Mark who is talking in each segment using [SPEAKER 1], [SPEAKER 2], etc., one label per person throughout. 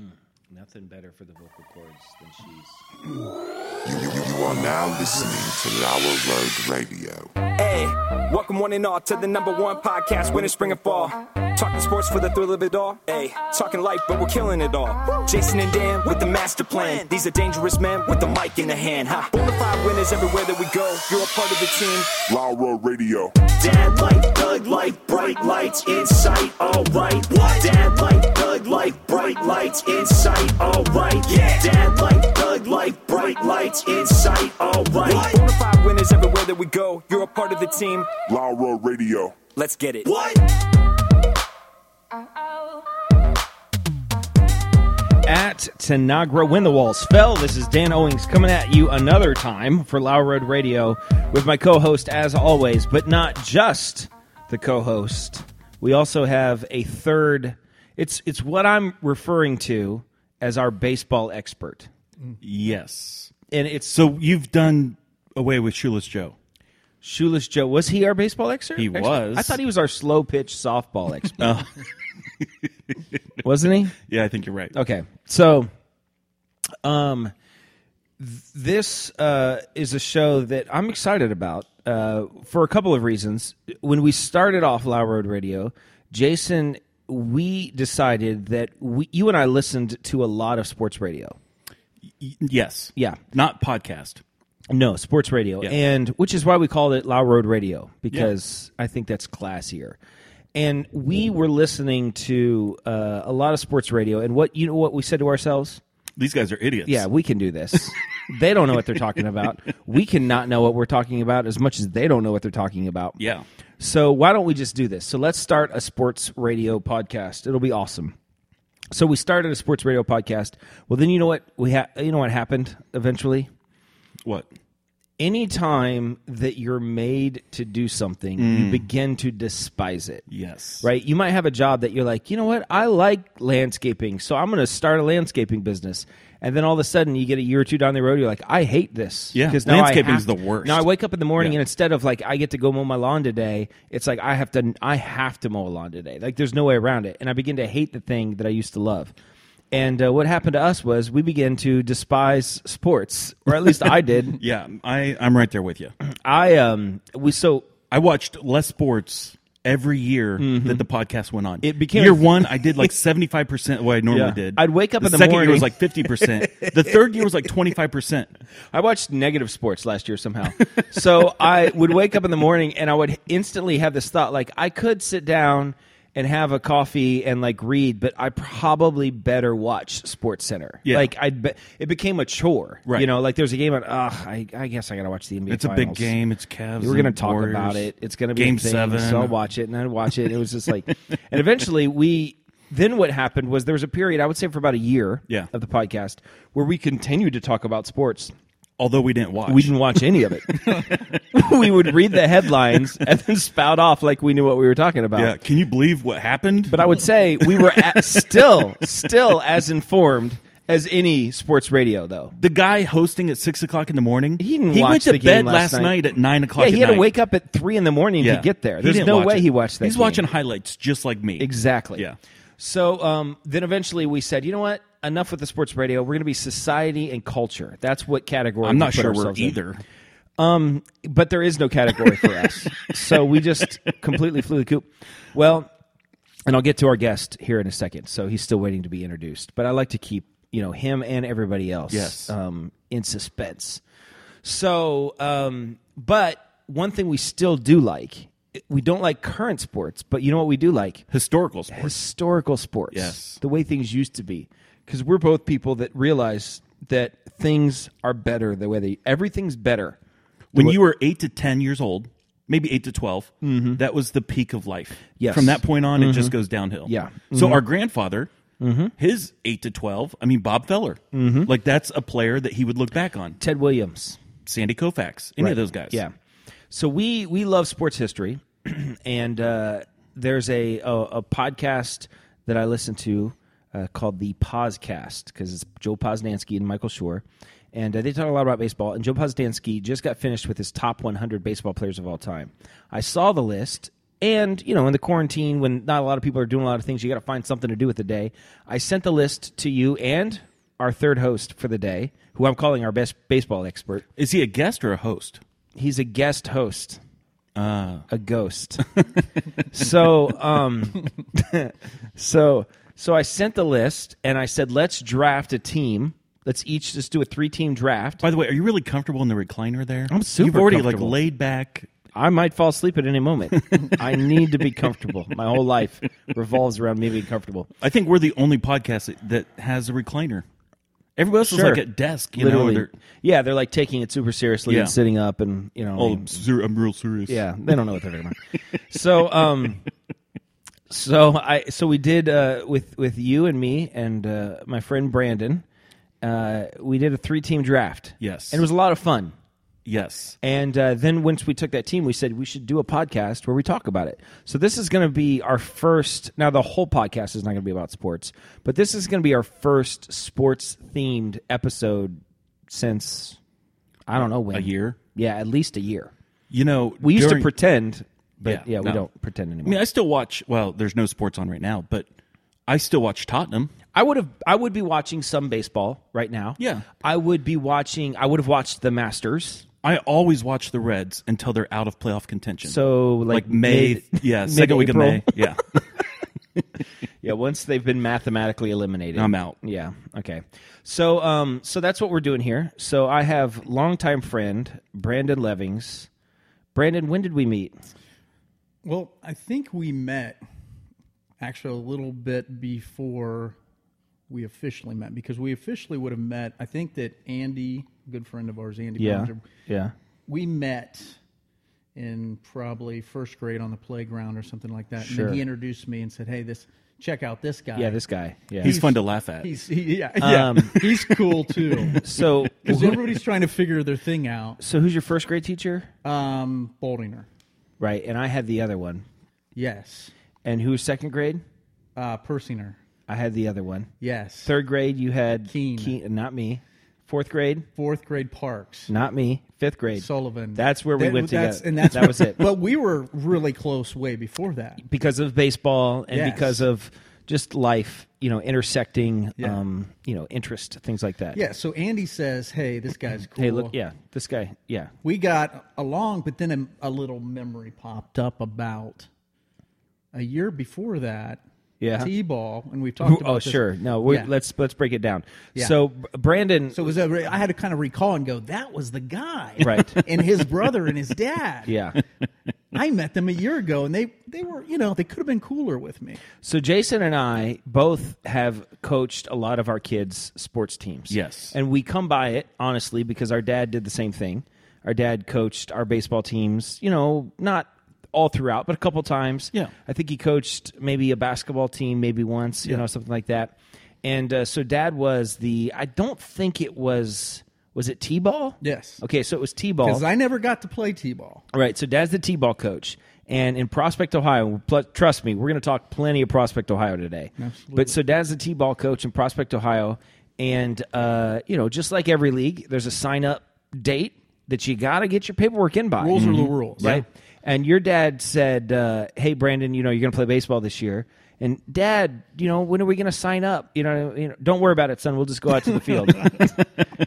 [SPEAKER 1] Hmm. nothing better for the vocal cords than she's.
[SPEAKER 2] You, you, you you are now listening to Lower Road Radio.
[SPEAKER 3] Hey, welcome one and all to the number one podcast, winter, spring, and fall. Talking sports for the thrill of it all. Hey, talking life, but we're killing it all. Jason and Dan with the master plan. These are dangerous men with the mic in the hand. Ha. Bona fide winners everywhere that we go. You're a part of the team.
[SPEAKER 2] Laura Radio.
[SPEAKER 3] Dad life, thug life, bright lights in sight, alright. What? Dad life, thug life, bright lights in sight, alright. Yeah. Dad life, thug life, bright lights in sight, alright. Bonafide winners everywhere that we go. You're a part of the team.
[SPEAKER 2] Laura Radio.
[SPEAKER 3] Let's get it.
[SPEAKER 1] at Tanagra when the walls fell. This is Dan Owings coming at you another time for Lower Road Radio with my co-host as always, but not just the co-host. We also have a third. It's it's what I'm referring to as our baseball expert,
[SPEAKER 4] Yes.
[SPEAKER 1] and it's
[SPEAKER 4] So you've done away with Shoeless Joe.
[SPEAKER 1] Shoeless Joe. Was he our baseball expert?
[SPEAKER 4] He
[SPEAKER 1] expert?
[SPEAKER 4] was. Oh.
[SPEAKER 1] I thought he was our slow pitch softball expert. Wasn't he?
[SPEAKER 4] Yeah, I think you're right.
[SPEAKER 1] Okay. So um th- this uh is a show that I'm excited about uh for a couple of reasons. When we started off Low Road Radio, Jason we decided that we, you and I listened to a lot of sports radio.
[SPEAKER 4] Y- yes.
[SPEAKER 1] Yeah.
[SPEAKER 4] Not podcast.
[SPEAKER 1] No, sports radio. And which is why we called it Low Road Radio because I think that's classier. And we were listening to uh, a lot of sports radio and what you know what we said to ourselves?
[SPEAKER 4] These guys are idiots.
[SPEAKER 1] Yeah, we can do this. they don't know what they're talking about. We cannot know what we're talking about as much as they don't know what they're talking about.
[SPEAKER 4] Yeah.
[SPEAKER 1] So why don't we just do this? So let's start a sports radio podcast. It'll be awesome. So we started a sports radio podcast. Well, then you know what we ha- you know what happened eventually?
[SPEAKER 4] What?
[SPEAKER 1] Any time that you're made to do something, you begin to despise it
[SPEAKER 4] Yes.
[SPEAKER 1] right? You might have a job that you're like, you know what? I like landscaping, so I'm going to start a landscaping business. And then all of a sudden, you get a year or two down the road, you're like, I hate this.
[SPEAKER 4] Yeah,
[SPEAKER 1] 'Cause now I
[SPEAKER 4] landscaping's
[SPEAKER 1] have-
[SPEAKER 4] the worst.
[SPEAKER 1] Now I wake up in the morning,
[SPEAKER 4] Yeah.
[SPEAKER 1] and instead of like I get to go mow my lawn today, it's like I have to, I have to mow a lawn today. Like there's no way around it, and I begin to hate the thing that I used to love. And uh, what happened to us was we began to despise sports, or at least I did.
[SPEAKER 4] Yeah, I, I'm right there with you.
[SPEAKER 1] I um we so
[SPEAKER 4] I watched less sports every year that the podcast went on.
[SPEAKER 1] Mm-hmm. It became-
[SPEAKER 4] year one. I did like seventy five percent of what I normally
[SPEAKER 1] Yeah.
[SPEAKER 4] did.
[SPEAKER 1] I'd wake up
[SPEAKER 4] the
[SPEAKER 1] in the
[SPEAKER 4] second year
[SPEAKER 1] morning.
[SPEAKER 4] was like fifty percent. the third year was like twenty five percent.
[SPEAKER 1] I watched negative sports last year somehow. so I would wake up in the morning and I would instantly have this thought like I could sit down and have a coffee and like read, but I probably better watch Sports Center.
[SPEAKER 4] Yeah.
[SPEAKER 1] Like I, be- it became a chore.
[SPEAKER 4] Right.
[SPEAKER 1] You know, like there's a game on. Ugh, I, I guess I gotta watch the NBA.
[SPEAKER 4] It's a big
[SPEAKER 1] Finals.
[SPEAKER 4] game. It's Cavs.
[SPEAKER 1] We're gonna
[SPEAKER 4] and
[SPEAKER 1] talk
[SPEAKER 4] Warriors.
[SPEAKER 1] about it. It's gonna be a
[SPEAKER 4] game
[SPEAKER 1] thing,
[SPEAKER 4] seven.
[SPEAKER 1] So I'll watch it and I'd watch it. It was just like, and eventually we. Then what happened was there was a period I would say for about a year
[SPEAKER 4] Yeah.
[SPEAKER 1] of the podcast where we continued to talk about sports.
[SPEAKER 4] Although we didn't watch.
[SPEAKER 1] We didn't watch any of it. we would read the headlines and then spout off like we knew what we were talking about.
[SPEAKER 4] yeah. Can you believe what happened?
[SPEAKER 1] But I would say we were at, still, still as informed as any sports radio, though.
[SPEAKER 4] the guy hosting at six o'clock in the morning.
[SPEAKER 1] He didn't watch
[SPEAKER 4] went to
[SPEAKER 1] the game
[SPEAKER 4] bed
[SPEAKER 1] last night.
[SPEAKER 4] last, night. at nine o'clock.
[SPEAKER 1] Yeah, he had
[SPEAKER 4] at
[SPEAKER 1] to
[SPEAKER 4] night.
[SPEAKER 1] wake up at three in the morning
[SPEAKER 4] Yeah.
[SPEAKER 1] to get there.
[SPEAKER 4] He
[SPEAKER 1] There's
[SPEAKER 4] didn't
[SPEAKER 1] no
[SPEAKER 4] watch
[SPEAKER 1] way
[SPEAKER 4] it.
[SPEAKER 1] he watched that.
[SPEAKER 4] He's
[SPEAKER 1] game.
[SPEAKER 4] watching highlights just like me.
[SPEAKER 1] Exactly.
[SPEAKER 4] Yeah.
[SPEAKER 1] So um, then eventually we said, you know what? Enough with the sports radio. We're going to be society and culture. That's what category.
[SPEAKER 4] I'm
[SPEAKER 1] we
[SPEAKER 4] not
[SPEAKER 1] put
[SPEAKER 4] sure we're
[SPEAKER 1] ourselves in.
[SPEAKER 4] either.
[SPEAKER 1] but there is no category for us. so we just completely flew the coop. Well, and I'll get to our guest here in a second. So he's still waiting to be introduced. But I like to keep, you know, him and everybody else
[SPEAKER 4] Yes.
[SPEAKER 1] um, in suspense. So, um, but one thing we still do like, we don't like current sports, but you know what we do like?
[SPEAKER 4] Historical sports.
[SPEAKER 1] historical sports.
[SPEAKER 4] Yes.
[SPEAKER 1] The way things used to be. Because we're both people that realize that things are better the way they, everything's better.
[SPEAKER 4] When you were eight to ten years old, maybe eight to 12 that was the peak of life.
[SPEAKER 1] Mm-hmm. Yes. Mm-hmm.
[SPEAKER 4] From that point on, it just goes downhill.
[SPEAKER 1] Yeah. Mm-hmm.
[SPEAKER 4] So our grandfather, his eight to twelve, I mean Bob Feller,
[SPEAKER 1] Mm-hmm.
[SPEAKER 4] like that's a player that he would look back on.
[SPEAKER 1] Ted Williams.
[SPEAKER 4] Sandy Koufax, any of
[SPEAKER 1] Right.
[SPEAKER 4] those guys.
[SPEAKER 1] Yeah. So we we love sports history, and uh, there's a, a a podcast that I listen to uh, called the Poscast because it's Joe Posnanski and Michael Shore, and uh, they talk a lot about baseball. And Joe Posnanski just got finished with his top 100 baseball players of all time. I saw the list. And you know, in the quarantine, when not a lot of people are doing a lot of things, you got to find something to do with the day. I sent the list to you and our third host for the day, who I'm calling our best baseball expert.
[SPEAKER 4] Is he a guest or a host?
[SPEAKER 1] He's a guest host.
[SPEAKER 4] Ah.
[SPEAKER 1] A ghost. so um so so I sent the list and I said let's draft a team. Let's each just do a three team draft.
[SPEAKER 4] By the way, are you really comfortable in the recliner there?
[SPEAKER 1] I'm super
[SPEAKER 4] You've already like
[SPEAKER 1] comfortable.
[SPEAKER 4] laid back.
[SPEAKER 1] I might fall asleep at any moment. I need to be comfortable. My whole life revolves around me being comfortable.
[SPEAKER 4] I think we're the only podcast that, that has a recliner. Everybody else
[SPEAKER 1] Sure.
[SPEAKER 4] is like at desk, you
[SPEAKER 1] Literally.
[SPEAKER 4] know. or they're-
[SPEAKER 1] yeah, they're like taking it super seriously
[SPEAKER 4] Yeah.
[SPEAKER 1] and sitting up and you know I
[SPEAKER 4] Oh,
[SPEAKER 1] mean,
[SPEAKER 4] I'm, ser- I'm real serious.
[SPEAKER 1] Yeah, they don't know what they're talking about. So, um, so I so we did uh, with with you and me and uh, my friend Brandon. Uh, we did a three team draft.
[SPEAKER 4] Yes.
[SPEAKER 1] and it was a lot of fun.
[SPEAKER 4] Yes.
[SPEAKER 1] And uh, then once we took that team, we said we should do a podcast where we talk about it. So this is going to be our first. Now the whole podcast is not going to be about sports, but this is going to be our first sports themed episode since I don't know when
[SPEAKER 4] A year.
[SPEAKER 1] Yeah, at least a year.
[SPEAKER 4] You know,
[SPEAKER 1] We used
[SPEAKER 4] during-
[SPEAKER 1] to pretend, but yeah,
[SPEAKER 4] Yeah,
[SPEAKER 1] we
[SPEAKER 4] no.
[SPEAKER 1] don't pretend anymore.
[SPEAKER 4] I mean, I still watch. Well, there's no sports on right now, but I still watch Tottenham.
[SPEAKER 1] I would have, I would be watching some baseball right now.
[SPEAKER 4] Yeah.
[SPEAKER 1] I would be watching. I would have watched the Masters.
[SPEAKER 4] I always watch the Reds until they're out of playoff contention.
[SPEAKER 1] So like,
[SPEAKER 4] like May,
[SPEAKER 1] mid-
[SPEAKER 4] yeah, second week of
[SPEAKER 1] mid-April.
[SPEAKER 4] May, yeah.
[SPEAKER 1] Yeah, once they've been mathematically eliminated,
[SPEAKER 4] I'm out.
[SPEAKER 1] Yeah. Okay. So, um, so that's what we're doing here. So I have longtime friend Brandon Levings. Brandon, when did we meet?
[SPEAKER 5] Well, I think we met actually a little bit before we officially met because we officially would have met. I think that Andy, good friend of ours, Andy, Bellinger,
[SPEAKER 1] Yeah.
[SPEAKER 5] we met in probably first grade on the playground or something like that. And
[SPEAKER 1] Sure.
[SPEAKER 5] then he introduced me and said, "Hey, this check out this guy.
[SPEAKER 1] Yeah. This guy. Yeah.
[SPEAKER 4] He's fun to laugh at.
[SPEAKER 5] he's he, yeah, yeah.
[SPEAKER 1] Um,
[SPEAKER 5] he's cool too."
[SPEAKER 1] so,
[SPEAKER 5] Because everybody's trying to figure their thing out.
[SPEAKER 1] so who's your first grade teacher?
[SPEAKER 5] Um, Boldinger,
[SPEAKER 1] Right. And I had the other one.
[SPEAKER 5] yes.
[SPEAKER 1] And who was second grade?
[SPEAKER 5] Uh, Persinger,
[SPEAKER 1] I had the other one.
[SPEAKER 5] yes.
[SPEAKER 1] Third grade, you had
[SPEAKER 5] Keen.
[SPEAKER 1] not me. Fourth grade,
[SPEAKER 5] fourth grade Parks.
[SPEAKER 1] not me. Fifth grade,
[SPEAKER 5] Sullivan.
[SPEAKER 1] That's where we
[SPEAKER 5] That-
[SPEAKER 1] went
[SPEAKER 5] that's-
[SPEAKER 1] together.
[SPEAKER 5] And that's
[SPEAKER 1] that was it.
[SPEAKER 5] But we were really close way before that.
[SPEAKER 1] because of baseball and
[SPEAKER 5] Yes.
[SPEAKER 1] because of just life, you know, intersecting,
[SPEAKER 5] Yeah.
[SPEAKER 1] um, you know, interest things like that.
[SPEAKER 5] Yeah. So Andy says, "Hey, this guy's cool."
[SPEAKER 1] Hey, look, yeah, this guy, yeah,
[SPEAKER 5] We got along, but then a, a little memory popped up about a year before that.
[SPEAKER 1] Yeah.
[SPEAKER 5] T-ball, and we've talked. about
[SPEAKER 1] oh,
[SPEAKER 5] this.
[SPEAKER 1] sure. No, we,
[SPEAKER 5] Yeah.
[SPEAKER 1] let's let's break it down.
[SPEAKER 5] Yeah.
[SPEAKER 1] So B- Brandon,
[SPEAKER 5] So it was a, I had to kind of recall and go, that was the guy,
[SPEAKER 1] Right.
[SPEAKER 5] And his brother and his dad.
[SPEAKER 1] yeah.
[SPEAKER 5] I met them a year ago, and they they were, you know, they could have been cooler with me.
[SPEAKER 1] So Jason and I both have coached a lot of our kids' sports teams.
[SPEAKER 4] Yes.
[SPEAKER 1] And we come by it honestly because our dad did the same thing. Our dad coached our baseball teams, you know, not all throughout, but a couple times.
[SPEAKER 4] Yeah.
[SPEAKER 1] I think he coached maybe a basketball team maybe once, you know, something like that. And uh, so dad was the I don't think it was was it T-ball?
[SPEAKER 5] Yes.
[SPEAKER 1] Okay, so it was T-ball.
[SPEAKER 5] Because I never got to play T-ball.
[SPEAKER 1] All right, so Dad's the T-ball coach, and in Prospect, Ohio. pl- Trust me, we're going to talk plenty of Prospect, Ohio today. Absolutely. But so Dad's the T-ball coach in Prospect, Ohio, and uh, you know, just like every league, there's a sign-up date that you got to get your paperwork in by. Mm-hmm.
[SPEAKER 5] Rules are the rules,
[SPEAKER 1] right? And your dad said, uh, "Hey, Brandon, you know you're going to play baseball this year." And Dad, you know, when are we going to sign up? You know, you know, don't worry about it, son. We'll just go out to the field.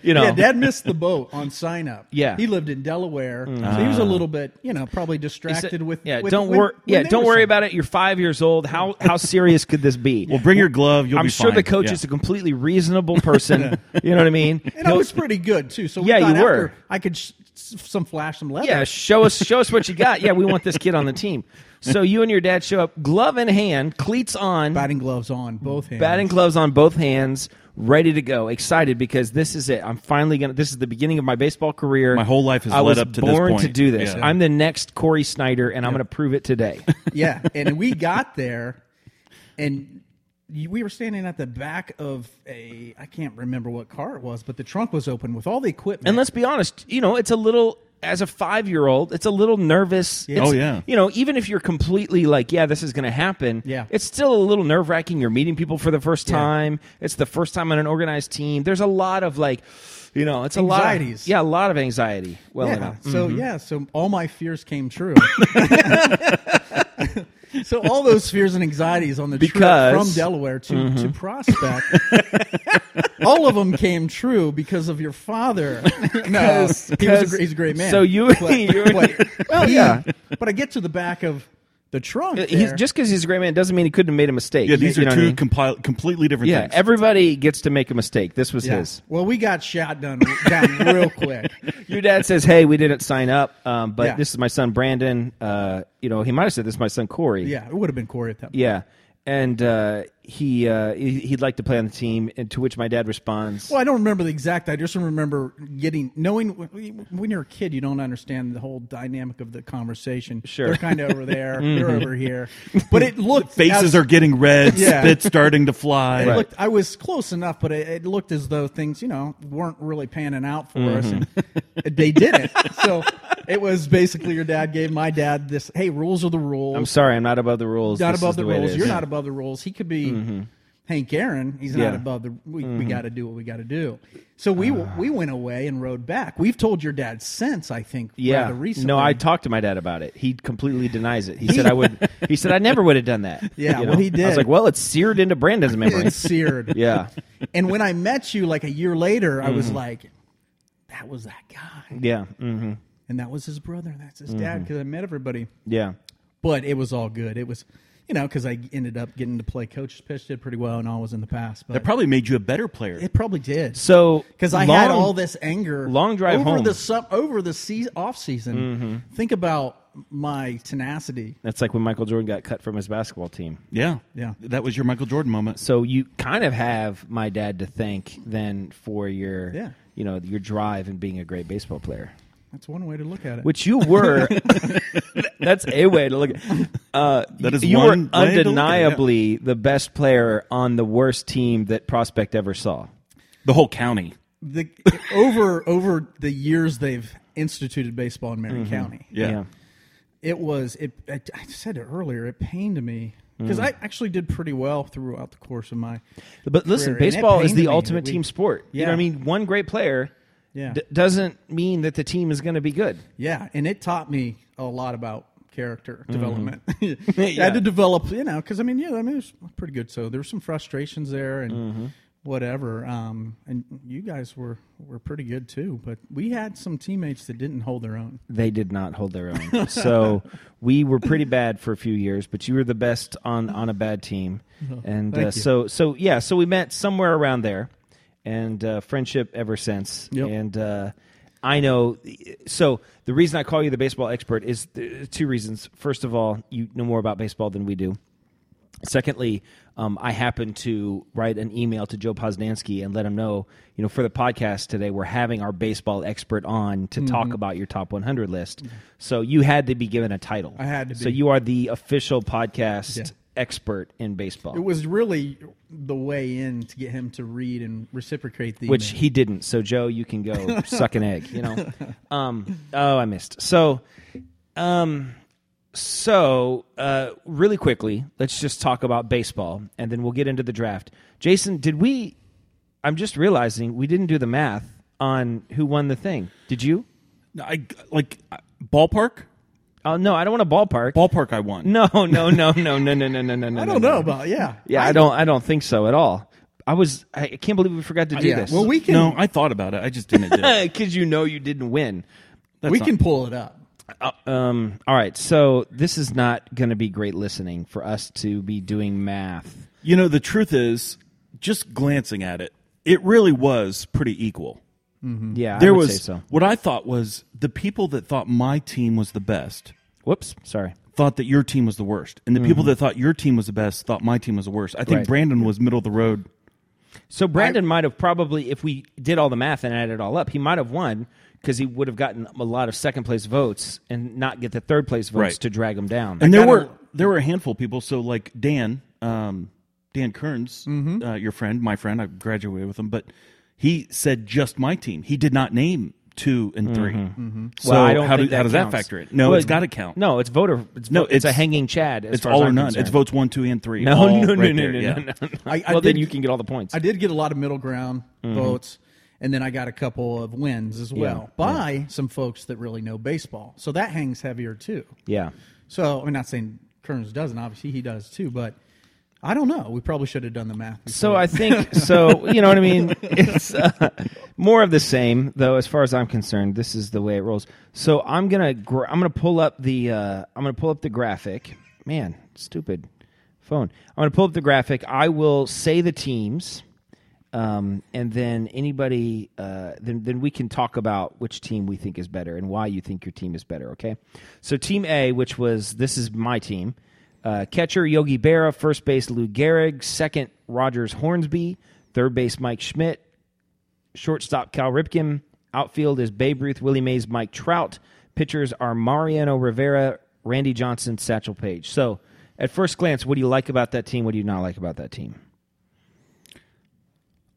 [SPEAKER 1] you know,
[SPEAKER 5] Yeah, Dad missed the boat on sign up.
[SPEAKER 1] Yeah. Mm.
[SPEAKER 5] he lived in Delaware, so he was a little bit, you know, probably
[SPEAKER 1] He said-
[SPEAKER 5] distracted with.
[SPEAKER 1] yeah.
[SPEAKER 5] with-
[SPEAKER 1] don't
[SPEAKER 5] when-
[SPEAKER 1] worry.
[SPEAKER 5] when
[SPEAKER 1] Yeah,
[SPEAKER 5] they
[SPEAKER 1] don't
[SPEAKER 5] were
[SPEAKER 1] worry
[SPEAKER 5] signing-
[SPEAKER 1] about it. You're five years old. How how serious could this be?
[SPEAKER 4] well, bring your glove. You'll
[SPEAKER 1] I'm
[SPEAKER 4] be
[SPEAKER 1] sure the
[SPEAKER 4] fine.
[SPEAKER 1] coach
[SPEAKER 4] Yeah.
[SPEAKER 1] is a completely reasonable person. you know what I mean?
[SPEAKER 5] And I
[SPEAKER 1] He'll-
[SPEAKER 5] was pretty good too. So we
[SPEAKER 1] Yeah,
[SPEAKER 5] thought
[SPEAKER 1] you
[SPEAKER 5] after
[SPEAKER 1] were.
[SPEAKER 5] I could sh- s- some flash some leather.
[SPEAKER 1] yeah, show us show us what you got. Yeah, we want this kid on the team. So you and your dad show up, glove in hand, cleats on,
[SPEAKER 5] batting gloves on both hands.
[SPEAKER 1] batting gloves on both hands, ready to go, excited because this is it. I'm finally gonna. This is the beginning of my baseball career.
[SPEAKER 4] My whole life has
[SPEAKER 1] I
[SPEAKER 4] led
[SPEAKER 1] was
[SPEAKER 4] up to this
[SPEAKER 1] born to
[SPEAKER 4] point.
[SPEAKER 1] do this.
[SPEAKER 4] Yeah.
[SPEAKER 1] I'm the next Corey Snyder, and I'm going to prove it today.
[SPEAKER 5] yeah, and we got there, and you- we were standing at the back of a I can't remember what car it was, but the trunk was open with all the equipment.
[SPEAKER 1] and let's be honest, you know, it's a little as a five year old, it's a little nervous. It's-
[SPEAKER 4] Oh, yeah.
[SPEAKER 1] You know, even if you're completely like, yeah, this is gonna happen,
[SPEAKER 5] Yeah.
[SPEAKER 1] it's still a little nerve wracking. You're meeting people for the first time. It's the first time on an organized team. There's a lot of like you know, it's a lot of
[SPEAKER 5] Anxieties.
[SPEAKER 1] yeah, a lot of anxiety. Well
[SPEAKER 5] Yeah.
[SPEAKER 1] enough.
[SPEAKER 5] So yeah, so all my fears came true. so all those fears and anxieties on the
[SPEAKER 1] Because- Mm-hmm.
[SPEAKER 5] trip from Delaware to, to Prospect all all of them came true because of your father. no, he was a, gr- he's a great man.
[SPEAKER 1] So you- you're-
[SPEAKER 5] well,
[SPEAKER 1] yeah. Uh,
[SPEAKER 5] But I get to the back of the trunk.
[SPEAKER 1] He's
[SPEAKER 5] there.
[SPEAKER 1] just because he's a great man doesn't mean he couldn't have made a mistake.
[SPEAKER 4] Yeah, these
[SPEAKER 1] You
[SPEAKER 4] are
[SPEAKER 1] know what I
[SPEAKER 4] two
[SPEAKER 1] mean?
[SPEAKER 4] compli- completely different
[SPEAKER 1] yeah,
[SPEAKER 4] things.
[SPEAKER 1] everybody gets to make a mistake. This was
[SPEAKER 5] Yeah.
[SPEAKER 1] his.
[SPEAKER 5] Well, we got shot down, down real quick.
[SPEAKER 1] Your dad says, "Hey, we didn't sign up, um, but
[SPEAKER 5] Yeah.
[SPEAKER 1] this is my son Brandon. Uh, you know, he might have said this is my son Corey.
[SPEAKER 5] Yeah, it would have been Corey at that point.
[SPEAKER 1] yeah." And uh, he uh, he- he'd like to play on the team, and to which my dad responds,
[SPEAKER 5] Well, I don't remember the exact. I just remember getting knowing when you're a kid, you don't understand the whole dynamic of the conversation.
[SPEAKER 1] Sure.
[SPEAKER 5] they're kind of over there, they're over here, but it looked
[SPEAKER 4] Faces
[SPEAKER 5] as-
[SPEAKER 4] are getting red,
[SPEAKER 5] Yeah.
[SPEAKER 4] spit's starting to fly.
[SPEAKER 5] It looked, I was close enough, but it, it looked as though things, you know, weren't really panning out for us, and they didn't. so it was basically your dad gave my dad this. Hey, rules are the rules.
[SPEAKER 1] "I'm sorry, I'm not above the rules.
[SPEAKER 5] not
[SPEAKER 1] This is
[SPEAKER 5] above the
[SPEAKER 1] way it
[SPEAKER 5] rules.
[SPEAKER 1] is." Mm-hmm.
[SPEAKER 5] You're not above the rules. He could be Hank Aaron. He's
[SPEAKER 1] Yeah. Mm-hmm. Ah.
[SPEAKER 5] not above the. We, we got to do what we got to do. So we we went away and rode back. We've told your dad since I think
[SPEAKER 1] Yeah,
[SPEAKER 5] rather recently.
[SPEAKER 1] no, I talked to my dad about it. He completely denies it. He said I would. He said I never would have done that.
[SPEAKER 5] Yeah,
[SPEAKER 1] You
[SPEAKER 5] well, he
[SPEAKER 1] I was
[SPEAKER 5] did.
[SPEAKER 1] like, well, it's seared into Brandon's memory.
[SPEAKER 5] it's seared.
[SPEAKER 1] yeah, Mm-hmm.
[SPEAKER 5] And when I met you like a year later, I was like, that was that guy,
[SPEAKER 1] yeah, hmm
[SPEAKER 5] and that was his brother, and that's his
[SPEAKER 1] Mm-hmm.
[SPEAKER 5] dad because I met everybody.
[SPEAKER 1] yeah.
[SPEAKER 5] But it was all good. It was. You know, because I ended up getting to play coach's pitch, did pretty well, and all was in the past. But
[SPEAKER 4] That probably made you a better player.
[SPEAKER 5] it probably did.
[SPEAKER 1] So
[SPEAKER 5] because I had
[SPEAKER 1] long-
[SPEAKER 5] all this anger.
[SPEAKER 1] long drive
[SPEAKER 5] over
[SPEAKER 1] home. Mm-hmm.
[SPEAKER 5] the sum, over the se- off season. Think about my tenacity.
[SPEAKER 1] That's like when Michael Jordan got cut from his basketball team.
[SPEAKER 4] yeah.
[SPEAKER 5] Yeah.
[SPEAKER 4] That was your Michael Jordan moment.
[SPEAKER 1] So you kind of have my dad to thank then for your,
[SPEAKER 5] Yeah.
[SPEAKER 1] you know, your drive and being a great baseball player,
[SPEAKER 5] That's one way to look at it.
[SPEAKER 1] which you were. that's a way to look. at it. Uh,
[SPEAKER 4] That is
[SPEAKER 1] you
[SPEAKER 4] one
[SPEAKER 1] were
[SPEAKER 4] way to look at it, yeah.
[SPEAKER 1] undeniably the best player on the worst team that prospect ever saw.
[SPEAKER 4] The whole county.
[SPEAKER 5] the, over over the years they've instituted baseball in Marion
[SPEAKER 1] Mm-hmm.
[SPEAKER 5] County,
[SPEAKER 4] Yeah.
[SPEAKER 5] it was it. I, I said it earlier. It pained me because
[SPEAKER 1] Mm.
[SPEAKER 5] I actually did pretty well throughout the course of my.
[SPEAKER 1] But listen,
[SPEAKER 5] career, and it
[SPEAKER 1] baseball is
[SPEAKER 5] pained me
[SPEAKER 1] the
[SPEAKER 5] that
[SPEAKER 1] ultimate
[SPEAKER 5] we-
[SPEAKER 1] team sport. You know
[SPEAKER 5] Yeah.
[SPEAKER 1] what I mean? One great player
[SPEAKER 5] Yeah.
[SPEAKER 1] d- doesn't mean that the team is going to be good.
[SPEAKER 5] Yeah, and it taught me a lot about
[SPEAKER 1] Mm-hmm.
[SPEAKER 5] character development. I had to develop, you know, because I mean, yeah, I mean, it was pretty good. So there were some frustrations there and
[SPEAKER 1] Mm-hmm.
[SPEAKER 5] whatever. Um, and you guys were were pretty good too, but we had some teammates that didn't hold their own.
[SPEAKER 1] They did not hold their own. so we were pretty bad for a few years, but you were the best on on a bad team. And
[SPEAKER 5] thank
[SPEAKER 1] uh,
[SPEAKER 5] you.
[SPEAKER 1] so so yeah, so we met somewhere around there, and uh, friendship ever since.
[SPEAKER 5] Yep.
[SPEAKER 1] And uh, I know. So the reason I call you the baseball expert is uh, two reasons. First of all, you know more about baseball than we do. Secondly, um, I happened to write an email to Joe Posnanski and let him know, you know, for the podcast today, we're having our baseball expert on
[SPEAKER 5] Mm-hmm.
[SPEAKER 1] to talk about your top 100 list. So you had to be given a title. I
[SPEAKER 5] had to
[SPEAKER 1] So
[SPEAKER 5] be.
[SPEAKER 1] you are the official podcast
[SPEAKER 5] Yeah.
[SPEAKER 1] expert in baseball,
[SPEAKER 5] It was really the way in to get him to read and reciprocate the
[SPEAKER 1] which
[SPEAKER 5] email.
[SPEAKER 1] he didn't. So Joe, you can go suck an egg. You know. Um, oh, I missed. So, um, so uh, really quickly, let's just talk about baseball, and then we'll get into the draft. Jason, did we? I'm just realizing we didn't do the math on who won the thing. Did you?
[SPEAKER 4] No, I like uh, ballpark.
[SPEAKER 1] Oh no, I don't want a ballpark.
[SPEAKER 4] Ballpark. I won.
[SPEAKER 1] no, no, no, no, no, no, no, no, no, no.
[SPEAKER 5] I don't know about yeah
[SPEAKER 1] Yeah, I, don't. I don't think so at all. I was. I can't believe we forgot to do
[SPEAKER 5] Uh, Yeah,
[SPEAKER 1] this.
[SPEAKER 5] well, we can-
[SPEAKER 4] No, I thought about it. I just didn't do it.
[SPEAKER 1] because you know you didn't win.
[SPEAKER 5] we can pull it up.
[SPEAKER 1] Um, all right, so this is not going to be great listening for us to be doing math.
[SPEAKER 4] You know, the truth is, just glancing at it, it really was pretty equal.
[SPEAKER 1] Yeah,
[SPEAKER 4] There
[SPEAKER 1] I would
[SPEAKER 4] was
[SPEAKER 1] say so.
[SPEAKER 4] what I thought was the people that thought my team was the best
[SPEAKER 1] Whoops, sorry.
[SPEAKER 4] thought that your team was the worst, and the people that thought your team was the best thought my team was the worst. I think
[SPEAKER 1] Right.
[SPEAKER 4] Brandon was middle of the road.
[SPEAKER 1] So Brandon might have probably, if we did all the math and added it all up, he might have won because he would have gotten a lot of second place votes and not get the third place votes
[SPEAKER 4] Right.
[SPEAKER 1] to drag him down.
[SPEAKER 4] and there
[SPEAKER 5] gotta-
[SPEAKER 4] were there were a handful of people. So like Dan, um, Dan Kearns,
[SPEAKER 1] Mm-hmm.
[SPEAKER 4] uh, your friend, my friend, I graduated with him, but he said just my team. He did not name two and 3 So
[SPEAKER 1] Mm-hmm. Well, I don't
[SPEAKER 4] how,
[SPEAKER 1] think
[SPEAKER 4] do, how does that
[SPEAKER 1] counts.
[SPEAKER 4] factor in? No,
[SPEAKER 1] Well,
[SPEAKER 4] it's got to count.
[SPEAKER 1] No, it's voter. It's
[SPEAKER 4] No,
[SPEAKER 1] no, it's, a
[SPEAKER 4] it's-
[SPEAKER 1] hanging Chad. As
[SPEAKER 4] it's
[SPEAKER 1] far as
[SPEAKER 4] all or
[SPEAKER 1] I'm
[SPEAKER 4] none.
[SPEAKER 1] concerned.
[SPEAKER 4] It's votes one, two, and three.
[SPEAKER 1] No,
[SPEAKER 4] all
[SPEAKER 1] no, no,
[SPEAKER 4] right
[SPEAKER 1] no,
[SPEAKER 4] there,
[SPEAKER 1] no,
[SPEAKER 4] yeah.
[SPEAKER 1] no, no, no.
[SPEAKER 5] I- I
[SPEAKER 1] well, then
[SPEAKER 5] did-
[SPEAKER 1] you can get all the points.
[SPEAKER 5] I did get a lot of middle ground votes, and then I got a couple of wins as well by some folks that really know baseball. So that hangs heavier too.
[SPEAKER 1] yeah.
[SPEAKER 5] So I'm not saying Kearns doesn't. Obviously, he does too. But I don't know. We probably should have done the math. before.
[SPEAKER 1] So I think so. You know what I mean? It's uh, more of the same, though. As far as I'm concerned, this is the way it rolls. So I'm gonna gra- I'm gonna pull up the uh, I'm gonna pull up the graphic. Man, stupid phone. I'm gonna pull up the graphic. I will say the teams, um, and then anybody uh, then then we can talk about which team we think is better and why you think your team is better. Okay. So Team A, which was this is my team. Uh, catcher Yogi Berra, first base Lou Gehrig, second Rogers Hornsby, third base Mike Schmidt, shortstop Cal Ripken, outfield is Babe Ruth, Willie Mays, Mike Trout. Pitchers are Mariano Rivera, Randy Johnson, Satchel Paige. So, at first glance, what do you like about that team? What do you not like about that team?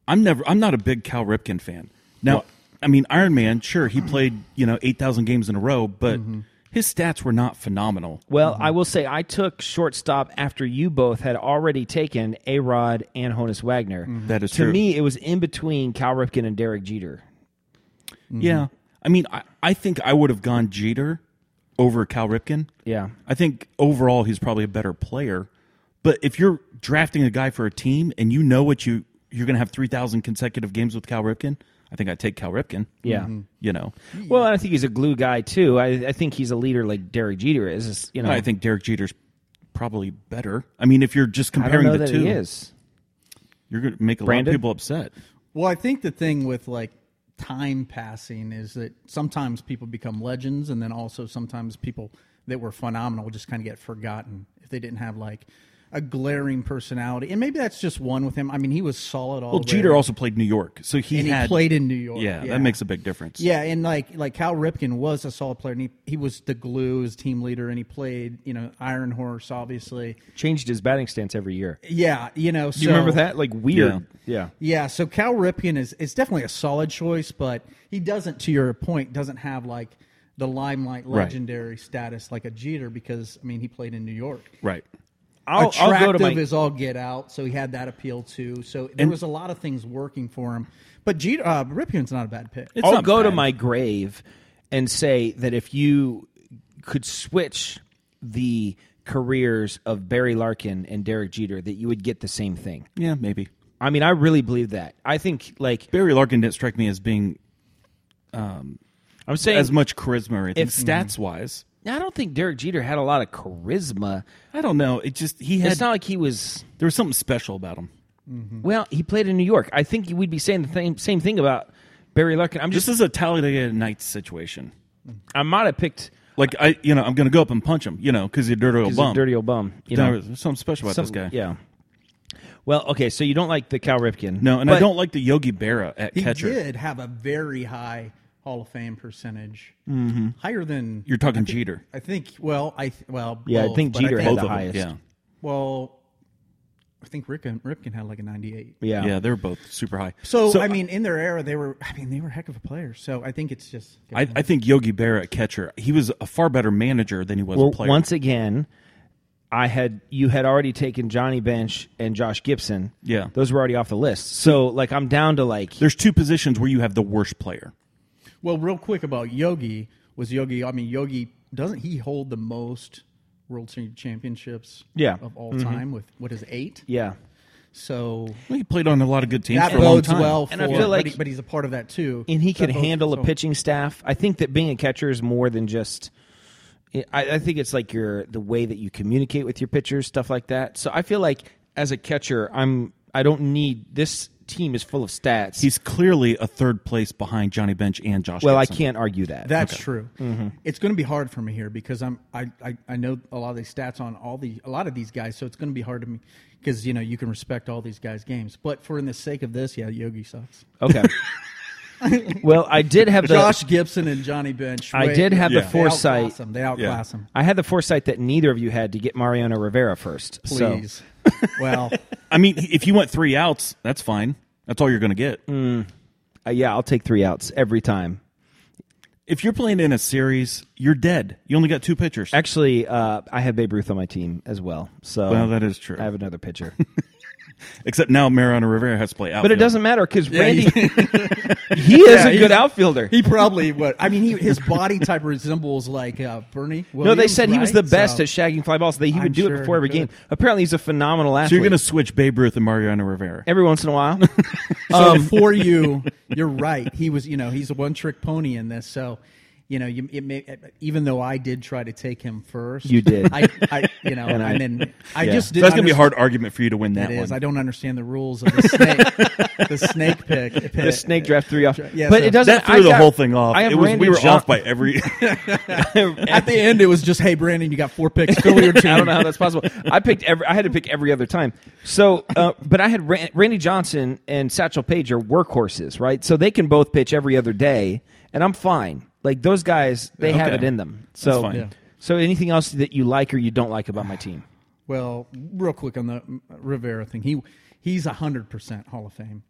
[SPEAKER 4] I'm never. I'm not a big Cal Ripken fan. Now, I mean, Iron Man. Sure, he played you know eight thousand games in a row, but
[SPEAKER 1] Mm-hmm.
[SPEAKER 4] his stats were not phenomenal.
[SPEAKER 1] Well, I will say I took shortstop after you both had already taken A Rod and Honus Wagner.
[SPEAKER 4] That is
[SPEAKER 1] to
[SPEAKER 4] true.
[SPEAKER 1] me, it was in between Cal Ripken and Derek Jeter.
[SPEAKER 4] Yeah,
[SPEAKER 1] Mm-hmm.
[SPEAKER 4] I mean, I, I think I would have gone Jeter over Cal Ripken.
[SPEAKER 1] Yeah.
[SPEAKER 4] I think overall he's probably a better player. But if you're drafting a guy for a team and you know what you you're going to have three thousand consecutive games with Cal Ripken, I think I take Cal Ripken.
[SPEAKER 1] Yeah. Mhm.
[SPEAKER 4] you know,
[SPEAKER 1] Well, and I think he's a glue guy too. I, I think he's a leader like Derek Jeter is. It's, You know,
[SPEAKER 4] I think Derek Jeter's probably better. I mean, if you're just
[SPEAKER 1] I don't
[SPEAKER 4] comparing
[SPEAKER 1] know
[SPEAKER 4] the
[SPEAKER 1] that
[SPEAKER 4] two,
[SPEAKER 1] he is.
[SPEAKER 4] you're going to make a
[SPEAKER 1] Brandon?
[SPEAKER 4] lot of people upset.
[SPEAKER 5] Well, I think the thing with like time passing is that sometimes people become legends, and then also sometimes people that were phenomenal just kind of get forgotten if they didn't have like a glaring personality. And maybe that's just one with him. I mean, he was solid all.
[SPEAKER 4] Well,
[SPEAKER 5] the way.
[SPEAKER 4] Jeter also played New York, so he
[SPEAKER 5] and he
[SPEAKER 4] had
[SPEAKER 5] played in New York.
[SPEAKER 4] Yeah, that makes a big difference.
[SPEAKER 5] Yeah, and like like Cal Ripken was a solid player, and he, he was the glue, his team leader, and he played you know Iron Horse, obviously.
[SPEAKER 1] Changed his batting stance every year.
[SPEAKER 5] Yeah, you know. So,
[SPEAKER 1] Do you remember that? Like weird. Yeah.
[SPEAKER 5] Yeah, so Cal Ripken is it's definitely a solid choice, but he doesn't, to your point, doesn't have like the limelight
[SPEAKER 4] Right.
[SPEAKER 5] legendary status like a Jeter because I mean he played in New York.
[SPEAKER 4] Right.
[SPEAKER 1] I'll, I'll go
[SPEAKER 5] Attractive
[SPEAKER 1] to my.
[SPEAKER 5] is all get out, so he had that appeal too. So there was a lot of things working for him, but Jeter, uh, Ripken's not a bad pick.
[SPEAKER 4] It's
[SPEAKER 1] I'll
[SPEAKER 4] not
[SPEAKER 1] Oh, go to
[SPEAKER 4] bad.
[SPEAKER 1] my grave and say that if you could switch the careers of Barry Larkin and Derek Jeter, that you would get the same thing.
[SPEAKER 4] Yeah, maybe.
[SPEAKER 1] I mean, I really believe that. I think like
[SPEAKER 4] Barry Larkin didn't strike me as being
[SPEAKER 1] I'm saying
[SPEAKER 4] as much charisma or anything.
[SPEAKER 1] If-
[SPEAKER 4] stats wise,
[SPEAKER 1] I don't think Derek Jeter had a lot of charisma.
[SPEAKER 4] I don't know. It just he had
[SPEAKER 1] It's not like he was.
[SPEAKER 4] there was something special about him.
[SPEAKER 1] Well, he played in New York. I think we'd be saying the same same thing about Barry Larkin. I'm
[SPEAKER 4] This
[SPEAKER 1] just
[SPEAKER 4] is a Talladega Nights situation.
[SPEAKER 1] I might have picked
[SPEAKER 4] Like I, you know, I'm gonna go up and punch him, you know, because he's a dirty old
[SPEAKER 1] he's a
[SPEAKER 4] bum.
[SPEAKER 1] dirty old bum. You
[SPEAKER 4] No,
[SPEAKER 1] know,
[SPEAKER 4] there's something special about
[SPEAKER 1] Some-
[SPEAKER 4] this guy.
[SPEAKER 1] Yeah. Well, okay, so you don't like the Cal Ripken?
[SPEAKER 4] No, and I
[SPEAKER 1] but-
[SPEAKER 4] don't like the Yogi Berra at
[SPEAKER 5] He
[SPEAKER 4] catcher.
[SPEAKER 5] did have a very high Hall of Fame percentage,
[SPEAKER 1] Mm-hmm.
[SPEAKER 5] higher than
[SPEAKER 4] You're talking Jeter.
[SPEAKER 5] I think. Well, I th- well
[SPEAKER 1] Yeah, I
[SPEAKER 5] both,
[SPEAKER 1] think
[SPEAKER 5] but
[SPEAKER 1] Jeter had
[SPEAKER 4] Both
[SPEAKER 1] the
[SPEAKER 4] of
[SPEAKER 1] highest.
[SPEAKER 4] them.
[SPEAKER 5] Well, I think Ripken, Ripken had like a 98.
[SPEAKER 1] Yeah.
[SPEAKER 4] Yeah. yeah, they're both super high.
[SPEAKER 5] So, I mean, in their era, they were. I mean, they were heck of a player. So I think it's just.
[SPEAKER 4] I, I think Yogi Berra at catcher. He was a far better manager than he was
[SPEAKER 1] Well,
[SPEAKER 4] a player.
[SPEAKER 1] once again, I had you had already taken Johnny Bench and Josh Gibson.
[SPEAKER 4] Yeah.
[SPEAKER 1] Those were already off the list. So like I'm down to like
[SPEAKER 4] There's two positions where you have the worst player.
[SPEAKER 5] well, real quick about Yogi was Yogi. I mean, Yogi doesn't he hold the most World Series championships?
[SPEAKER 1] Yeah. Mm-hmm.
[SPEAKER 5] of all time with what is eight?
[SPEAKER 1] yeah.
[SPEAKER 5] So
[SPEAKER 4] Well, he played on a lot of good teams
[SPEAKER 5] that
[SPEAKER 4] for a long
[SPEAKER 5] bodes
[SPEAKER 4] time.
[SPEAKER 5] well. For,
[SPEAKER 1] And I feel like-
[SPEAKER 5] but, he- but he's a part of that too.
[SPEAKER 1] And he
[SPEAKER 5] That
[SPEAKER 1] could
[SPEAKER 5] bodes-
[SPEAKER 1] handle a
[SPEAKER 5] so-
[SPEAKER 1] pitching staff. I think that being a catcher is more than just I, I think it's like your the way that you communicate with your pitchers, stuff like that. So I feel like as a catcher, I'm I don't need this team is full of stats.
[SPEAKER 4] He's clearly a third place behind Johnny Bench and Josh.
[SPEAKER 1] well, I
[SPEAKER 4] Gibson.
[SPEAKER 1] can't argue that.
[SPEAKER 5] That's true.
[SPEAKER 1] Mm-hmm.
[SPEAKER 5] It's going to be hard for me here because I'm I, I, I know a lot of these stats on all the a lot of these guys, so it's going to be hard to me because you know you can respect all these guys' games, but for in the sake of this, yeah, Yogi sucks.
[SPEAKER 1] Okay. well, I did have the
[SPEAKER 5] Josh Gibson and Johnny Bench.
[SPEAKER 1] I
[SPEAKER 5] way-
[SPEAKER 1] did have the
[SPEAKER 5] they
[SPEAKER 1] foresight-
[SPEAKER 5] outclass 'em. They outclass them.
[SPEAKER 1] I had the foresight that neither of you had to get Mariano Rivera first. So
[SPEAKER 5] Please. well,
[SPEAKER 4] I mean, if you went three outs, that's fine. That's all you're going to get.
[SPEAKER 1] uh, yeah, I'll take three outs every time.
[SPEAKER 4] If you're playing in a series, you're dead. You only got two pitchers.
[SPEAKER 1] Actually, uh, I have Babe Ruth on my team as well. So
[SPEAKER 4] Well, that is true.
[SPEAKER 1] I have another pitcher.
[SPEAKER 4] Except now Mariano Rivera has to play out.
[SPEAKER 1] But it doesn't matter because Randy,
[SPEAKER 5] he-
[SPEAKER 1] he, is
[SPEAKER 5] Yeah,
[SPEAKER 1] a
[SPEAKER 5] he's-
[SPEAKER 1] good outfielder.
[SPEAKER 5] He probably what I mean. He, his body type resembles like uh, Bernie.
[SPEAKER 1] no, they
[SPEAKER 5] Williams,
[SPEAKER 1] said he was
[SPEAKER 5] right?
[SPEAKER 1] the best
[SPEAKER 5] So-
[SPEAKER 1] at shagging fly balls. That he would
[SPEAKER 5] I'm
[SPEAKER 1] do
[SPEAKER 5] sure
[SPEAKER 1] it before
[SPEAKER 5] he
[SPEAKER 1] every game.
[SPEAKER 5] could.
[SPEAKER 1] Apparently, he's a phenomenal athlete.
[SPEAKER 4] So you're going to switch Babe Ruth and Mariano Rivera.
[SPEAKER 1] every once in a while.
[SPEAKER 5] So
[SPEAKER 1] Um,
[SPEAKER 5] for you, you're right. He was, you know, he's a one trick pony in this. So, you know, you, it may, even though I did try to take him first,
[SPEAKER 1] You did.
[SPEAKER 5] I, I you know,
[SPEAKER 1] And I-
[SPEAKER 5] I, mean, I
[SPEAKER 1] yeah.
[SPEAKER 5] just
[SPEAKER 4] So
[SPEAKER 5] didn't.
[SPEAKER 4] that's going to be a
[SPEAKER 5] understand-
[SPEAKER 4] hard argument for you to win that
[SPEAKER 5] It is.
[SPEAKER 4] one.
[SPEAKER 5] I don't understand the rules of the snake. the snake pick.
[SPEAKER 1] the snake draft three off,
[SPEAKER 5] Yeah,
[SPEAKER 1] but
[SPEAKER 5] so-
[SPEAKER 1] it doesn't.
[SPEAKER 4] that threw
[SPEAKER 1] I
[SPEAKER 4] the
[SPEAKER 1] got-
[SPEAKER 4] whole thing off.
[SPEAKER 1] I have
[SPEAKER 4] It was,
[SPEAKER 1] Randy
[SPEAKER 4] we were
[SPEAKER 1] John-
[SPEAKER 4] off by every.
[SPEAKER 5] At the end, it was just, "Hey, Brandon, you got four picks. Fill your
[SPEAKER 1] I
[SPEAKER 5] team."
[SPEAKER 1] don't know how that's possible. I picked every. I had to pick every other time. So, uh, but I had Ran- Randy Johnson and Satchel Paige are workhorses, right? So they can both pitch every other day, and I'm fine. Like those guys, they have
[SPEAKER 4] Okay.
[SPEAKER 1] it in them. So,
[SPEAKER 4] fine. Yeah.
[SPEAKER 1] so anything else that you like or you don't like about my team?
[SPEAKER 5] Well, real quick on the mm, Rivera thing. He he's hundred percent Hall of Fame.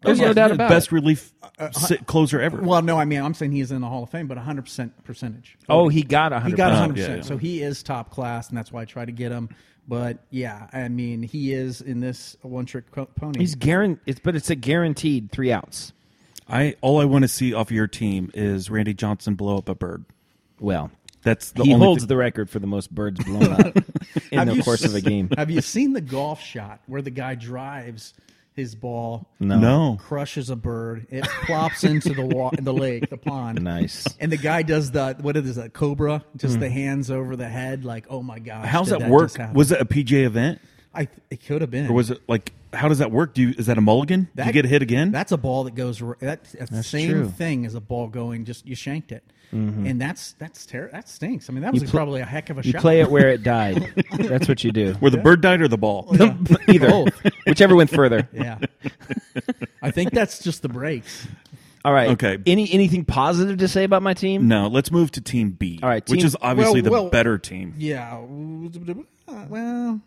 [SPEAKER 1] There's no doubt Uh, about
[SPEAKER 4] Oh, best
[SPEAKER 1] it.
[SPEAKER 4] relief si- closer ever.
[SPEAKER 5] Well, no, I mean, I'm saying he is in the Hall of Fame, but hundred percent percentage.
[SPEAKER 1] Oh, he got a
[SPEAKER 5] He
[SPEAKER 1] hundred.
[SPEAKER 5] got 100%.
[SPEAKER 4] yeah, yeah.
[SPEAKER 5] So he is top class, and that's why I try to get him. But yeah, I mean, he is in this one trick pony.
[SPEAKER 1] He's guaranteed. It's but it's a guaranteed three outs.
[SPEAKER 4] I all I want to see off your team is Randy Johnson blow up a bird.
[SPEAKER 1] Well,
[SPEAKER 4] That's the
[SPEAKER 1] he
[SPEAKER 4] only
[SPEAKER 1] holds
[SPEAKER 4] thing-
[SPEAKER 1] the record for the most birds blown up in
[SPEAKER 5] Have
[SPEAKER 1] the
[SPEAKER 5] you
[SPEAKER 1] course of a
[SPEAKER 5] s-
[SPEAKER 1] game.
[SPEAKER 5] Have you seen the golf shot where the guy drives his ball,
[SPEAKER 4] no.
[SPEAKER 5] crushes a bird, it plops into the wa- the lake, the pond?
[SPEAKER 1] Nice.
[SPEAKER 5] And the guy does the what is that cobra? Just the hands over the head, like oh my gosh!
[SPEAKER 4] How's
[SPEAKER 5] did
[SPEAKER 4] that, work?
[SPEAKER 5] just happen?
[SPEAKER 4] Was it a PJ event
[SPEAKER 5] I? th- It could have been.
[SPEAKER 4] or was it like how does that work? Do you is that a mulligan? Do you
[SPEAKER 5] That-
[SPEAKER 4] get hit again?
[SPEAKER 5] That's a ball that goes. r- That, that's the same
[SPEAKER 1] true.
[SPEAKER 5] thing as a ball going. Just you shanked it, and that's that's ter- that stinks. I mean, that was
[SPEAKER 1] pl-
[SPEAKER 5] probably a heck of a
[SPEAKER 1] You
[SPEAKER 5] shot.
[SPEAKER 1] play it where it died. That's what you do.
[SPEAKER 4] Where the bird died or the ball?
[SPEAKER 5] Yeah.
[SPEAKER 1] Either,
[SPEAKER 5] Both.
[SPEAKER 1] whichever went further.
[SPEAKER 5] Yeah, I think that's just the breaks.
[SPEAKER 1] All right.
[SPEAKER 4] Okay.
[SPEAKER 1] Any anything positive to say about my team?
[SPEAKER 4] No, let's move to team B.
[SPEAKER 1] All right,
[SPEAKER 4] which
[SPEAKER 1] team-
[SPEAKER 4] is obviously
[SPEAKER 5] Well,
[SPEAKER 4] the
[SPEAKER 5] well-
[SPEAKER 4] better team.
[SPEAKER 5] Yeah. Well,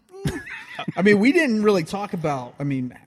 [SPEAKER 5] I mean, we didn't really talk about. I mean,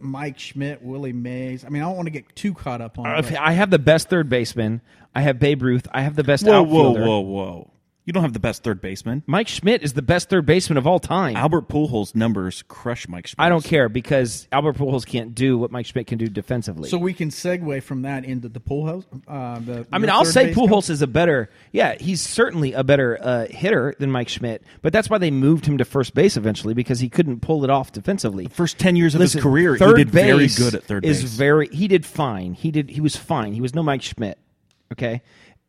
[SPEAKER 5] Mike Schmidt, Willie Mays. I mean, I don't want to get too caught up on.
[SPEAKER 1] Uh,
[SPEAKER 5] it.
[SPEAKER 1] if- I have the best third baseman. I have Babe Ruth. I have the best
[SPEAKER 4] Whoa, whoa,
[SPEAKER 1] outfielder.
[SPEAKER 4] whoa, whoa. You don't have the best third baseman.
[SPEAKER 1] Mike Schmidt is the best third baseman of all time.
[SPEAKER 4] Albert Pujols' numbers crush Mike Schmidt.
[SPEAKER 1] I don't care because Albert Pujols can't do what Mike Schmidt can do defensively.
[SPEAKER 5] so we can segue from that into the pool house. Uh, the,
[SPEAKER 1] I mean,
[SPEAKER 5] your
[SPEAKER 1] I'll
[SPEAKER 5] third
[SPEAKER 1] say
[SPEAKER 5] base coach?
[SPEAKER 1] Pujols is a better. Yeah, he's certainly a better uh, hitter than Mike Schmidt, but that's why they moved him to first base eventually because he couldn't pull it off defensively.
[SPEAKER 4] First 10 years of
[SPEAKER 1] Listen,
[SPEAKER 4] his career, he
[SPEAKER 1] third
[SPEAKER 4] did very
[SPEAKER 1] base
[SPEAKER 4] good at third
[SPEAKER 1] is
[SPEAKER 4] base.
[SPEAKER 1] very. He did fine. He did. He was fine. He was no Mike Schmidt. Okay,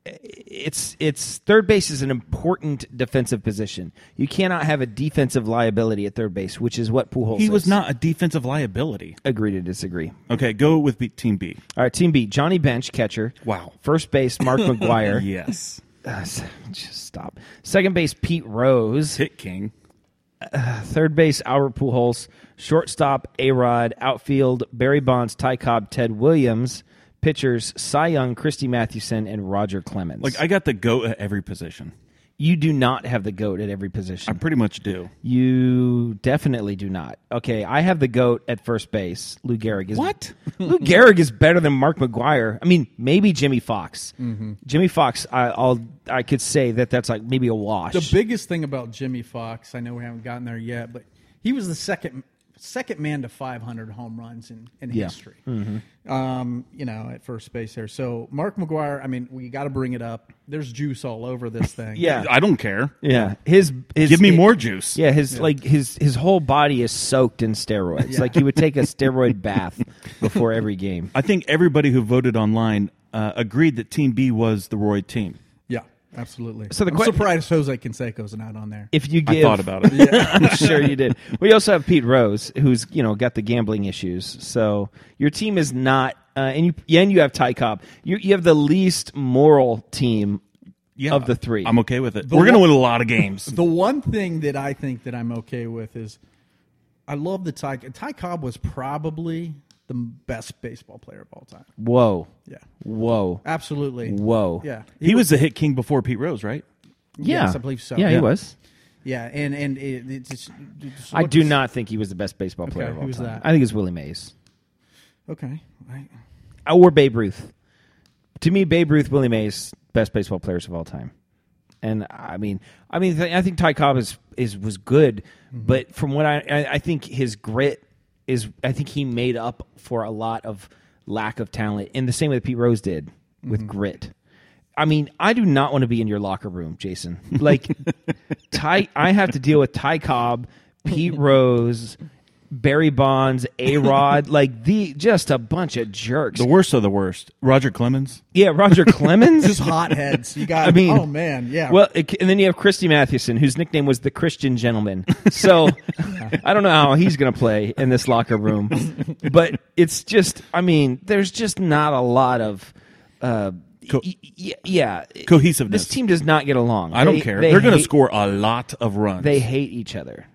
[SPEAKER 1] it's it's third base is an important defensive position. You cannot have a defensive liability at third base, which is what Pujols.
[SPEAKER 4] he was
[SPEAKER 1] is.
[SPEAKER 4] not a defensive liability.
[SPEAKER 1] Agree to disagree.
[SPEAKER 4] Okay, go with B- team B.
[SPEAKER 1] All right, team B: Johnny Bench, catcher.
[SPEAKER 4] Wow.
[SPEAKER 1] First base, Mark McGuire.
[SPEAKER 4] Yes.
[SPEAKER 1] Just stop. Second base, Pete Rose.
[SPEAKER 4] Hit King.
[SPEAKER 1] Third base, Albert Pujols. Shortstop, A Rod. Outfield, Barry Bonds, Ty Cobb, Ted Williams. Pitchers, Cy Young, Christy Mathewson, and Roger Clemens.
[SPEAKER 4] Like, I got the goat at every position.
[SPEAKER 1] you do not have the GOAT at every
[SPEAKER 4] I
[SPEAKER 1] position.
[SPEAKER 4] pretty much do.
[SPEAKER 1] you definitely do not. Okay, I have the GOAT at first base. Lou Gehrig is.
[SPEAKER 4] What?
[SPEAKER 1] Lou Gehrig is better than Mark McGuire. I mean, maybe Jimmy Fox.
[SPEAKER 4] Mm-hmm.
[SPEAKER 1] Jimmy Fox, I, I'll, I could say that that's like maybe a wash.
[SPEAKER 5] The biggest thing about Jimmy Fox, I know we haven't gotten there yet, but he was the second second man to 500 home runs in, in history.
[SPEAKER 1] Mm-hmm.
[SPEAKER 5] Um, you know, at first base there. So Mark McGuire, I mean, we got to bring it up. There's juice all over this thing.
[SPEAKER 1] Yeah.
[SPEAKER 4] I don't care.
[SPEAKER 1] Yeah, his, his
[SPEAKER 4] Give me
[SPEAKER 1] it-
[SPEAKER 4] more juice.
[SPEAKER 1] Yeah, his like his his whole body is soaked in steroids. Like he would take a steroid bath before every game.
[SPEAKER 4] I think everybody who voted online uh, agreed that Team B was the Roy team.
[SPEAKER 5] yeah, absolutely.
[SPEAKER 1] So
[SPEAKER 5] So
[SPEAKER 1] the
[SPEAKER 5] the
[SPEAKER 1] que-
[SPEAKER 5] I'm surprised Jose Canseco's not on there.
[SPEAKER 1] If you
[SPEAKER 4] I
[SPEAKER 1] give,
[SPEAKER 4] thought about it.
[SPEAKER 1] I'm sure you did. We also have Pete Rose, who's you know got the gambling issues. So your team is not, uh, and you yeah, and you have Ty Cobb. You you have the least moral team of the three.
[SPEAKER 4] I'm okay with it. We're going to
[SPEAKER 5] one-
[SPEAKER 4] win a lot of games.
[SPEAKER 5] The one thing that I think that I'm okay with is I love the Ty. Ty Cobb was probably the best baseball player of all time.
[SPEAKER 1] Whoa,
[SPEAKER 5] Yeah.
[SPEAKER 1] whoa,
[SPEAKER 5] Absolutely.
[SPEAKER 1] whoa.
[SPEAKER 5] Yeah.
[SPEAKER 4] he was the hit king before Pete Rose, right?
[SPEAKER 1] yeah,
[SPEAKER 5] Yes, I believe so.
[SPEAKER 1] Yeah, he
[SPEAKER 5] Yeah.
[SPEAKER 1] was.
[SPEAKER 5] Yeah, and and it, it's just,
[SPEAKER 1] I do not think he was the best baseball player
[SPEAKER 5] Okay,
[SPEAKER 1] of all
[SPEAKER 5] who's
[SPEAKER 1] time.
[SPEAKER 5] that?
[SPEAKER 1] I think it's Willie Mays.
[SPEAKER 5] Okay, I,
[SPEAKER 1] or Babe Ruth. To me, Babe Ruth, Willie Mays, best baseball players of all time. And I mean, I mean, th- I think Ty Cobb is, is was good, but from what I, I, I think his grit is I think he made up for a lot of lack of talent in the same way that Pete Rose did with grit. I mean, I do not want to be in your locker room, Jason. Like Ty I have to deal with Ty Cobb, Pete Rose, Barry Bonds, A Rod, like the just a bunch of jerks.
[SPEAKER 4] The worst of the worst. Roger Clemens.
[SPEAKER 1] yeah, Roger Clemens.
[SPEAKER 5] Just hotheads. You got.
[SPEAKER 1] I mean,
[SPEAKER 5] oh man, yeah.
[SPEAKER 1] Well, it, and then you have Christy Mathewson, whose nickname was the Christian Gentleman. So I don't know how he's going to play in this locker room, but it's just, I mean, there's just not a lot of, uh, y- y- yeah,
[SPEAKER 4] cohesiveness.
[SPEAKER 1] This team does not get along.
[SPEAKER 4] I don't
[SPEAKER 1] They-
[SPEAKER 4] care.
[SPEAKER 1] they
[SPEAKER 4] They are going to
[SPEAKER 1] hate-
[SPEAKER 4] score a lot of runs.
[SPEAKER 1] They hate each other.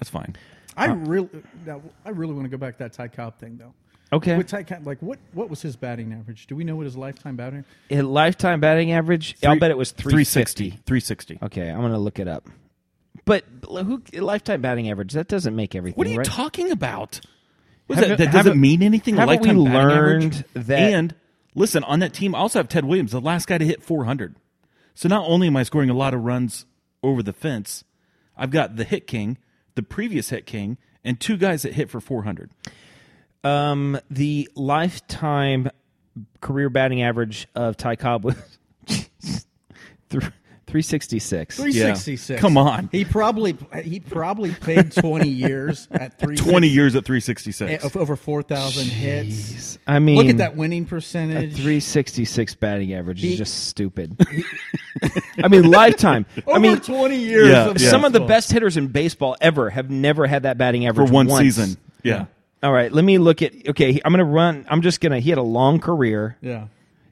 [SPEAKER 4] That's fine.
[SPEAKER 5] I
[SPEAKER 1] uh,
[SPEAKER 5] really, now, I really want to go back to that Ty Cobb thing though.
[SPEAKER 1] Okay.
[SPEAKER 5] With Ty Cobb, like what, what was his batting average? Do we know what his lifetime batting?
[SPEAKER 1] His lifetime batting average, i I'll bet it was 360.
[SPEAKER 4] 360. 360.
[SPEAKER 1] Okay, I'm going to look it up. But who lifetime batting average? That doesn't make everything.
[SPEAKER 4] What are you
[SPEAKER 1] right?
[SPEAKER 4] talking about? What is
[SPEAKER 1] Haven't-
[SPEAKER 4] that, that doesn't
[SPEAKER 1] haven't-
[SPEAKER 4] mean anything. a
[SPEAKER 1] haven't we
[SPEAKER 4] lifetime batting average?
[SPEAKER 1] learned that-
[SPEAKER 4] And listen, on that team, I also have Ted Williams, the last guy to hit 400. So not only am I scoring a lot of runs over the fence, I've got the hit king, the previous hit king, and two guys that hit for 400.
[SPEAKER 1] Um, the lifetime career batting average of Ty Cobb was three sixty six.
[SPEAKER 5] Three sixty six.
[SPEAKER 4] Come on.
[SPEAKER 5] He probably he probably played twenty years at three eh,
[SPEAKER 4] 20 years at
[SPEAKER 1] Eh,
[SPEAKER 4] 366.
[SPEAKER 5] of over four thousand hits.
[SPEAKER 1] I mean,
[SPEAKER 5] Look at that winning percentage.
[SPEAKER 1] Three sixty six batting average is just stupid. I mean, lifetime.
[SPEAKER 5] Over
[SPEAKER 1] I mean,
[SPEAKER 5] twenty years.
[SPEAKER 4] Yeah,
[SPEAKER 5] of
[SPEAKER 4] yeah.
[SPEAKER 1] some of the
[SPEAKER 5] baseball.
[SPEAKER 1] best hitters in baseball ever have never had that batting
[SPEAKER 4] for
[SPEAKER 1] average
[SPEAKER 4] one
[SPEAKER 1] once.
[SPEAKER 4] season. Yeah.
[SPEAKER 1] All right, let me look at. Okay, I'm gonna run. I'm just gonna. He had a long career.
[SPEAKER 5] Yeah.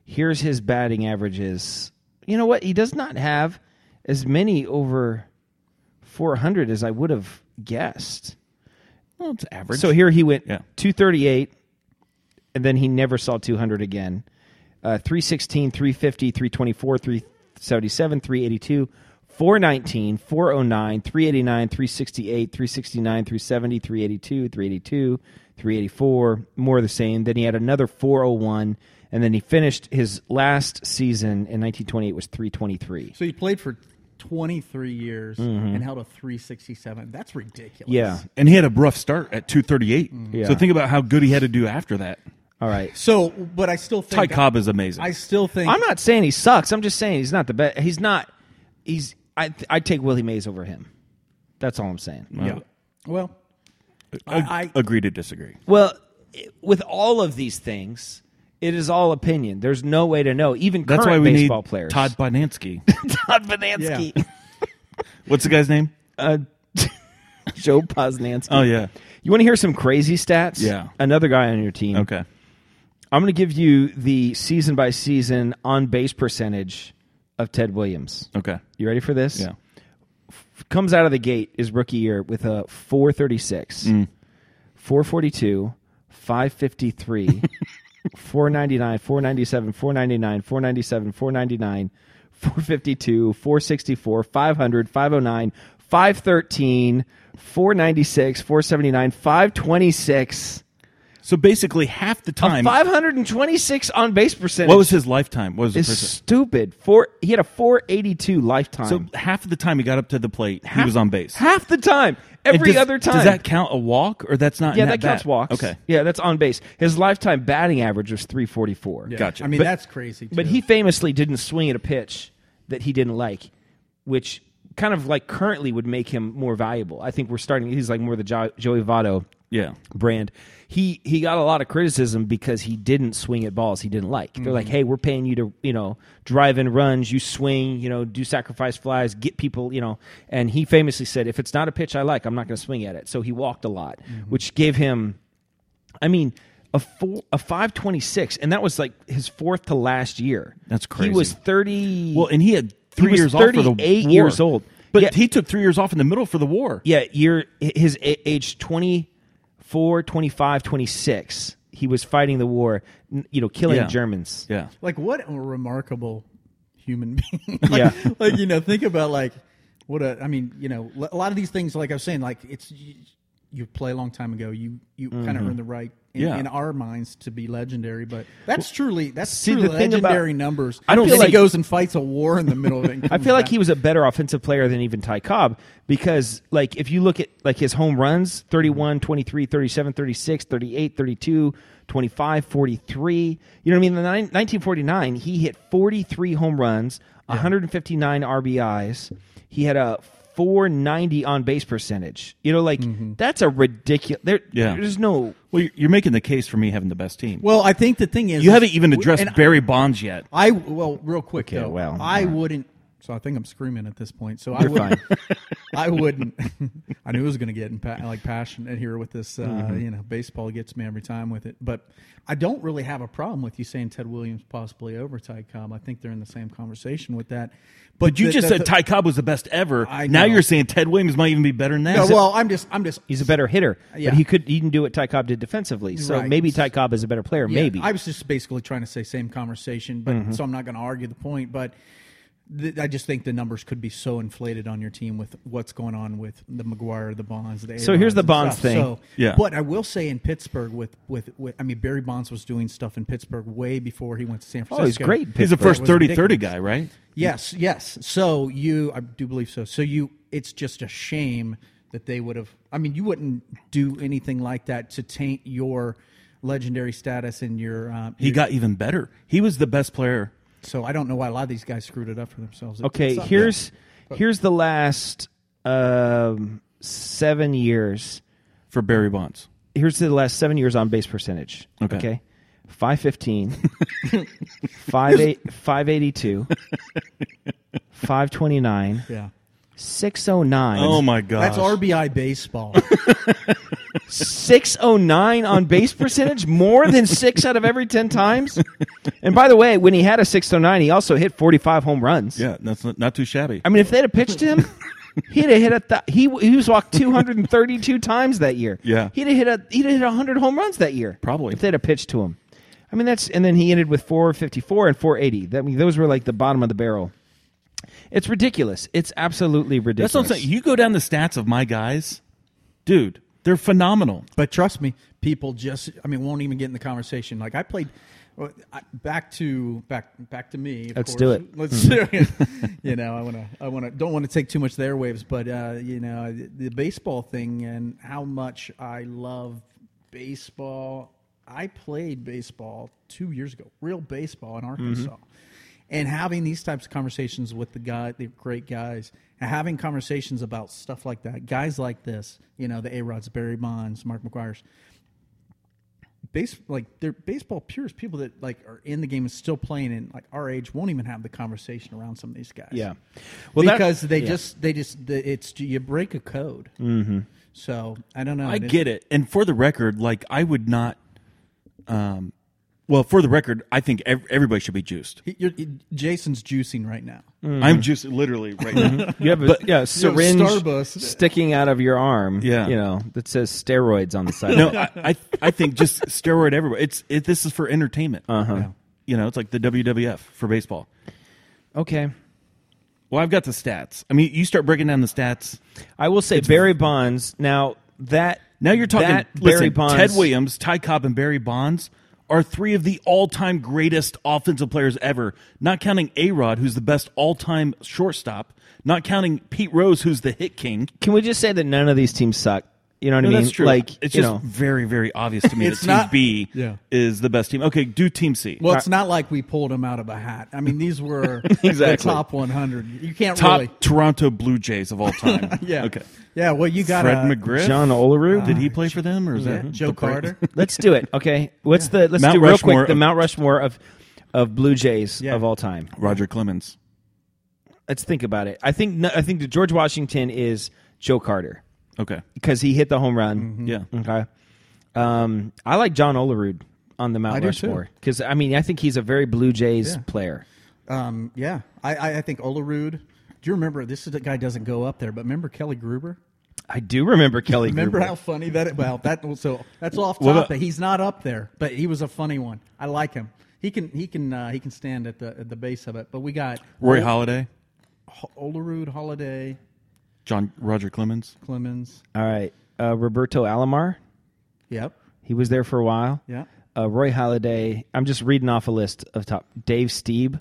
[SPEAKER 1] here's his batting averages. You know what? He does not have as many over 400 as I would have guessed.
[SPEAKER 4] Well, it's average.
[SPEAKER 1] So here he went
[SPEAKER 4] Yeah.
[SPEAKER 1] 238, and then he never saw 200 again. Uh, 316, 350, 324, 377, 382, 419, 409, 389, 368, 369, 370, 382, 382, 384, more of the same. Then he had another 401, and then he finished his last season in 1928 was 323.
[SPEAKER 5] So he played for twenty three years and held a three sixty seven. That's ridiculous.
[SPEAKER 1] Mm-hmm. Yeah.
[SPEAKER 4] and he had a rough start at 238.
[SPEAKER 1] Mm. Yeah.
[SPEAKER 4] So think about how good he had to do after that.
[SPEAKER 1] All right.
[SPEAKER 5] So, but I still
[SPEAKER 4] Ty
[SPEAKER 5] think
[SPEAKER 4] Cobb is amazing.
[SPEAKER 5] I still think
[SPEAKER 1] I'm not saying he sucks. I'm just saying he's not the best. He's not. He's. I. I take Willie Mays over him. That's all I'm saying.
[SPEAKER 5] Yeah. Well, I- I-
[SPEAKER 4] agree to disagree.
[SPEAKER 1] Well, i- with all of these things, it is all opinion. There's no way to know. Even
[SPEAKER 4] That's
[SPEAKER 1] current
[SPEAKER 4] why we
[SPEAKER 1] baseball
[SPEAKER 4] need
[SPEAKER 1] players.
[SPEAKER 4] Todd Bonansky.
[SPEAKER 1] Todd Bonansky.
[SPEAKER 5] Yeah.
[SPEAKER 4] What's the guy's name?
[SPEAKER 1] Uh, Joe Posnansky.
[SPEAKER 4] Oh yeah,
[SPEAKER 1] You want to hear some crazy stats?
[SPEAKER 4] Yeah.
[SPEAKER 1] Another guy on your team.
[SPEAKER 4] okay.
[SPEAKER 1] I'm going to give you the season by season on base percentage of Ted Williams.
[SPEAKER 4] Okay.
[SPEAKER 1] You ready for this?
[SPEAKER 4] Yeah.
[SPEAKER 1] comes out of the gate his rookie year with a 436,
[SPEAKER 4] Mm.
[SPEAKER 1] 442, 553, 499, 497, 499, 497, 499, 452, 464, 500, 509, 513, 496, 479, 526.
[SPEAKER 4] So basically, half the time,
[SPEAKER 1] 526 on base percentage.
[SPEAKER 4] what was his lifetime? What was the
[SPEAKER 1] is
[SPEAKER 4] percent?
[SPEAKER 1] stupid. Four, he had a 482 lifetime.
[SPEAKER 4] So half of the time he got up to the plate, he was on base.
[SPEAKER 1] Half the time.
[SPEAKER 4] And
[SPEAKER 1] Every
[SPEAKER 4] does-
[SPEAKER 1] other time.
[SPEAKER 4] does that count a walk or that's not? in
[SPEAKER 1] yeah, that, counts
[SPEAKER 4] bat?
[SPEAKER 1] walks.
[SPEAKER 4] Okay.
[SPEAKER 1] Yeah, that's on base. His lifetime batting average was 344.
[SPEAKER 4] Gotcha.
[SPEAKER 5] I mean,
[SPEAKER 4] But-
[SPEAKER 5] that's crazy. Too.
[SPEAKER 1] But he famously didn't swing at a pitch that he didn't like, which kind of like currently would make him more valuable. I think we're starting, he's like more the jo- Joey Votto
[SPEAKER 4] Yeah.
[SPEAKER 1] brand. He he got a lot of criticism because he didn't swing at balls he didn't like. They're
[SPEAKER 4] Mm-hmm.
[SPEAKER 1] like, "Hey, we're paying you to, you know, drive in runs, you swing, you know, do sacrifice flies, get people, you know." And he famously said, "If it's not a pitch I like, I'm not going to swing at it." So he walked a lot,
[SPEAKER 4] Mm-hmm.
[SPEAKER 1] which gave him I mean, a four, a 526 and that was like his fourth to last year.
[SPEAKER 4] That's
[SPEAKER 1] He
[SPEAKER 4] crazy.
[SPEAKER 1] was 30
[SPEAKER 4] Well, and he had
[SPEAKER 1] He
[SPEAKER 4] three
[SPEAKER 1] was
[SPEAKER 4] years off for the
[SPEAKER 1] 38
[SPEAKER 4] war.
[SPEAKER 1] years old.
[SPEAKER 4] but
[SPEAKER 1] Yeah.
[SPEAKER 4] he took three years off in the middle for the war.
[SPEAKER 1] yeah year his a- age 24 25 26 he was fighting the war n- you know killing
[SPEAKER 4] Yeah.
[SPEAKER 1] germans
[SPEAKER 4] Yeah.
[SPEAKER 5] like, what a remarkable human being.
[SPEAKER 1] Yeah.
[SPEAKER 5] like, like, you know, think about like what a. I mean, you know, l- a lot of these things. Like I was saying, like it's you, you play a long time ago. You you kind
[SPEAKER 1] Mm-hmm.
[SPEAKER 5] of earned the right in,
[SPEAKER 4] Yeah.
[SPEAKER 5] in our minds to be legendary. But that's truly that's
[SPEAKER 1] see,
[SPEAKER 5] truly
[SPEAKER 1] the thing about-
[SPEAKER 5] legendary numbers.
[SPEAKER 1] I don't
[SPEAKER 5] And then
[SPEAKER 1] feel like-
[SPEAKER 5] he goes and fights a war in the middle of it. and
[SPEAKER 1] I
[SPEAKER 5] comes
[SPEAKER 1] feel like
[SPEAKER 5] back.
[SPEAKER 1] he was a better offensive player than even Ty Cobb because like if you look at like his home runs 31, 23, 37, 36, 38, 32, 25, 43. You know what I mean? In the nine- 1949, he hit 43 home runs, 159 RBIs. He had a 490 on base percentage. You know like
[SPEAKER 5] Mm-hmm.
[SPEAKER 1] that's a ridiculous there,
[SPEAKER 4] Yeah.
[SPEAKER 1] there's no
[SPEAKER 4] Well, you're- you're making the case for me having the best team.
[SPEAKER 5] Well, I think the thing is
[SPEAKER 4] you haven't even addressed
[SPEAKER 5] and
[SPEAKER 4] Barry Bonds yet.
[SPEAKER 5] I well, real quick though.
[SPEAKER 1] well,
[SPEAKER 5] I
[SPEAKER 1] all right.
[SPEAKER 5] wouldn't. So I think I'm screaming at this point. So I wouldn't. I wouldn't. I knew I was going to get in, pa- like passionate here with this. Uh,
[SPEAKER 4] Mm-hmm.
[SPEAKER 5] You know, baseball gets me every time with it. But I don't really have a problem with you saying Ted Williams possibly over Ty Cobb. I think they're in the same conversation with that. But,
[SPEAKER 4] But you
[SPEAKER 5] the-
[SPEAKER 4] just
[SPEAKER 5] the-
[SPEAKER 4] said
[SPEAKER 5] the-
[SPEAKER 4] Ty Cobb was the best ever.
[SPEAKER 5] I
[SPEAKER 4] Now
[SPEAKER 5] know.
[SPEAKER 4] you're saying Ted Williams might even be better than that.
[SPEAKER 5] No, well, I'm just. I'm just.
[SPEAKER 1] He's a better hitter,
[SPEAKER 5] Yeah.
[SPEAKER 1] but he could he didn't do what Ty Cobb did defensively. So
[SPEAKER 5] Right.
[SPEAKER 1] maybe Ty Cobb is a better player.
[SPEAKER 5] Yeah,
[SPEAKER 1] maybe Mm-hmm.
[SPEAKER 5] I was just basically trying to say same conversation, but so I'm not going to argue the point. But th- I just think the numbers could be so inflated on your team with what's going on with the McGuire, the Bonds. The
[SPEAKER 1] So here's
[SPEAKER 5] A-Rods
[SPEAKER 1] the
[SPEAKER 5] and
[SPEAKER 1] Bonds
[SPEAKER 5] stuff.
[SPEAKER 1] thing.
[SPEAKER 5] So,
[SPEAKER 4] Yeah.
[SPEAKER 5] but I will say in Pittsburgh with, with with I mean Barry Bonds was doing stuff in Pittsburgh way before he went to San Francisco.
[SPEAKER 1] Oh, he's great.
[SPEAKER 4] he's the
[SPEAKER 1] Pittsburgh
[SPEAKER 4] first
[SPEAKER 5] was
[SPEAKER 4] 30 30
[SPEAKER 5] ridiculous.
[SPEAKER 4] guy, right?
[SPEAKER 5] Yes, yes. So you, I do believe so. So you, it's just a shame that they would have. I mean, you wouldn't do anything like that to taint your legendary status and your. Um,
[SPEAKER 4] He got even better. He was the best player.
[SPEAKER 5] so I don't know why a lot of these guys screwed it up for themselves. It-
[SPEAKER 1] Okay,
[SPEAKER 5] it's not-
[SPEAKER 1] here's here's the last um, seven years.
[SPEAKER 4] for Barry Bonds.
[SPEAKER 1] Here's the last seven years on base percentage.
[SPEAKER 4] Okay.
[SPEAKER 1] five fifteen, five eight, five eighty two, five twenty nine,
[SPEAKER 5] yeah.
[SPEAKER 1] six oh nine.
[SPEAKER 4] Oh my god.
[SPEAKER 5] That's RBI baseball.
[SPEAKER 1] 609 on base percentage, more than six out of every 10 times. And by the way, when he had a 609, he also hit 45 home runs.
[SPEAKER 4] Yeah, that's not, not too shabby.
[SPEAKER 1] I mean, if they'd have pitched him, he'd have hit a th- he he was walked 232 times that year.
[SPEAKER 4] Yeah.
[SPEAKER 1] he'd have hit a he'd have hit 100 home runs that year.
[SPEAKER 4] Probably.
[SPEAKER 1] if they'd have pitched to him. I mean, that's and then he ended with 454 and 480. That I mean, those were like the bottom of the barrel. It's ridiculous. It's absolutely ridiculous.
[SPEAKER 4] that's what I'm saying. You go down the stats of my guys, dude. They're phenomenal.
[SPEAKER 5] But trust me, people just I mean won't even get in the conversation. Like I played well, I- back to back back to me. of
[SPEAKER 1] Let's
[SPEAKER 5] course.
[SPEAKER 1] do it.
[SPEAKER 5] Let's do it. you know, I want to I want to don't want to take too much of their waves, but uh, you know, the, the baseball thing and how much I love baseball. I played baseball 2 years ago, real baseball in Arkansas. And having these types of conversations with the guy, the great guys, and having conversations about stuff like that, guys like this, you know, the A Rods, Barry Bonds, Mark McGuire's, base like they're baseball purists, people that like are in the game and still playing and like our age won't even have the conversation around some of these guys.
[SPEAKER 1] Yeah. Well,
[SPEAKER 5] Well,
[SPEAKER 1] that-
[SPEAKER 5] because they just they just the, it's you break a code. Mm-hmm. So I don't know.
[SPEAKER 4] I get it. And for the record, like I would not. Um, well, for the record, I think ev- everybody should be juiced.
[SPEAKER 5] You're, you- Jason's juicing right now.
[SPEAKER 4] I'm juiced literally right now.
[SPEAKER 5] Mm-hmm.
[SPEAKER 1] You have a yeah, syringe
[SPEAKER 5] Starburst.
[SPEAKER 1] sticking out of your arm.
[SPEAKER 4] Yeah.
[SPEAKER 1] you know that says steroids on the side.
[SPEAKER 4] no,
[SPEAKER 1] of it.
[SPEAKER 4] I, I I think just steroid everybody. It's it, this is for entertainment. Uh huh.
[SPEAKER 5] Uh-huh.
[SPEAKER 4] You know, it's like the WWF for baseball.
[SPEAKER 1] okay.
[SPEAKER 4] Well, I've got the stats. I mean, you start breaking down the stats.
[SPEAKER 1] I will say Barry Bonds. Now that
[SPEAKER 4] Now you're talking
[SPEAKER 1] that
[SPEAKER 4] listen,
[SPEAKER 1] Barry Bonds.
[SPEAKER 4] Ted Williams, Ty Cobb, and Barry Bonds are three of the all-time greatest offensive players ever. Not counting A Rod, who's the best all-time shortstop. Not counting Pete Rose, who's the hit king.
[SPEAKER 1] Can we just say that none of these teams suck? You know what
[SPEAKER 4] No,
[SPEAKER 1] I mean?
[SPEAKER 4] that's true.
[SPEAKER 1] Like
[SPEAKER 4] it's
[SPEAKER 1] you
[SPEAKER 4] just
[SPEAKER 1] know,
[SPEAKER 4] very, very obvious to me that
[SPEAKER 5] It's
[SPEAKER 4] Team
[SPEAKER 5] not-
[SPEAKER 4] B
[SPEAKER 5] Yeah.
[SPEAKER 4] is the best team. Okay, do Team C.
[SPEAKER 5] Well, it's not like we pulled them out of a hat. I mean, these were the
[SPEAKER 4] Exactly.
[SPEAKER 5] top 100. You can't
[SPEAKER 4] Top
[SPEAKER 5] really.
[SPEAKER 4] Toronto Blue Jays of all time.
[SPEAKER 5] Yeah.
[SPEAKER 4] Okay.
[SPEAKER 5] Yeah. Well, you got
[SPEAKER 4] Fred
[SPEAKER 5] uh,
[SPEAKER 4] McGriff.
[SPEAKER 1] John Olerud.
[SPEAKER 4] Did he play for them, or is
[SPEAKER 5] yeah,
[SPEAKER 4] that
[SPEAKER 5] Joe Carter.
[SPEAKER 1] let's do it. Okay, what's the let's
[SPEAKER 4] Mount
[SPEAKER 1] do real
[SPEAKER 4] Rushmore
[SPEAKER 1] quick the
[SPEAKER 4] of-
[SPEAKER 1] Mount Rushmore of of Blue Jays
[SPEAKER 5] Yeah.
[SPEAKER 1] of all time.
[SPEAKER 4] Roger Clemens?
[SPEAKER 1] Let's think about it. I think no- I think the George Washington is Joe Carter
[SPEAKER 4] Okay.
[SPEAKER 1] because he hit the home run.
[SPEAKER 4] Yeah.
[SPEAKER 1] Okay. Um, I like John Olerud on the Mount
[SPEAKER 5] I do too.
[SPEAKER 1] Rushmore because I mean I think he's a very Blue Jays
[SPEAKER 5] Yeah.
[SPEAKER 1] player.
[SPEAKER 5] Um, yeah, I, I, I think Olerud. Do you remember this is the guy doesn't go up there? But remember Kelly Gruber?
[SPEAKER 1] I do remember Kelly.
[SPEAKER 5] Remember
[SPEAKER 1] Gruber.
[SPEAKER 5] how funny that? Well, that so that's off
[SPEAKER 4] What
[SPEAKER 5] topic.
[SPEAKER 4] about-
[SPEAKER 5] He's not up there, but he was a funny one. I like him. He can he can uh, he can stand at the at the base of it. But we got
[SPEAKER 4] Roy
[SPEAKER 5] Ol-
[SPEAKER 4] Holiday.
[SPEAKER 5] Ho- Olerud, Holiday,
[SPEAKER 4] John Roger Clemens.
[SPEAKER 5] Clemens.
[SPEAKER 1] All right, uh, Roberto Alomar.
[SPEAKER 5] Yep.
[SPEAKER 1] He was there for a while.
[SPEAKER 5] Yeah.
[SPEAKER 1] Uh, Roy Halladay. I'm just reading off a list of top. Dave Steeb,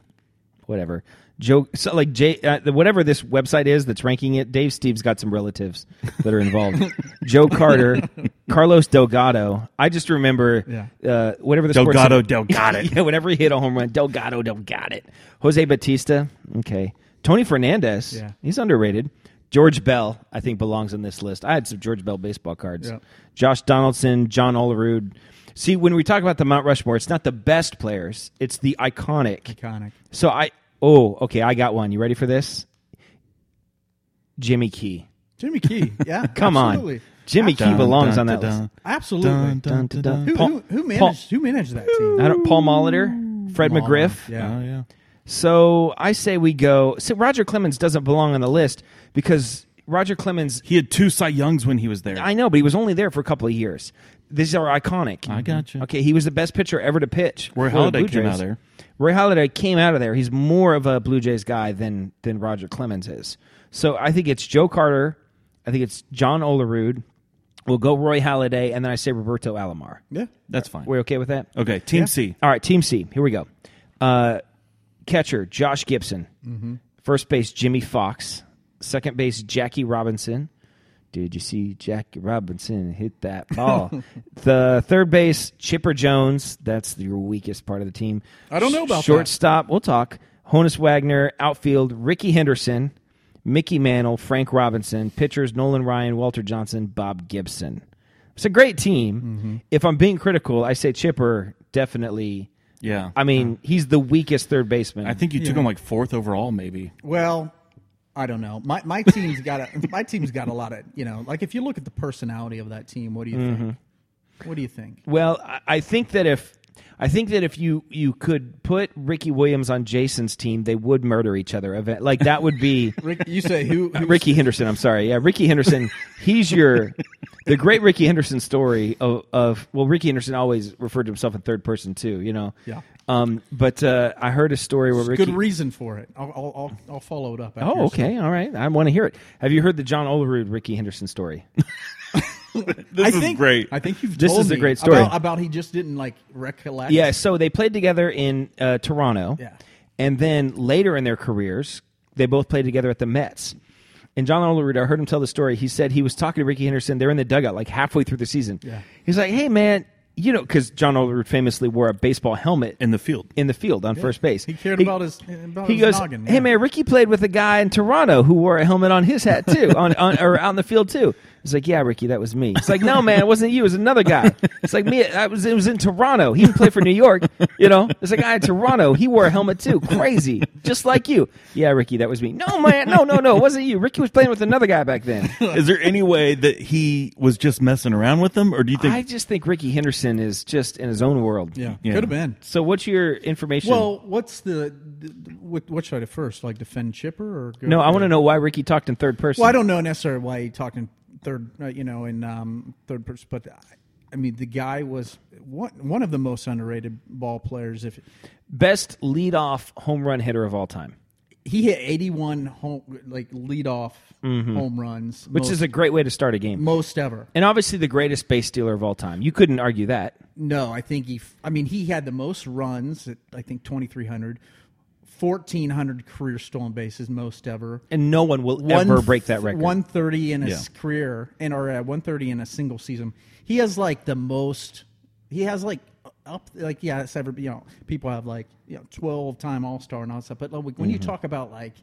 [SPEAKER 1] whatever. Joe, so like J, uh, the- whatever this website is that's ranking it. Dave Steeb's got some relatives that are involved. Joe Carter, Carlos Delgado. I just remember
[SPEAKER 5] Yeah.
[SPEAKER 1] uh, whatever the
[SPEAKER 4] Delgado,
[SPEAKER 1] sports,
[SPEAKER 4] Delgado.
[SPEAKER 1] yeah, whenever he hit a home run, Delgado, Delgado. Jose Batista. Okay. Tony Fernandez.
[SPEAKER 5] Yeah.
[SPEAKER 1] He's underrated. George Bell, I think, belongs on this list. I had some George Bell baseball cards.
[SPEAKER 5] Yeah.
[SPEAKER 1] Josh Donaldson, John Olerud. See, when we talk about the Mount Rushmore, it's not the best players; it's the iconic.
[SPEAKER 5] Iconic.
[SPEAKER 1] So I, oh, okay, I got one. You ready for this? Jimmy Key.
[SPEAKER 5] Jimmy Key. Yeah.
[SPEAKER 1] Come
[SPEAKER 5] absolutely.
[SPEAKER 1] on, Jimmy Key belongs on that list.
[SPEAKER 5] Absolutely.
[SPEAKER 1] Dun, dun, dun.
[SPEAKER 5] Who,
[SPEAKER 1] Paul-
[SPEAKER 5] who, who managed
[SPEAKER 1] Paul-
[SPEAKER 5] who managed that team?
[SPEAKER 1] I don't, Paul Molitor, Fred McGriff.
[SPEAKER 5] Yeah.
[SPEAKER 4] Oh yeah.
[SPEAKER 1] So I say we go. So Roger Clemens doesn't belong on the list because Roger Clemens.
[SPEAKER 4] He had two Cy Youngs when he was there.
[SPEAKER 1] I know, but he was only there for a couple of years. These are iconic.
[SPEAKER 4] I gotcha.
[SPEAKER 1] Okay, he was the best pitcher ever to pitch.
[SPEAKER 4] Roy
[SPEAKER 1] for the
[SPEAKER 4] Halladay
[SPEAKER 1] Blue
[SPEAKER 4] came
[SPEAKER 1] Jays.
[SPEAKER 4] out of there.
[SPEAKER 1] Roy Halladay came out of there. He's more of a Blue Jays guy than than Roger Clemens is. So I think it's Joe Carter. I think it's John Olerud. We'll go Roy Halladay, and then I say Roberto Alomar.
[SPEAKER 5] Yeah.
[SPEAKER 4] That's fine.
[SPEAKER 1] We're okay with that?
[SPEAKER 4] Okay, Team C.
[SPEAKER 1] All right, Team C. Here we go. Uh, catcher Josh Gibson.
[SPEAKER 5] Mm-hmm.
[SPEAKER 1] First base Jimmy Fox. Second base Jackie Robinson. Did you see Jackie Robinson hit that ball? the third base Chipper Jones. That's your weakest part of the team.
[SPEAKER 5] I don't know about that.
[SPEAKER 1] shortstop. We'll talk. Honus Wagner. Outfield Ricky Henderson. Mickey Mantle, Frank Robinson, pitchers Nolan Ryan, Walter Johnson, Bob Gibson. It's a great team.
[SPEAKER 5] Mm-hmm.
[SPEAKER 1] If I'm being critical, I say Chipper definitely.
[SPEAKER 4] Yeah.
[SPEAKER 1] I mean, he's the weakest third baseman.
[SPEAKER 4] I think you took him like fourth overall, maybe.
[SPEAKER 5] Well, I don't know. My my team's got a my team's got a lot of you know. Like if you look at the personality of that team, what do you think? What do you think?
[SPEAKER 1] Well, I- I think that if I think that if you you could put Ricky Williams on Jason's team, they would murder each other. Event like that would be Uh,
[SPEAKER 5] Rick, you say who? who
[SPEAKER 1] Ricky Henderson. I'm sorry, yeah, Ricky Henderson. He's your the great Ricky Henderson story of, of well, Ricky Henderson always referred to himself in third person too. You know,
[SPEAKER 5] Yeah.
[SPEAKER 1] Um, but uh, I heard a story where Ricky.
[SPEAKER 5] Good reason for it. I'll I'll, I'll, I'll follow it up. after
[SPEAKER 1] Oh,
[SPEAKER 5] your
[SPEAKER 1] okay, all right. I want to hear it. Have you heard the John Olerud Ricky Henderson story?
[SPEAKER 4] This
[SPEAKER 5] I think, I think you've.
[SPEAKER 1] This
[SPEAKER 5] told
[SPEAKER 1] is a
[SPEAKER 5] me
[SPEAKER 1] great story.
[SPEAKER 5] about, about he just didn't like recollect.
[SPEAKER 1] Yeah, so they played together in uh, Toronto.
[SPEAKER 5] Yeah.
[SPEAKER 1] And then later in their careers, they both played together at the Mets. And John Olerud, I heard him tell the story. He said he was talking to Ricky Henderson. They're in the dugout like halfway through the season.
[SPEAKER 5] Yeah.
[SPEAKER 1] He's like, hey, man, you know, because John Olerud famously wore a baseball helmet
[SPEAKER 4] in the field.
[SPEAKER 1] in the field on first base.
[SPEAKER 5] He cared about his- about
[SPEAKER 1] he
[SPEAKER 5] his
[SPEAKER 1] goes,
[SPEAKER 5] noggin,
[SPEAKER 1] "Hey
[SPEAKER 5] yeah."
[SPEAKER 1] man, Ricky played with a guy in Toronto who wore a helmet on his hat too, on, on or out in the field too." He's like, "Yeah, Ricky, that was me." It's like, "No, man, it wasn't you. It was another guy." It's like me. I was. It was in Toronto. He didn't play for New York. You know, it's a guy in Toronto. He wore a helmet too. Crazy, just like you. Yeah, Ricky, that was me. No, man, no, no, no, it wasn't you. Ricky was playing with another guy back then.
[SPEAKER 4] Is there any way that he was just messing around with them, or do you think?
[SPEAKER 1] I just think Ricky Henderson is just in his own world.
[SPEAKER 5] yeah,
[SPEAKER 4] Yeah.
[SPEAKER 5] could have been.
[SPEAKER 1] So, what's your information?
[SPEAKER 5] Well, what's the, the what, what should I do first? Like defend Chipper or go
[SPEAKER 1] no, I
[SPEAKER 5] for-
[SPEAKER 1] want to know why Ricky talked in third person.
[SPEAKER 5] Well, I don't know necessarily why he talked in third, uh, you know, in um, third person, but I, I mean, the guy was one one of the most underrated ball players. If
[SPEAKER 1] best leadoff home run hitter of all time,
[SPEAKER 5] he hit eighty one home like leadoff home runs,
[SPEAKER 1] which
[SPEAKER 5] most,
[SPEAKER 1] is a great way to start a game.
[SPEAKER 5] most ever.
[SPEAKER 1] and obviously the greatest base stealer of all time. You couldn't argue that.
[SPEAKER 5] No, I think he. f- I mean, he had the most runs. At, I think 2,300, 1,400 career stolen bases, most ever.
[SPEAKER 1] And no one will
[SPEAKER 5] One
[SPEAKER 1] ever
[SPEAKER 5] th-
[SPEAKER 1] break that record.
[SPEAKER 5] 130 in his
[SPEAKER 4] Yeah.
[SPEAKER 5] career, and or uh, 130 in a single season. He has like the most. He has like uh, up like yeah, it's ever you know people have like you know 12 time All Star and all that stuff. But like, when you
[SPEAKER 1] Mm-hmm.
[SPEAKER 5] talk about like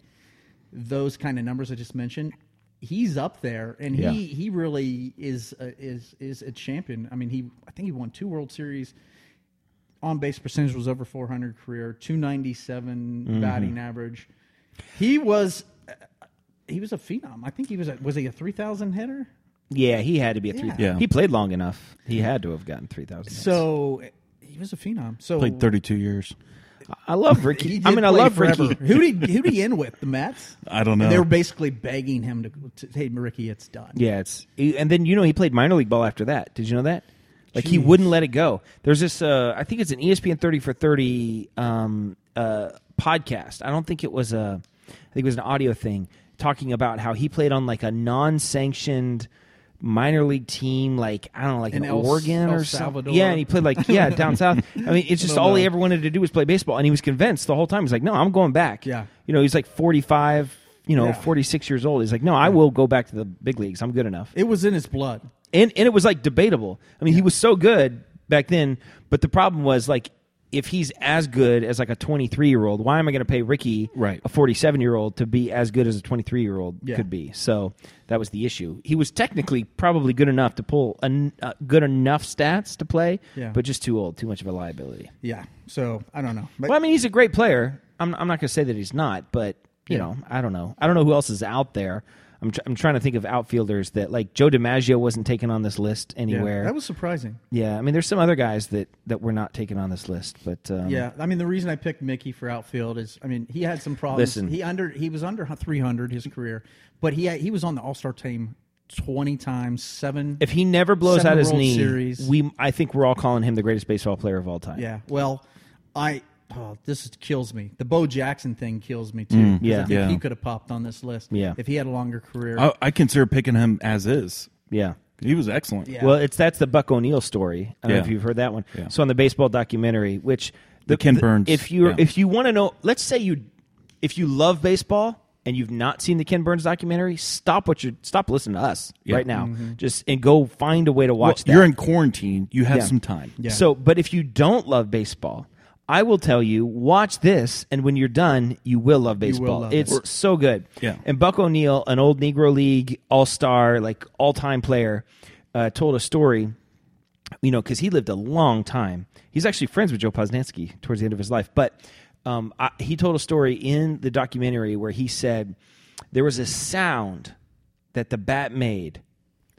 [SPEAKER 5] those kind of numbers I just mentioned. He's up there, and
[SPEAKER 1] Yeah.
[SPEAKER 5] he he really is a, is is a champion. I mean, he I think he won two World Series. On base percentage was over 400 career, 297
[SPEAKER 1] Mm-hmm.
[SPEAKER 5] batting average. He was he was a phenom. I think he was a, was he a 3,000 hitter?
[SPEAKER 1] yeah, he had to be a three.
[SPEAKER 4] Yeah.
[SPEAKER 1] He played long enough. He had to have gotten three thousand.
[SPEAKER 5] So he was a phenom. So
[SPEAKER 4] played thirty-two years.
[SPEAKER 1] I love
[SPEAKER 5] he
[SPEAKER 1] Ricky.
[SPEAKER 5] did
[SPEAKER 1] I mean, I
[SPEAKER 5] play
[SPEAKER 1] love
[SPEAKER 5] forever.
[SPEAKER 1] Ricky.
[SPEAKER 5] Who did who did he end with? The Mets.
[SPEAKER 4] I don't know.
[SPEAKER 5] And they were basically begging him to, to hey Ricky, it's done.
[SPEAKER 1] Yeah, it's and then you know he played minor league ball after that. Did you know that? Like he
[SPEAKER 5] Jeez.
[SPEAKER 1] wouldn't let it go. There's this uh I think it's an ESPN 30 for 30 um uh podcast. I don't think it was a I think it was an audio thing talking about how he played on like a non-sanctioned minor league team, like I don't know, like in
[SPEAKER 5] In El-
[SPEAKER 1] Oregon
[SPEAKER 5] El
[SPEAKER 1] or something.
[SPEAKER 5] Salvador.
[SPEAKER 1] Yeah, and he played like yeah down south. I mean, it's just
[SPEAKER 5] don't
[SPEAKER 1] all he
[SPEAKER 5] know.
[SPEAKER 1] ever wanted to do was play baseball, and he was convinced the whole time. He's like, no, I'm going back.
[SPEAKER 5] Yeah.
[SPEAKER 1] you know, he's like 45, you know,
[SPEAKER 5] Yeah.
[SPEAKER 1] 46 years old. He's like, no, I will go back to the big leagues. I'm good enough.
[SPEAKER 5] It was in his blood.
[SPEAKER 1] and and it was like debatable. I mean, he was so good back then, but the problem was like if he's as good as like a 23 year old, why am I going to pay Ricky,
[SPEAKER 4] Right.
[SPEAKER 1] a 47 year old, to be as good as a 23 year old
[SPEAKER 5] Yeah.
[SPEAKER 1] could be? So that was the issue. He was technically probably good enough to pull an, uh, good enough stats to play,
[SPEAKER 5] Yeah.
[SPEAKER 1] but just too old, too much of a liability.
[SPEAKER 5] Yeah. So I don't know. But
[SPEAKER 1] Well, I mean, he's a great player. I'm, I'm not going to say that he's not, but you know, I don't know. I don't know who else is out there. I'm, tr- I'm trying to think of outfielders that like Joe DiMaggio wasn't taken on this list anywhere. Yeah,
[SPEAKER 5] that was surprising.
[SPEAKER 1] I mean, there's some other guys that that were not taken on this list, but um,
[SPEAKER 5] Yeah, I mean the reason I picked Mickey for outfield is I mean he had some problems.
[SPEAKER 1] Listen.
[SPEAKER 5] he under he was under 300 his career, but he had, he was on the All Star team 20 times, seven.
[SPEAKER 1] If he never blows
[SPEAKER 5] Seven
[SPEAKER 1] out his
[SPEAKER 5] World
[SPEAKER 1] knee,
[SPEAKER 5] Series.
[SPEAKER 1] we I think we're all calling him the greatest baseball player of all time.
[SPEAKER 5] yeah, well, I oh, this is, kills me. The Bo Jackson thing kills me too. 'cause
[SPEAKER 1] Mm, yeah.
[SPEAKER 5] I think
[SPEAKER 4] Yeah.
[SPEAKER 5] he could have popped on this list.
[SPEAKER 1] Yeah.
[SPEAKER 5] if he had a longer career.
[SPEAKER 4] I, I consider picking him as is.
[SPEAKER 1] yeah.
[SPEAKER 4] He was excellent.
[SPEAKER 5] Yeah.
[SPEAKER 1] Well, it's that's the Buck O'Neill story. I don't know
[SPEAKER 4] Yeah.
[SPEAKER 1] if you've heard that one.
[SPEAKER 4] Yeah.
[SPEAKER 1] So on the baseball documentary, which the,
[SPEAKER 4] Ken Burns,
[SPEAKER 1] If you
[SPEAKER 4] yeah.
[SPEAKER 1] if you want to know, let's say you if you love baseball and you've not seen the Ken Burns documentary, stop what you stop listening to us
[SPEAKER 4] Yeah.
[SPEAKER 1] right now. Just and go find a way to watch that.
[SPEAKER 4] You're in quarantine. You have
[SPEAKER 1] Yeah.
[SPEAKER 4] some time.
[SPEAKER 5] Yeah.
[SPEAKER 1] So, but if you don't love baseball, I will tell you, watch this, and when you're done, you will love baseball.
[SPEAKER 5] love
[SPEAKER 1] it's so good.
[SPEAKER 4] Yeah.
[SPEAKER 1] And Buck O'Neill, an old Negro League All Star, like all time player, uh, told a story. You know, because he lived a long time. He's actually friends with Joe Posnanski towards the end of his life. But um, I, he told a story in the documentary where he said there was a sound that the bat made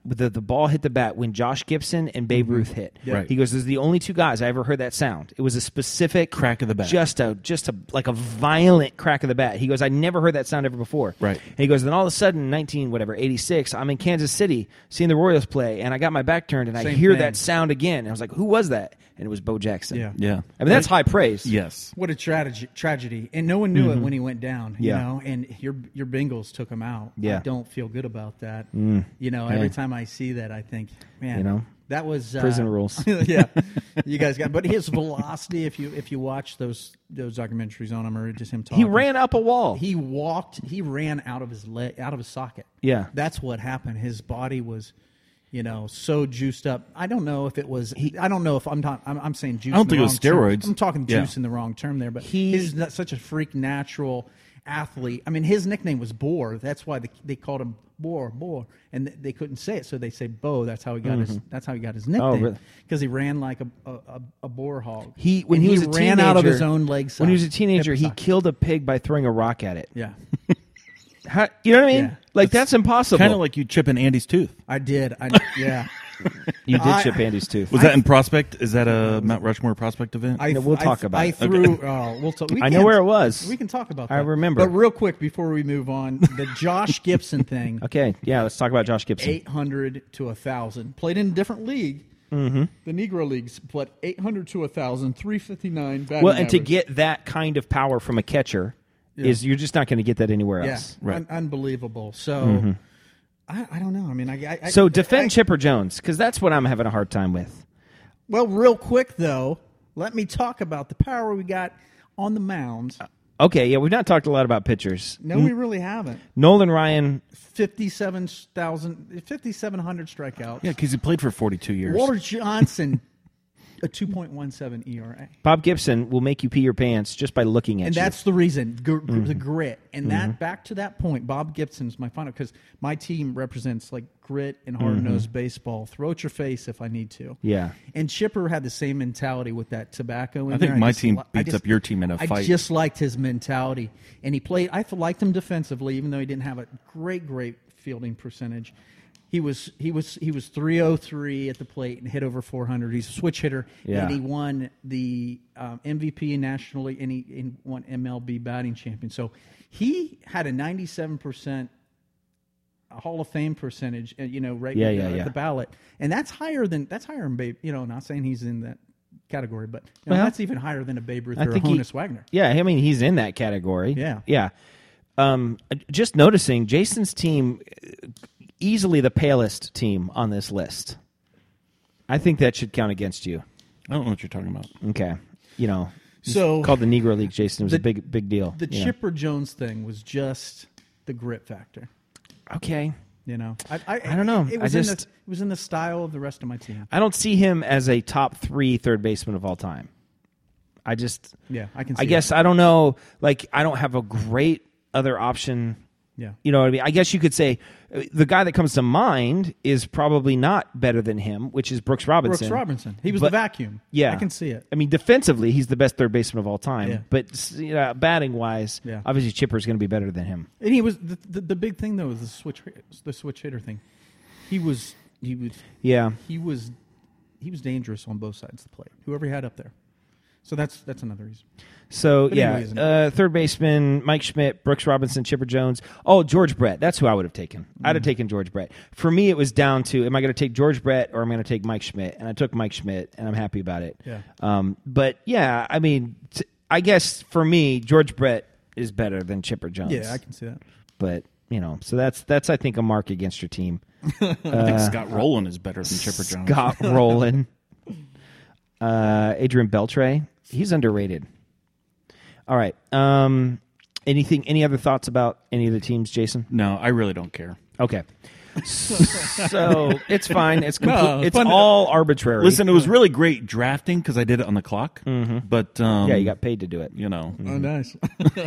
[SPEAKER 1] the, the ball hit the bat when Josh Gibson and Babe
[SPEAKER 5] Mm-hmm.
[SPEAKER 1] Ruth hit.
[SPEAKER 4] Right.
[SPEAKER 1] He goes, "There's the only two guys I ever heard that sound. It was a specific
[SPEAKER 4] Crack of the bat.
[SPEAKER 1] just a just a like a violent crack of the bat." He goes, "I never heard that sound ever before."
[SPEAKER 4] Right.
[SPEAKER 1] And he goes, "Then all of a sudden, 19 whatever, 86, I'm in Kansas City seeing the Royals play, and I got my back turned, and I
[SPEAKER 5] Same
[SPEAKER 1] hear
[SPEAKER 5] thing.
[SPEAKER 1] that sound again. And I was like, "Who was that?" And it was Bo Jackson.
[SPEAKER 5] Yeah.
[SPEAKER 4] Yeah.
[SPEAKER 1] I mean, that's high praise.
[SPEAKER 4] Yes.
[SPEAKER 5] What a tragedy! Tragedy, and no one knew it when he went down. You
[SPEAKER 1] Mm-hmm. Yeah.
[SPEAKER 5] know, and your your Bengals took him out.
[SPEAKER 1] Yeah. Mm.
[SPEAKER 5] I don't feel good about that. You know, every time I see that, I think, man,
[SPEAKER 1] You know?
[SPEAKER 5] that was uh,
[SPEAKER 1] Prison rules.
[SPEAKER 5] yeah, you guys got. But his velocity, if you if you watch those those documentaries on him or just him talking,
[SPEAKER 1] He ran up a wall.
[SPEAKER 5] he walked, he ran out of his leg, out of his socket.
[SPEAKER 1] Yeah.
[SPEAKER 5] that's what happened. His body was. You know, so juiced up. I don't know if it was. I don't know if I'm not. I'm, I'm saying juice.
[SPEAKER 4] I don't
[SPEAKER 5] in the
[SPEAKER 4] think it was
[SPEAKER 5] wrong term.
[SPEAKER 4] steroids.
[SPEAKER 5] I'm talking
[SPEAKER 4] Yeah.
[SPEAKER 5] juice in the wrong term there, but
[SPEAKER 1] He-
[SPEAKER 5] he's not such a freak natural athlete. I mean, his nickname was Boar. That's why they, they called him Boar, Boar, and th- they couldn't say it, so they say Bo. That's how he got his. That's how he got his nickname
[SPEAKER 1] Mm-hmm. Oh, really?
[SPEAKER 5] because he ran like a a, a, a boar hog.
[SPEAKER 1] He when
[SPEAKER 5] And
[SPEAKER 1] he, was a
[SPEAKER 5] ran
[SPEAKER 1] teenager,
[SPEAKER 5] out of his own legs.
[SPEAKER 1] When he was a teenager, he killed a pig by throwing a rock at it.
[SPEAKER 5] yeah,
[SPEAKER 1] How, you know what I mean?
[SPEAKER 5] Yeah.
[SPEAKER 1] Like that's, impossible.
[SPEAKER 4] Kind of like you chipping Andy's tooth.
[SPEAKER 5] I did. I yeah.
[SPEAKER 1] you did
[SPEAKER 5] I-
[SPEAKER 1] chip Andy's tooth.
[SPEAKER 4] Was that in Prospect? Is that a Mount Rushmore Prospect event?
[SPEAKER 5] I,
[SPEAKER 1] No, we'll
[SPEAKER 5] I-
[SPEAKER 1] talk about
[SPEAKER 5] I
[SPEAKER 1] it.
[SPEAKER 5] threw. Oh, we'll talk. we
[SPEAKER 1] I know
[SPEAKER 5] can-
[SPEAKER 1] where it was.
[SPEAKER 5] We can talk about. that.
[SPEAKER 1] I remember.
[SPEAKER 5] But real quick before we move on, the Josh Gibson thing.
[SPEAKER 1] okay, yeah. Let's talk about Josh Gibson.
[SPEAKER 5] 800 to 1,000. Played in a different league.
[SPEAKER 1] Mm-hmm.
[SPEAKER 5] The Negro Leagues, but 800 to 1,000, 359 batting
[SPEAKER 1] well, and to
[SPEAKER 5] average.
[SPEAKER 1] get that kind of power from a catcher is you're just not going to get that anywhere
[SPEAKER 5] Yeah,
[SPEAKER 1] else.
[SPEAKER 4] Right.
[SPEAKER 5] un- unbelievable. So, I, I don't know. I mean, I. I
[SPEAKER 1] So
[SPEAKER 5] I-
[SPEAKER 1] defend
[SPEAKER 5] I-
[SPEAKER 1] Chipper Jones because that's what I'm having a hard time with.
[SPEAKER 5] Well, real quick, though, let me talk about the power we got on the mound.
[SPEAKER 1] Uh, Okay, yeah, we've not talked a lot about pitchers.
[SPEAKER 5] No, we really haven't.
[SPEAKER 1] Nolan Ryan,
[SPEAKER 5] 57,000, 5,700 strikeouts.
[SPEAKER 4] yeah, because he played for 42 years.
[SPEAKER 5] Walter Johnson, a 2.17 ERA.
[SPEAKER 1] Bob Gibson will make you pee your pants just by looking at
[SPEAKER 5] E and
[SPEAKER 1] you.
[SPEAKER 5] that's the reason gr- gr-
[SPEAKER 4] Mm-hmm.
[SPEAKER 5] the grit and that back to that point bob gibson's my final because my team represents like grit and hard-nosed
[SPEAKER 4] Mm-hmm.
[SPEAKER 5] baseball throw at your face if i need to
[SPEAKER 1] Yeah.
[SPEAKER 5] and chipper had the same mentality with that tobacco in
[SPEAKER 4] I think
[SPEAKER 5] there.
[SPEAKER 4] my
[SPEAKER 5] just
[SPEAKER 4] team
[SPEAKER 5] li- I
[SPEAKER 4] beats
[SPEAKER 5] just-
[SPEAKER 4] up your team in a
[SPEAKER 5] i
[SPEAKER 4] fight.
[SPEAKER 5] just liked his mentality and he played i liked him defensively even though he didn't have a great great fielding percentage he was he was he was 303 at the plate and hit over 400 he's a switch hitter
[SPEAKER 1] Yeah.
[SPEAKER 5] and he won the um, MVP nationally, and he and won MLB batting champion. So he had a 97 percent Hall of Fame percentage, uh, you know, right
[SPEAKER 1] Yeah,
[SPEAKER 5] at
[SPEAKER 1] yeah,
[SPEAKER 5] the- at
[SPEAKER 1] yeah.
[SPEAKER 5] the ballot, and that's higher than that's higher than Babe. You know, not saying he's in that category, but you know,
[SPEAKER 1] Well,
[SPEAKER 5] that's even higher than a Babe Ruth
[SPEAKER 1] I
[SPEAKER 5] or a
[SPEAKER 1] think he-
[SPEAKER 5] Honus Wagner.
[SPEAKER 1] Yeah, I mean he's in that category.
[SPEAKER 5] Yeah.
[SPEAKER 1] yeah. Um, just noticing Jason's team, easily the palest team on this list. I think that should count against you.
[SPEAKER 4] I don't know what you're talking about.
[SPEAKER 1] Okay, you know, it's
[SPEAKER 5] So-
[SPEAKER 1] called the Negro League. Jason it was a
[SPEAKER 5] The-
[SPEAKER 1] big big deal.
[SPEAKER 5] The
[SPEAKER 1] you know.
[SPEAKER 5] Chipper Jones thing was just the grit factor.
[SPEAKER 1] Okay,
[SPEAKER 5] You know, I, I,
[SPEAKER 1] I don't know.
[SPEAKER 5] It
[SPEAKER 1] I
[SPEAKER 5] was in
[SPEAKER 1] just-
[SPEAKER 5] the, it was in the style of the rest of my team.
[SPEAKER 1] I don't see him as a top three third baseman of all time. I just,
[SPEAKER 5] Yeah, I can. See
[SPEAKER 1] I guess I don't know. Like I don't have a great other option.
[SPEAKER 5] It. Yeah.
[SPEAKER 1] You know what I mean? I guess you could say uh, the guy that comes to mind is probably not better than him, which is Brooks Robinson.
[SPEAKER 5] Brooks Robinson. He was
[SPEAKER 1] But-
[SPEAKER 5] the vacuum.
[SPEAKER 1] Yeah,
[SPEAKER 5] I can see it.
[SPEAKER 1] I mean, defensively, he's the best third baseman of all time.
[SPEAKER 5] Yeah.
[SPEAKER 1] But s- you know, batting wise,
[SPEAKER 5] Yeah.
[SPEAKER 1] obviously Chipper's going to be better than him.
[SPEAKER 5] And he was the, the, the big thing though was the switch the switch hitter thing. He was he was
[SPEAKER 1] Yeah,
[SPEAKER 5] he was he was dangerous on both sides of the plate. Whoever he had up there. So that's that's another reason.
[SPEAKER 1] So
[SPEAKER 5] But
[SPEAKER 1] yeah,
[SPEAKER 5] anyways-
[SPEAKER 1] uh, third baseman Mike Schmidt, Brooks Robinson, Chipper Jones. Oh, George Brett. That's who I would have taken. I'd
[SPEAKER 5] Mm.
[SPEAKER 1] have taken George Brett. For me, it was down to am I going to take George Brett or am I going to take Mike Schmidt? And I took Mike Schmidt, and I'm happy about it.
[SPEAKER 5] Yeah.
[SPEAKER 1] Um, but yeah, I mean, t- I guess for me, George Brett is better than Chipper Jones.
[SPEAKER 5] Yeah, I can see that.
[SPEAKER 1] but you know, so that's that's I think a mark against your team.
[SPEAKER 4] I think Scott Rowland is better than Chipper
[SPEAKER 5] Oh.
[SPEAKER 4] Jones.
[SPEAKER 1] Uh, Scott Rowland, uh, Adrian Beltre. He's underrated. All right. Um, anything? Any other thoughts about any of the teams, Jason?
[SPEAKER 4] No, I really don't care.
[SPEAKER 1] Okay. so it's fine. It's
[SPEAKER 5] No,
[SPEAKER 1] compl-
[SPEAKER 5] it's
[SPEAKER 1] it's
[SPEAKER 5] fun to-
[SPEAKER 1] all arbitrary.
[SPEAKER 4] Listen, it was really great drafting because I did it on the clock. But um,
[SPEAKER 1] Mm-hmm. yeah, you got Mm-hmm. paid to do it.
[SPEAKER 4] you know,
[SPEAKER 5] Oh, nice.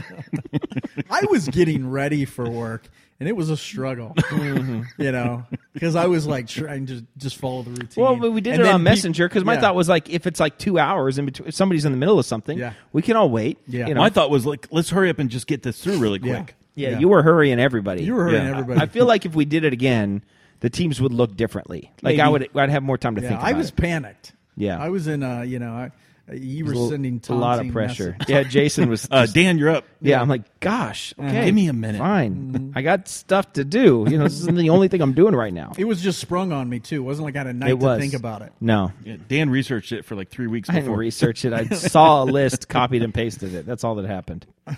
[SPEAKER 5] I was getting ready for work, and it was a struggle,
[SPEAKER 1] Mm-hmm.
[SPEAKER 5] you know, because I was like trying to just follow the routine.
[SPEAKER 1] Well, Oh, but we did
[SPEAKER 5] And
[SPEAKER 1] it
[SPEAKER 5] then
[SPEAKER 1] on
[SPEAKER 5] pe-
[SPEAKER 1] Messenger because my
[SPEAKER 5] yeah.
[SPEAKER 1] thought was like, if it's like two hours in between, if somebody's in the middle of something,
[SPEAKER 5] Yeah.
[SPEAKER 1] we can all wait.
[SPEAKER 5] Yeah.
[SPEAKER 1] You know?
[SPEAKER 4] my thought was like, let's hurry up and just get this through really
[SPEAKER 5] Yeah.
[SPEAKER 4] quick.
[SPEAKER 1] yeah,
[SPEAKER 5] yeah.
[SPEAKER 1] you were hurrying everybody.
[SPEAKER 5] you were hurting
[SPEAKER 4] Yeah.
[SPEAKER 5] everybody.
[SPEAKER 1] I feel like if we did it again, the teams would look differently. Like I
[SPEAKER 5] Maybe.
[SPEAKER 1] would, I'd have more time to think.
[SPEAKER 5] yeah,
[SPEAKER 1] About
[SPEAKER 5] I was
[SPEAKER 1] it.
[SPEAKER 5] panicked.
[SPEAKER 1] Yeah.
[SPEAKER 5] I was in. Uh, you know, I, you were
[SPEAKER 1] Well,
[SPEAKER 5] sending
[SPEAKER 1] a lot of
[SPEAKER 5] taunting
[SPEAKER 1] pressure.
[SPEAKER 5] messages.
[SPEAKER 1] Yeah, Jason was.
[SPEAKER 4] Uh,
[SPEAKER 1] just-
[SPEAKER 4] Dan, you're up.
[SPEAKER 1] yeah, I'm like, gosh, okay,
[SPEAKER 4] Give me a minute.
[SPEAKER 1] Fine,
[SPEAKER 5] Mm-hmm.
[SPEAKER 1] I got stuff to do. You know, this isn't the only thing I'm doing right now.
[SPEAKER 5] It was just sprung on me too. It wasn't like I had a night
[SPEAKER 1] It was
[SPEAKER 5] to think about it.
[SPEAKER 1] No,
[SPEAKER 4] Yeah, Dan researched it for like three weeks
[SPEAKER 1] I didn't
[SPEAKER 4] before.
[SPEAKER 1] research it. I saw a list, copied and pasted it. That's all that happened. All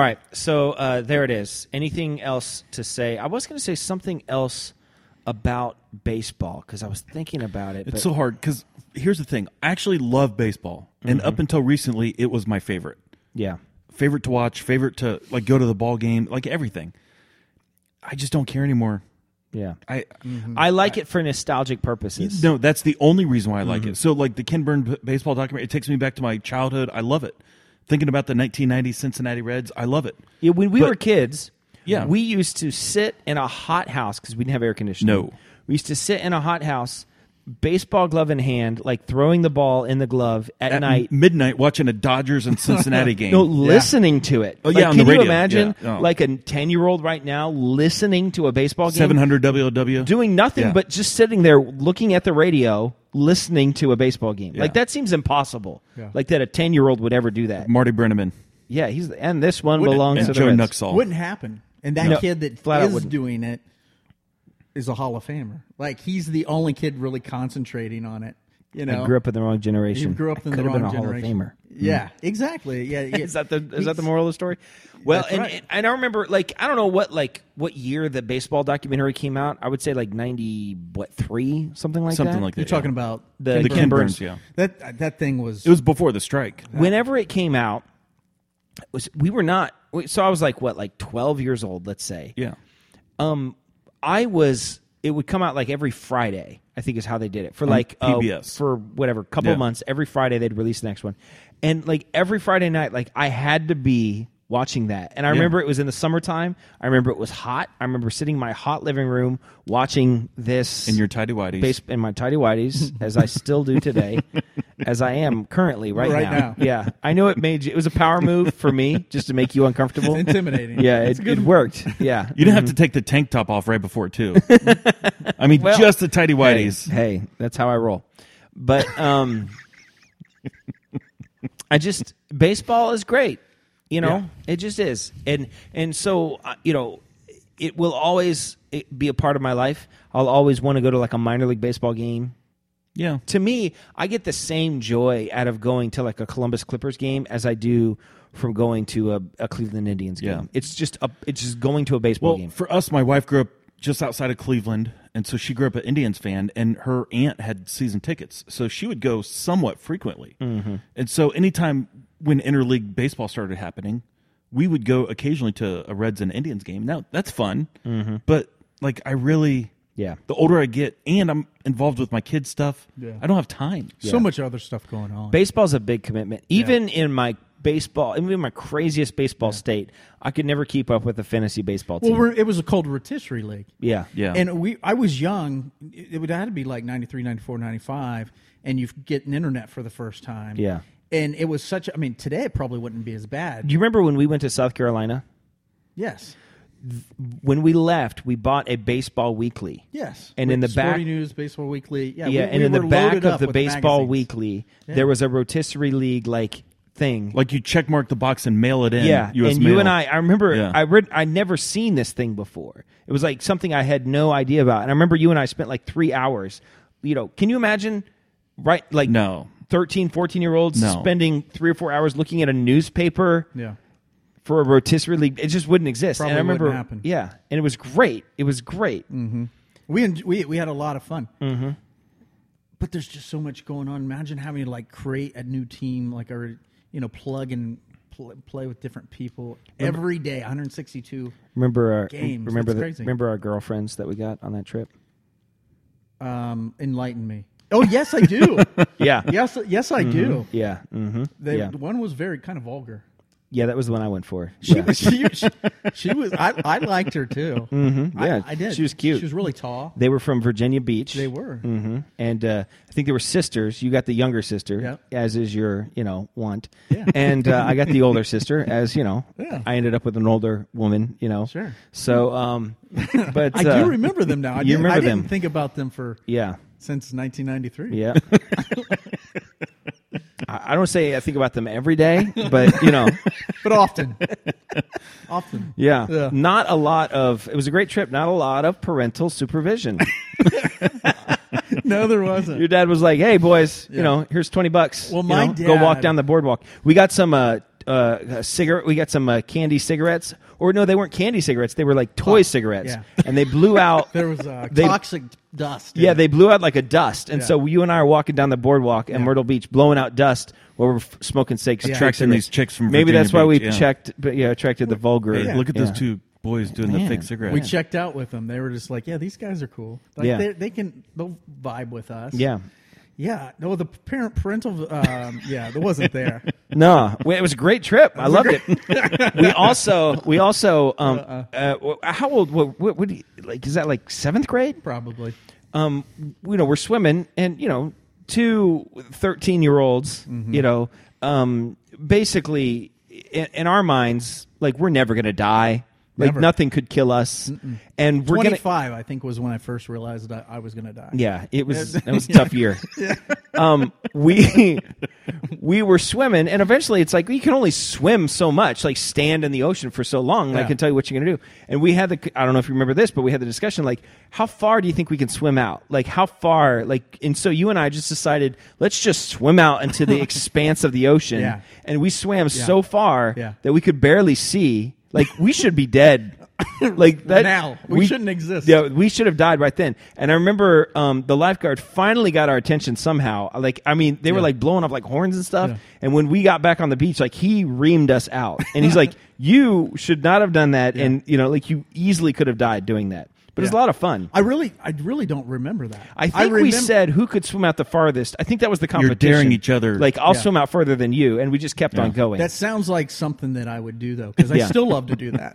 [SPEAKER 1] right, so uh, there it is. Anything else to say? I was going to say something else about baseball because I was thinking about it. but-
[SPEAKER 4] It's so hard because here's the thing. I actually love baseball, and
[SPEAKER 1] Mm-hmm.
[SPEAKER 4] up until recently, it was my favorite,
[SPEAKER 1] yeah,
[SPEAKER 4] favorite to watch, favorite to like go to the ball game, like everything. I just don't care anymore.
[SPEAKER 1] yeah.
[SPEAKER 4] I
[SPEAKER 1] I like it for nostalgic purposes.
[SPEAKER 4] no, that's the only reason why I like
[SPEAKER 1] Mm-hmm.
[SPEAKER 4] it. So like the Ken Burn b- baseball documentary, it takes me back to my childhood. I love it. Thinking about the 1990 Cincinnati Reds, I love it.
[SPEAKER 1] Yeah, when we
[SPEAKER 4] But-
[SPEAKER 1] were kids,
[SPEAKER 4] Yeah.
[SPEAKER 1] we used to sit in a hot house because we didn't have air conditioning.
[SPEAKER 4] No.
[SPEAKER 1] we used to sit in a hot house, baseball glove in hand, like throwing the ball in the glove at,
[SPEAKER 4] At
[SPEAKER 1] night.
[SPEAKER 4] midnight, watching a Dodgers and Cincinnati game.
[SPEAKER 1] no, listening to it.
[SPEAKER 4] Oh,
[SPEAKER 1] Like,
[SPEAKER 4] yeah, on
[SPEAKER 1] can
[SPEAKER 4] the
[SPEAKER 1] you
[SPEAKER 4] radio.
[SPEAKER 1] imagine
[SPEAKER 4] Yeah. Oh.
[SPEAKER 1] like a ten-year-old right now listening to a baseball game,
[SPEAKER 4] 700 WOW.
[SPEAKER 1] doing nothing
[SPEAKER 4] Yeah.
[SPEAKER 1] but just sitting there looking at the radio, listening to a baseball game? Like
[SPEAKER 4] Yeah.
[SPEAKER 1] that seems impossible.
[SPEAKER 5] Yeah.
[SPEAKER 1] Like that a ten-year-old would ever do that.
[SPEAKER 4] Marty Brenneman
[SPEAKER 1] Yeah, he's and this one
[SPEAKER 5] Wouldn't-
[SPEAKER 1] belongs
[SPEAKER 4] and
[SPEAKER 1] to the
[SPEAKER 4] Joe
[SPEAKER 1] Reds.
[SPEAKER 4] Nuxall.
[SPEAKER 5] Wouldn't happen. And that
[SPEAKER 1] No.
[SPEAKER 5] kid that
[SPEAKER 1] Flat out
[SPEAKER 5] is
[SPEAKER 1] wouldn't.
[SPEAKER 5] doing it is a Hall of Famer. Like he's the only kid really concentrating on it. You know,
[SPEAKER 1] I grew up in the wrong
[SPEAKER 5] He
[SPEAKER 1] generation.
[SPEAKER 5] grew up in
[SPEAKER 1] I
[SPEAKER 5] the
[SPEAKER 1] could have
[SPEAKER 5] wrong
[SPEAKER 1] been a
[SPEAKER 5] generation.
[SPEAKER 1] Hall of Famer.
[SPEAKER 5] Yeah, exactly. Yeah, yeah.
[SPEAKER 1] Is that the is that the
[SPEAKER 5] He's-
[SPEAKER 1] moral of the story? Well,
[SPEAKER 5] That's
[SPEAKER 1] and,
[SPEAKER 5] right.
[SPEAKER 1] and I remember like I don't know what like what year the baseball documentary came out. I would say like ninety what three something like
[SPEAKER 4] something
[SPEAKER 1] that.
[SPEAKER 4] like that.
[SPEAKER 5] You're
[SPEAKER 4] yeah.
[SPEAKER 5] talking about
[SPEAKER 1] The-
[SPEAKER 5] Ken
[SPEAKER 1] the
[SPEAKER 4] the
[SPEAKER 5] Burns.
[SPEAKER 4] Ken
[SPEAKER 1] Burns.
[SPEAKER 4] Burns, yeah.
[SPEAKER 5] That that thing was.
[SPEAKER 4] It was before the strike.
[SPEAKER 1] Whenever it came out, it was we were not. So I was like what like twelve years old, let's say.
[SPEAKER 4] Yeah.
[SPEAKER 1] I was. It would come out like every Friday. I think is how they did it for like uh,
[SPEAKER 4] PBS.
[SPEAKER 1] for whatever couple
[SPEAKER 4] Yeah.
[SPEAKER 1] months. Every Friday they'd release the next one, and like every Friday night, like I had to be watching that. And I remember it was in the summertime. I remember it was hot. I remember sitting in my hot living room watching this
[SPEAKER 4] In your tidy whities.
[SPEAKER 1] base in my tidy whities as I still do today, as I am currently right,
[SPEAKER 5] Right now.
[SPEAKER 1] Yeah, I know it made you, it was a power move for me just to make you uncomfortable.
[SPEAKER 5] intimidating.
[SPEAKER 1] Yeah, it, it worked. Yeah,
[SPEAKER 4] You didn't have to take the tank top off right before too. I mean,
[SPEAKER 1] Mm-hmm. Well-
[SPEAKER 4] just the tidy
[SPEAKER 1] hey,
[SPEAKER 4] whities.
[SPEAKER 1] hey, that's how I roll. But um, I just baseball is great. You know, it just is, and and so uh, you know, it will always it, be a part of my life. I'll always want to go to like a minor league baseball game.
[SPEAKER 4] Yeah,
[SPEAKER 1] To me, I get the same joy out of going to like a Columbus Clippers game as I do from going to a, a Cleveland Indians game.
[SPEAKER 4] Yeah.
[SPEAKER 1] It's just a, it's just going to a baseball
[SPEAKER 4] Well,
[SPEAKER 1] game.
[SPEAKER 4] for us, my wife grew up just outside of Cleveland, and so she grew up an Indians fan, and her aunt had season tickets, so she would go somewhat frequently.
[SPEAKER 1] Mm-hmm.
[SPEAKER 4] And so anytime when interleague baseball started happening, we would go occasionally to a Reds and Indians game. Now that's fun, but like I really,
[SPEAKER 1] Mm-hmm. Yeah.
[SPEAKER 4] The older I get, and I'm involved with my kids' stuff, I don't have time.
[SPEAKER 5] So much other stuff going on.
[SPEAKER 1] Baseball's a big commitment. Even in my baseball, even in my craziest baseball state, I could never keep up with a fantasy baseball team.
[SPEAKER 5] well, we're, it was a cold rotisserie league.
[SPEAKER 1] yeah.
[SPEAKER 4] Yeah.
[SPEAKER 5] And we, I was young. It would have to be like 93, 94, 95. And you get an internet for the first time.
[SPEAKER 1] Yeah.
[SPEAKER 5] And it was such, I mean, today it probably wouldn't be as bad.
[SPEAKER 1] Do you remember when we went to South Carolina?
[SPEAKER 5] yes.
[SPEAKER 1] When we left, we bought a baseball weekly.
[SPEAKER 5] Yes.
[SPEAKER 1] And in the
[SPEAKER 5] Sporting
[SPEAKER 1] back,
[SPEAKER 5] News, Baseball Weekly. Yeah.
[SPEAKER 1] yeah,
[SPEAKER 5] we,
[SPEAKER 1] and
[SPEAKER 5] we
[SPEAKER 1] in the
[SPEAKER 5] were
[SPEAKER 1] back
[SPEAKER 5] loaded
[SPEAKER 1] of
[SPEAKER 5] up
[SPEAKER 1] the
[SPEAKER 5] with
[SPEAKER 1] baseball
[SPEAKER 5] magazines.
[SPEAKER 1] weekly, there was a rotisserie league like thing.
[SPEAKER 4] Like you check mark the box and mail it in.
[SPEAKER 1] yeah,
[SPEAKER 4] US
[SPEAKER 1] and
[SPEAKER 4] mail.
[SPEAKER 1] you and I, I remember
[SPEAKER 4] Yeah.
[SPEAKER 1] I read, I never seen this thing before. It was like something I had no idea about, and I remember you and I spent like three hours. You know, can you imagine? Right, like
[SPEAKER 4] No.
[SPEAKER 1] 13, 14 year olds
[SPEAKER 4] No.
[SPEAKER 1] spending three or four hours looking at a newspaper
[SPEAKER 5] Yeah.
[SPEAKER 1] for a rotisserie league. It just wouldn't exist. and I
[SPEAKER 5] Probably
[SPEAKER 1] remember,
[SPEAKER 5] wouldn't happen. Mm.
[SPEAKER 1] yeah, and it was great. It was great.
[SPEAKER 5] We, en- we, we had a lot of fun. Mm-hmm. But there's just so much going on. Imagine having to like create a new team, like, or, you know, plug and pl- play with different people every day, 162.
[SPEAKER 1] Remember our
[SPEAKER 5] Games,
[SPEAKER 1] remember
[SPEAKER 5] that's
[SPEAKER 1] the,
[SPEAKER 5] crazy.
[SPEAKER 1] remember our girlfriends that we got on that trip.
[SPEAKER 5] Um, enlighten me. Oh, yes, I do.
[SPEAKER 1] Yeah,
[SPEAKER 5] yes, yes, I do.
[SPEAKER 1] yeah, hmm
[SPEAKER 5] They,
[SPEAKER 1] yeah,
[SPEAKER 5] One was very kind of vulgar.
[SPEAKER 1] yeah. That was the one I went for.
[SPEAKER 5] She
[SPEAKER 1] Yeah.
[SPEAKER 5] was, she, she, she was. I, I liked her too. Mm-hmm.
[SPEAKER 1] Yeah,
[SPEAKER 5] I, I did.
[SPEAKER 1] she was cute.
[SPEAKER 5] She was really tall.
[SPEAKER 1] They were from Virginia Beach.
[SPEAKER 5] They were.
[SPEAKER 1] hmm And uh, I think they were sisters. You got the younger sister,
[SPEAKER 5] Yep.
[SPEAKER 1] as is your, you know, want.
[SPEAKER 5] Yeah.
[SPEAKER 1] And uh, I got the older sister, as you know.
[SPEAKER 5] Yeah.
[SPEAKER 1] I ended up with an older woman, you know.
[SPEAKER 5] Sure.
[SPEAKER 1] So, um, but
[SPEAKER 5] I
[SPEAKER 1] uh,
[SPEAKER 5] do remember them now. I
[SPEAKER 1] you
[SPEAKER 5] didn't-
[SPEAKER 1] remember
[SPEAKER 5] I didn't
[SPEAKER 1] them.
[SPEAKER 5] think about them for
[SPEAKER 1] Yeah,
[SPEAKER 5] since 1993.
[SPEAKER 1] yeah. I I don't say I think about them every day, but you know,
[SPEAKER 5] but often, often.
[SPEAKER 1] yeah,
[SPEAKER 5] Yeah.
[SPEAKER 1] not a lot of. It was a great trip. Not a lot of parental supervision.
[SPEAKER 5] No, there
[SPEAKER 1] Your
[SPEAKER 5] wasn't.
[SPEAKER 1] dad was like, "Hey, boys, you
[SPEAKER 5] Yeah.
[SPEAKER 1] know, here's twenty bucks.
[SPEAKER 5] Well,
[SPEAKER 1] you
[SPEAKER 5] my
[SPEAKER 1] know, go walk
[SPEAKER 5] dad-
[SPEAKER 1] down the boardwalk. We got some uh, uh, uh, cigarette. We got some uh, candy cigarettes, or no, they weren't candy cigarettes. They were like toy cigarettes,
[SPEAKER 5] yeah.
[SPEAKER 1] and they blew out.
[SPEAKER 5] There was uh,
[SPEAKER 1] They-
[SPEAKER 5] toxic dust.
[SPEAKER 1] yeah, they blew out like a dust, and
[SPEAKER 5] Yeah.
[SPEAKER 1] so you and I are walking down the boardwalk in Myrtle Beach, blowing out dust while we're f- smoking cigs.
[SPEAKER 5] Yeah.
[SPEAKER 1] cigarettes.
[SPEAKER 4] Attracting these chicks from
[SPEAKER 1] maybe
[SPEAKER 4] Virginia
[SPEAKER 1] that's why
[SPEAKER 4] Beach,
[SPEAKER 1] we
[SPEAKER 4] yeah.
[SPEAKER 1] checked, but yeah, attracted the vulgar.
[SPEAKER 4] Hey, look at those
[SPEAKER 1] Yeah.
[SPEAKER 4] two boys doing the fake cigarette.
[SPEAKER 5] we checked out with them. They were just like, yeah, these guys are cool. Like,
[SPEAKER 1] Yeah.
[SPEAKER 5] they, they can they'll vibe with us.
[SPEAKER 1] Yeah,
[SPEAKER 5] yeah. No, the parent parental. Um, yeah, that wasn't there.
[SPEAKER 1] No, we- it was a great trip. I loved it. we also, we also, um, uh, w how old? What, what, what do you, like? Is that like seventh grade?
[SPEAKER 5] Probably.
[SPEAKER 1] Um, you know, we're swimming, and you know, two 13 year olds, you know, um, basically in, in our minds, like we're never gonna die. Like
[SPEAKER 5] Never.
[SPEAKER 1] nothing could kill us, and we're gonna.
[SPEAKER 5] 25, I think, was when I first realized that I was going to die.
[SPEAKER 1] Yeah, it was it was a tough year. Um, we we were swimming, and eventually it's like you can only swim so much, like stand in the ocean for so long. And I
[SPEAKER 5] Yeah.
[SPEAKER 1] can tell you what you're gonna do. And we had the I don't know if you remember this, but we had the discussion like, how far do you think we can swim out? Like how far? Like and so you and I just decided let's just swim out into the expanse of the ocean.
[SPEAKER 5] Yeah.
[SPEAKER 1] And we swam so far
[SPEAKER 5] Yeah.
[SPEAKER 1] that we could barely see. Like we should be dead. Like that
[SPEAKER 5] Now. We shouldn't exist.
[SPEAKER 1] Yeah, we should have died right then. And I remember um, the lifeguard finally got our attention somehow. Like, I mean, they were like blowing up like horns and stuff. And when we got back on the beach, like he reamed us out, and he's like, "You should not have done that." And you know, like you easily could have died doing that. But it's a
[SPEAKER 5] Yeah.
[SPEAKER 1] lot of fun.
[SPEAKER 5] I really, I really don't remember that.
[SPEAKER 1] I think we
[SPEAKER 5] remem-
[SPEAKER 1] said who could swim out the farthest. I think that was the
[SPEAKER 4] You're
[SPEAKER 1] competition.
[SPEAKER 4] daring each other.
[SPEAKER 1] Like I'll
[SPEAKER 5] Yeah.
[SPEAKER 1] swim out further than you, and we just kept on going.
[SPEAKER 5] that sounds like something that I would do though, because
[SPEAKER 1] Yeah.
[SPEAKER 5] I still love to do that.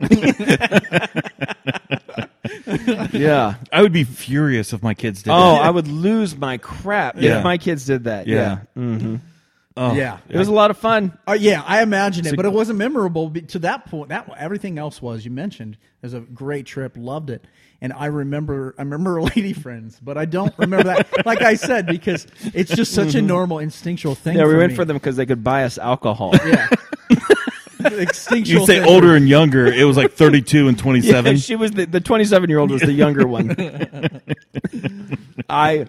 [SPEAKER 1] yeah.
[SPEAKER 4] I would be furious if my kids did.
[SPEAKER 1] Oh,
[SPEAKER 4] that.
[SPEAKER 1] I would lose my crap
[SPEAKER 4] Yeah.
[SPEAKER 1] if my kids did that.
[SPEAKER 4] Yeah. Mm.
[SPEAKER 1] Yeah. Oh.
[SPEAKER 5] yeah,
[SPEAKER 1] It was a lot of fun.
[SPEAKER 5] Uh, yeah, I imagine it, but it wasn't memorable be- to that point. That everything else was you mentioned. It was a great trip, loved it, and I remember. I remember lady friends, but I don't remember that. like I said, because it's just such a normal instinctual thing.
[SPEAKER 1] Mm-hmm. Yeah, we
[SPEAKER 5] for
[SPEAKER 1] went
[SPEAKER 5] me.
[SPEAKER 1] for them because they could buy us alcohol.
[SPEAKER 5] Yeah, instinctual.
[SPEAKER 4] You say
[SPEAKER 5] thing.
[SPEAKER 4] older and younger. It was like 32 and 27.
[SPEAKER 1] she was the, the 27 year old was the younger one. I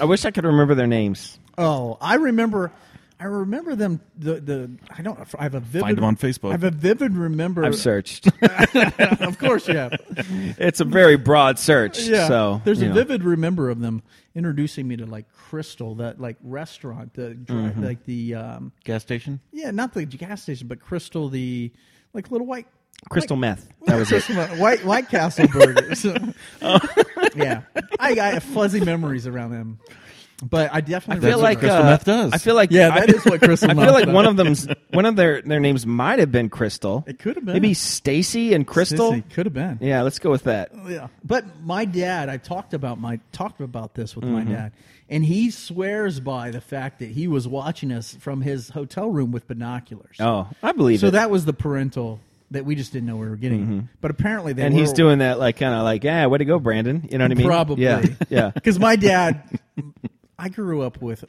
[SPEAKER 1] I wish I could remember their names.
[SPEAKER 5] Oh, I remember. I remember them. The the I don't. I have a vivid.
[SPEAKER 4] Find them on Facebook.
[SPEAKER 5] I have a vivid remember.
[SPEAKER 1] I've searched.
[SPEAKER 5] of course, yeah,
[SPEAKER 1] it's a very broad search.
[SPEAKER 5] yeah.
[SPEAKER 1] So
[SPEAKER 5] there's
[SPEAKER 1] you
[SPEAKER 5] a
[SPEAKER 1] know.
[SPEAKER 5] vivid remember of them introducing me to like Crystal, that like restaurant, the dri
[SPEAKER 4] Mm-hmm.
[SPEAKER 5] like the um,
[SPEAKER 4] Gas station.
[SPEAKER 5] yeah, not the gas station, but Crystal, the like little white
[SPEAKER 1] crystal
[SPEAKER 5] white-
[SPEAKER 1] meth. That was it.
[SPEAKER 5] Crystal meth. White White Castle burgers. Yeah, I, I have fuzzy memories around them, but I definitely
[SPEAKER 1] I feel
[SPEAKER 5] remember-
[SPEAKER 1] like
[SPEAKER 4] Crystal
[SPEAKER 1] uh,
[SPEAKER 4] meth does.
[SPEAKER 1] I feel like
[SPEAKER 5] yeah,
[SPEAKER 1] I,
[SPEAKER 5] that is what Crystal.
[SPEAKER 1] I feel
[SPEAKER 5] meth
[SPEAKER 1] like
[SPEAKER 5] does.
[SPEAKER 1] one of them's one of their their names might have been Crystal.
[SPEAKER 5] It could have been.
[SPEAKER 1] maybe Stacy and Crystal.
[SPEAKER 5] Sissy, could have been.
[SPEAKER 1] Yeah, let's go with that.
[SPEAKER 5] Yeah. But my dad, I talked about my talked about this with
[SPEAKER 1] Mm-hmm.
[SPEAKER 5] my dad, and he swears by the fact that he was watching us from his hotel room with binoculars.
[SPEAKER 1] Oh, I believe
[SPEAKER 5] so
[SPEAKER 1] it.
[SPEAKER 5] that was the parental that we just didn't know we were getting. But apparently, they
[SPEAKER 1] Mm-hmm. and
[SPEAKER 5] were,
[SPEAKER 1] he's doing that like kind of like, yeah, way to go, Brandon. You know what I mean?
[SPEAKER 5] Probably.
[SPEAKER 1] Yeah, yeah.
[SPEAKER 5] Because my dad, I grew up with,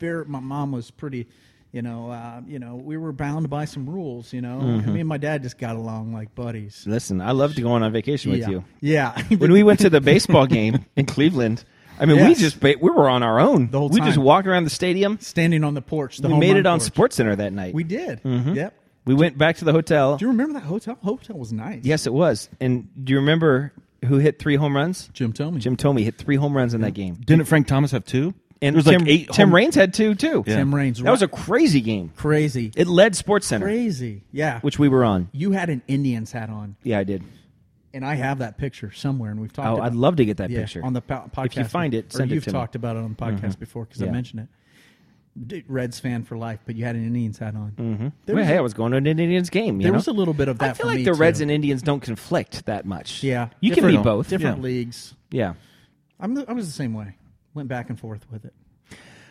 [SPEAKER 5] very, my mom was pretty, you know, uh, you know, we were bound by some rules. You know,
[SPEAKER 1] Mm-hmm.
[SPEAKER 5] me and my dad just got along like buddies.
[SPEAKER 1] Listen, I loved going on vacation with
[SPEAKER 5] yeah.
[SPEAKER 1] you.
[SPEAKER 5] Yeah.
[SPEAKER 1] When we went to the baseball game in Cleveland, I mean, we
[SPEAKER 5] Yes.
[SPEAKER 1] just ba- we were on our own.
[SPEAKER 5] The whole
[SPEAKER 1] we just
[SPEAKER 5] time.
[SPEAKER 1] walked around the stadium.
[SPEAKER 5] standing on the porch, the
[SPEAKER 1] We
[SPEAKER 5] home
[SPEAKER 1] made
[SPEAKER 5] run
[SPEAKER 1] it on
[SPEAKER 5] porch.
[SPEAKER 1] Sports Center that night.
[SPEAKER 5] We did.
[SPEAKER 1] Mm-hmm.
[SPEAKER 5] Yep.
[SPEAKER 1] we went back to the hotel.
[SPEAKER 5] Do you remember that hotel? Hotel was nice.
[SPEAKER 1] Yes, it was. And do you remember who hit three home runs?
[SPEAKER 5] Jim Tomey.
[SPEAKER 1] Jim Tomey hit three home runs in that game.
[SPEAKER 4] Didn't Frank Thomas have two?
[SPEAKER 1] And
[SPEAKER 4] There was
[SPEAKER 1] Tim,
[SPEAKER 4] like eight.
[SPEAKER 1] Tim
[SPEAKER 4] home-
[SPEAKER 1] Raines had two too.
[SPEAKER 5] Tim Raines.
[SPEAKER 1] That was a crazy game.
[SPEAKER 5] crazy,
[SPEAKER 1] It led Sports Center,
[SPEAKER 5] crazy. Yeah.
[SPEAKER 1] which we were on.
[SPEAKER 5] you had an Indians hat on,
[SPEAKER 1] Yeah, I did.
[SPEAKER 5] and I have that picture somewhere, and we've talked.
[SPEAKER 1] Oh,
[SPEAKER 5] about
[SPEAKER 1] I'd love to get that
[SPEAKER 5] yeah,
[SPEAKER 1] picture
[SPEAKER 5] on the po- podcast.
[SPEAKER 1] If you find it,
[SPEAKER 5] or
[SPEAKER 1] send
[SPEAKER 5] you've
[SPEAKER 1] it to Mm-hmm.
[SPEAKER 5] talked about it on the podcast before because
[SPEAKER 1] Yeah.
[SPEAKER 5] I mentioned it. D- Reds fan for life, but you had an Indians hat on.
[SPEAKER 1] me. Mm-hmm. Well, hey, I was going to an Indians game. You
[SPEAKER 5] There
[SPEAKER 1] know?
[SPEAKER 5] was a little bit of that.
[SPEAKER 1] I feel
[SPEAKER 5] for
[SPEAKER 1] like
[SPEAKER 5] me,
[SPEAKER 1] the Reds
[SPEAKER 5] too.
[SPEAKER 1] and Indians don't conflict that much.
[SPEAKER 5] yeah,
[SPEAKER 1] you can be
[SPEAKER 5] different-
[SPEAKER 1] both.
[SPEAKER 5] Different
[SPEAKER 4] yeah.
[SPEAKER 5] leagues.
[SPEAKER 1] Yeah.
[SPEAKER 5] I'm the, I was the same way. Went back and forth with it.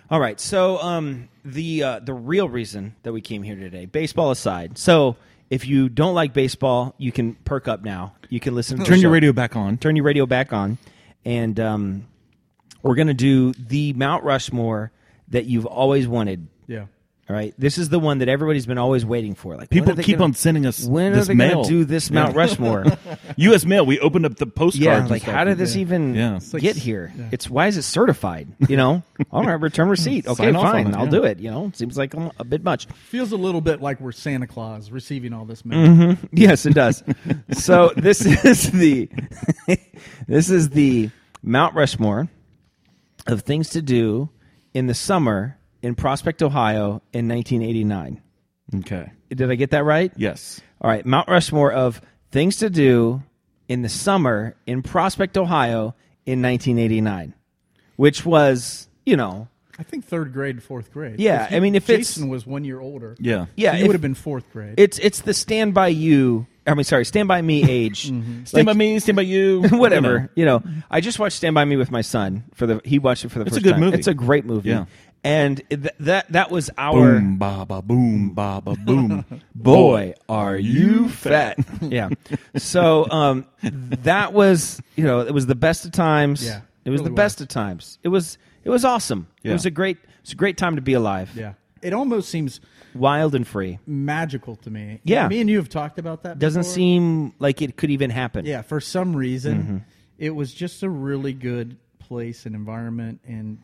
[SPEAKER 1] All right. So um, the uh, the real reason that we came here today, baseball aside. So if you don't like baseball, you can perk up now. You can listen. to
[SPEAKER 4] Turn
[SPEAKER 1] the
[SPEAKER 4] your
[SPEAKER 1] show.
[SPEAKER 4] radio back on.
[SPEAKER 1] Turn your radio back on, and um, we're gonna do the Mount Rushmore that you've always wanted.
[SPEAKER 5] Yeah.
[SPEAKER 1] All right. This is the one that everybody's been always waiting for. Like when
[SPEAKER 4] People
[SPEAKER 1] are they
[SPEAKER 4] keep
[SPEAKER 1] gonna-
[SPEAKER 4] on sending us
[SPEAKER 1] When
[SPEAKER 4] this
[SPEAKER 1] are they
[SPEAKER 4] mail.
[SPEAKER 1] gonna do this Mount Rushmore?
[SPEAKER 4] U.S. mail. We opened up the postcards.
[SPEAKER 1] yeah.
[SPEAKER 4] and
[SPEAKER 1] Like
[SPEAKER 4] stuff.
[SPEAKER 1] how did this
[SPEAKER 5] Yeah.
[SPEAKER 1] even
[SPEAKER 4] Yeah. It's
[SPEAKER 5] like
[SPEAKER 1] get
[SPEAKER 5] s-
[SPEAKER 1] here?
[SPEAKER 5] yeah.
[SPEAKER 1] It's why is it certified? You know. All right. Return receipt. Okay.
[SPEAKER 4] Sign off on
[SPEAKER 1] Fine.
[SPEAKER 4] it,
[SPEAKER 1] I'll
[SPEAKER 4] yeah.
[SPEAKER 1] do it. You know. Seems like I'm a bit much.
[SPEAKER 5] Feels a little bit like we're Santa Claus receiving all this mail.
[SPEAKER 1] Yes, it does. so this is the this is the Mount Rushmore of things to do in the summer in Prospect, Ohio, in 1989.
[SPEAKER 4] Okay.
[SPEAKER 1] Did I get that right?
[SPEAKER 4] Yes.
[SPEAKER 1] All right, Mount Rushmore of things to do in the summer in Prospect, Ohio, in 1989, which was you know
[SPEAKER 5] I think third grade, fourth grade.
[SPEAKER 1] Yeah,
[SPEAKER 5] If you-
[SPEAKER 1] I mean, if
[SPEAKER 5] Jason
[SPEAKER 1] it's-
[SPEAKER 5] was one year older,
[SPEAKER 4] Yeah.
[SPEAKER 1] Yeah,
[SPEAKER 5] so
[SPEAKER 1] if-
[SPEAKER 5] you would have been fourth grade.
[SPEAKER 1] it's it's the Stand by You. I mean, sorry, Stand by Me age.
[SPEAKER 4] Mm-hmm. Stand
[SPEAKER 1] Like,
[SPEAKER 4] by me. Stand by you.
[SPEAKER 1] whatever. You know, I just watched Stand by Me with my son for the he watched it for the
[SPEAKER 4] It's a
[SPEAKER 1] first
[SPEAKER 4] good
[SPEAKER 1] time.
[SPEAKER 4] movie.
[SPEAKER 1] It's a great movie.
[SPEAKER 4] Yeah.
[SPEAKER 1] And th- that that was our
[SPEAKER 4] Boom, ba ba boom, ba ba boom.
[SPEAKER 1] boy, are you fat. yeah. So um that was, you know, it was the best of times.
[SPEAKER 5] Yeah,
[SPEAKER 1] It was
[SPEAKER 5] really
[SPEAKER 1] the best of times. It was it was awesome. It
[SPEAKER 4] Yeah.
[SPEAKER 1] was a great it's a great time to be alive.
[SPEAKER 5] yeah, it almost seems
[SPEAKER 1] Wild and free.
[SPEAKER 5] magical to me.
[SPEAKER 1] Yeah.
[SPEAKER 5] me and you have talked about that.
[SPEAKER 1] Doesn't
[SPEAKER 5] before.
[SPEAKER 1] seem like it could even happen.
[SPEAKER 5] Yeah, for some reason, it was just a really good place and environment and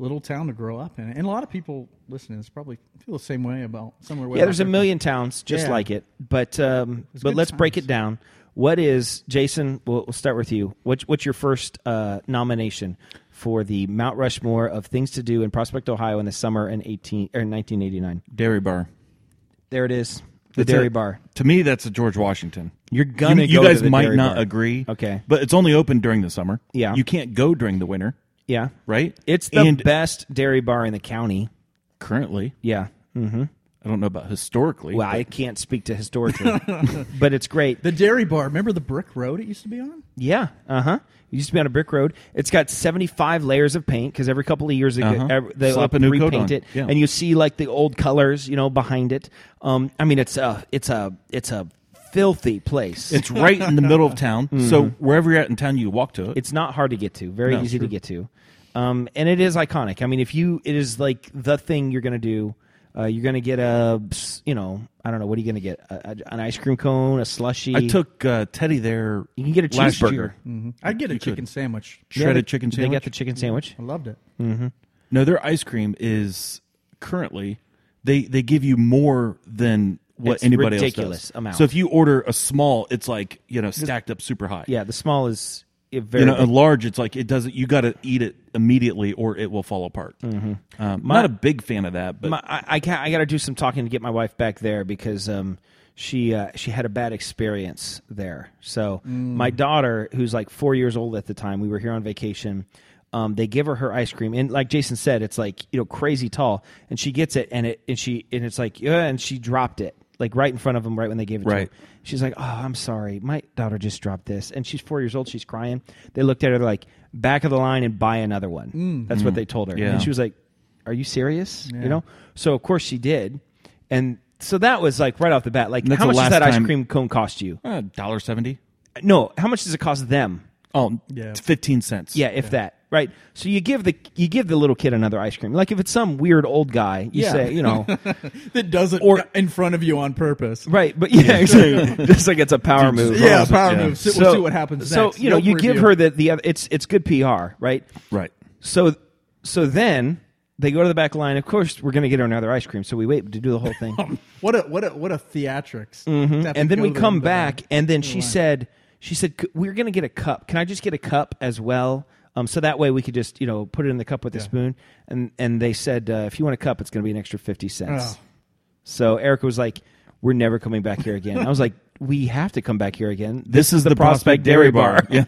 [SPEAKER 5] little town to grow up in. And a lot of people listening, it's probably feel the same way about somewhere. way
[SPEAKER 1] Yeah,
[SPEAKER 5] out
[SPEAKER 1] there's a
[SPEAKER 5] there.
[SPEAKER 1] million towns just
[SPEAKER 5] Yeah.
[SPEAKER 1] like it, but um, but
[SPEAKER 5] good
[SPEAKER 1] let's break
[SPEAKER 5] times.
[SPEAKER 1] it down. What is Jason? We'll, we'll start with you. What, what's your first uh, nomination for the Mount Rushmore of things to do in Prospect, Ohio, in the summer in eighteen or nineteen eighty nine?
[SPEAKER 4] Dairy bar.
[SPEAKER 1] There it is, the
[SPEAKER 4] That's
[SPEAKER 1] Dairy
[SPEAKER 4] a-
[SPEAKER 1] Bar.
[SPEAKER 4] To me, that's a George Washington.
[SPEAKER 1] You're gonna
[SPEAKER 4] You, you
[SPEAKER 1] go to
[SPEAKER 4] guys
[SPEAKER 1] the
[SPEAKER 4] might
[SPEAKER 1] Dairy
[SPEAKER 4] not
[SPEAKER 1] Bar.
[SPEAKER 4] agree.
[SPEAKER 1] Okay.
[SPEAKER 4] But it's only open during the summer.
[SPEAKER 1] Yeah.
[SPEAKER 4] You can't go during the winter.
[SPEAKER 1] Yeah,
[SPEAKER 4] Right?
[SPEAKER 1] It's the
[SPEAKER 4] And-
[SPEAKER 1] best dairy bar in the county.
[SPEAKER 4] Currently,
[SPEAKER 1] Yeah.
[SPEAKER 4] Mm-hmm. I don't know about historically.
[SPEAKER 1] Well, I can't speak to historically, but it's great.
[SPEAKER 5] The Dairy Bar. Remember the brick road it used to be on?
[SPEAKER 1] Yeah. Uh huh. It used to be on a brick road. It's got 75 layers of paint because every couple of years they,
[SPEAKER 4] Uh-huh.
[SPEAKER 1] every, they
[SPEAKER 4] Slap
[SPEAKER 1] like,
[SPEAKER 4] a new coat
[SPEAKER 1] repaint
[SPEAKER 4] on.
[SPEAKER 1] it,
[SPEAKER 4] Yeah.
[SPEAKER 1] and you see like the old colors, you know, behind it. Um, I mean, it's a it's a it's a filthy place.
[SPEAKER 4] It's right in the middle of town. So wherever you're at in town, you walk to it.
[SPEAKER 1] Mm-hmm. it's not hard to get to. Very
[SPEAKER 4] No,
[SPEAKER 1] easy to
[SPEAKER 4] true.
[SPEAKER 1] get to, um, and it is iconic. I mean, if you, it is like the thing you're gonna do. Uh, you're gonna get a, you know, I don't know, what are you gonna get? A, a- an ice cream cone, a slushie.
[SPEAKER 4] I took uh, Teddy there.
[SPEAKER 1] You can get a
[SPEAKER 4] last
[SPEAKER 1] cheeseburger.
[SPEAKER 4] year.
[SPEAKER 5] I'd get a chicken sandwich.
[SPEAKER 1] Yeah,
[SPEAKER 4] shredded
[SPEAKER 1] they-
[SPEAKER 4] chicken
[SPEAKER 1] They
[SPEAKER 4] sandwich.
[SPEAKER 1] got the chicken sandwich.
[SPEAKER 5] I loved it.
[SPEAKER 4] no, their ice cream is currently they they give you more than what
[SPEAKER 1] It's
[SPEAKER 4] anybody else
[SPEAKER 1] ridiculous
[SPEAKER 4] does.
[SPEAKER 1] amount.
[SPEAKER 4] So if you order a small, it's like you know stacked up super high.
[SPEAKER 1] Yeah, the small is eh, very.
[SPEAKER 4] You know, a
[SPEAKER 1] big.
[SPEAKER 4] large, it's like it doesn't. You got to eat it immediately, or it will fall apart. Um, not a big fan of that, but
[SPEAKER 1] My- I, I, ca- I got to do some talking to get my wife back there because um, she uh, she had a bad experience there. So
[SPEAKER 4] Mm.
[SPEAKER 1] my daughter, who's like four years old at the time, we were here on vacation. Um, they give her her ice cream, and like Jason said, it's like you know crazy tall, and she gets it, and it and she and it's like yeah, and she dropped it like right in front of him, right when they gave it
[SPEAKER 4] Right.
[SPEAKER 1] to him. She's like, "Oh, I'm sorry, my daughter just dropped this," and she's four years old. She's crying. They looked at her they're like, "Back of the line and buy another one."
[SPEAKER 4] Mm.
[SPEAKER 1] That's what they told her,
[SPEAKER 4] Yeah.
[SPEAKER 1] and she was like, "Are you serious?" You know. So of course she did, and so that was like right off the bat. Like,
[SPEAKER 4] that's
[SPEAKER 1] how
[SPEAKER 4] the
[SPEAKER 1] much does
[SPEAKER 4] last
[SPEAKER 1] that ice
[SPEAKER 4] time-
[SPEAKER 1] cream cone cost you?
[SPEAKER 4] dollar seventy.
[SPEAKER 1] No, how much does it cost them?
[SPEAKER 4] Oh,
[SPEAKER 5] Yeah.
[SPEAKER 4] it's fifteen cents.
[SPEAKER 1] Yeah, if that. Right. So you give the you give the little kid another ice cream. Like if it's some weird old guy, you
[SPEAKER 4] Yeah.
[SPEAKER 1] say, you know,
[SPEAKER 5] that doesn't
[SPEAKER 1] Or-
[SPEAKER 5] in front of you on purpose.
[SPEAKER 1] right? But yeah, exactly. just like it's a power move.
[SPEAKER 5] Yeah, power move.
[SPEAKER 1] So,
[SPEAKER 5] Sit- we'll see what happens.
[SPEAKER 1] So
[SPEAKER 5] next.
[SPEAKER 1] you know,
[SPEAKER 5] Yelp
[SPEAKER 1] you give
[SPEAKER 5] review.
[SPEAKER 1] her the the other, it's it's good PR, right?
[SPEAKER 4] right.
[SPEAKER 1] So so then they go to the back line. Of course, we're going to get her another ice cream. So we wait to do the whole thing,
[SPEAKER 5] what a what a what a theatrics. To have to
[SPEAKER 1] Mm-hmm. and then
[SPEAKER 5] go
[SPEAKER 1] we
[SPEAKER 5] to the
[SPEAKER 1] come
[SPEAKER 5] window.
[SPEAKER 1] back, and
[SPEAKER 4] Oh,
[SPEAKER 1] then she said she said "C- we're going to get a cup. Can I just get a cup as well? Um, so that way we could just you know put it in the cup with a spoon. And and they said uh, if you want a cup, it's going to be an extra fifty cents.
[SPEAKER 5] Oh.
[SPEAKER 1] So Erica was like, "We're never coming back here again." I was like. We have to come back here again.
[SPEAKER 4] This is the, Prospect, Dairy Bar. Yeah.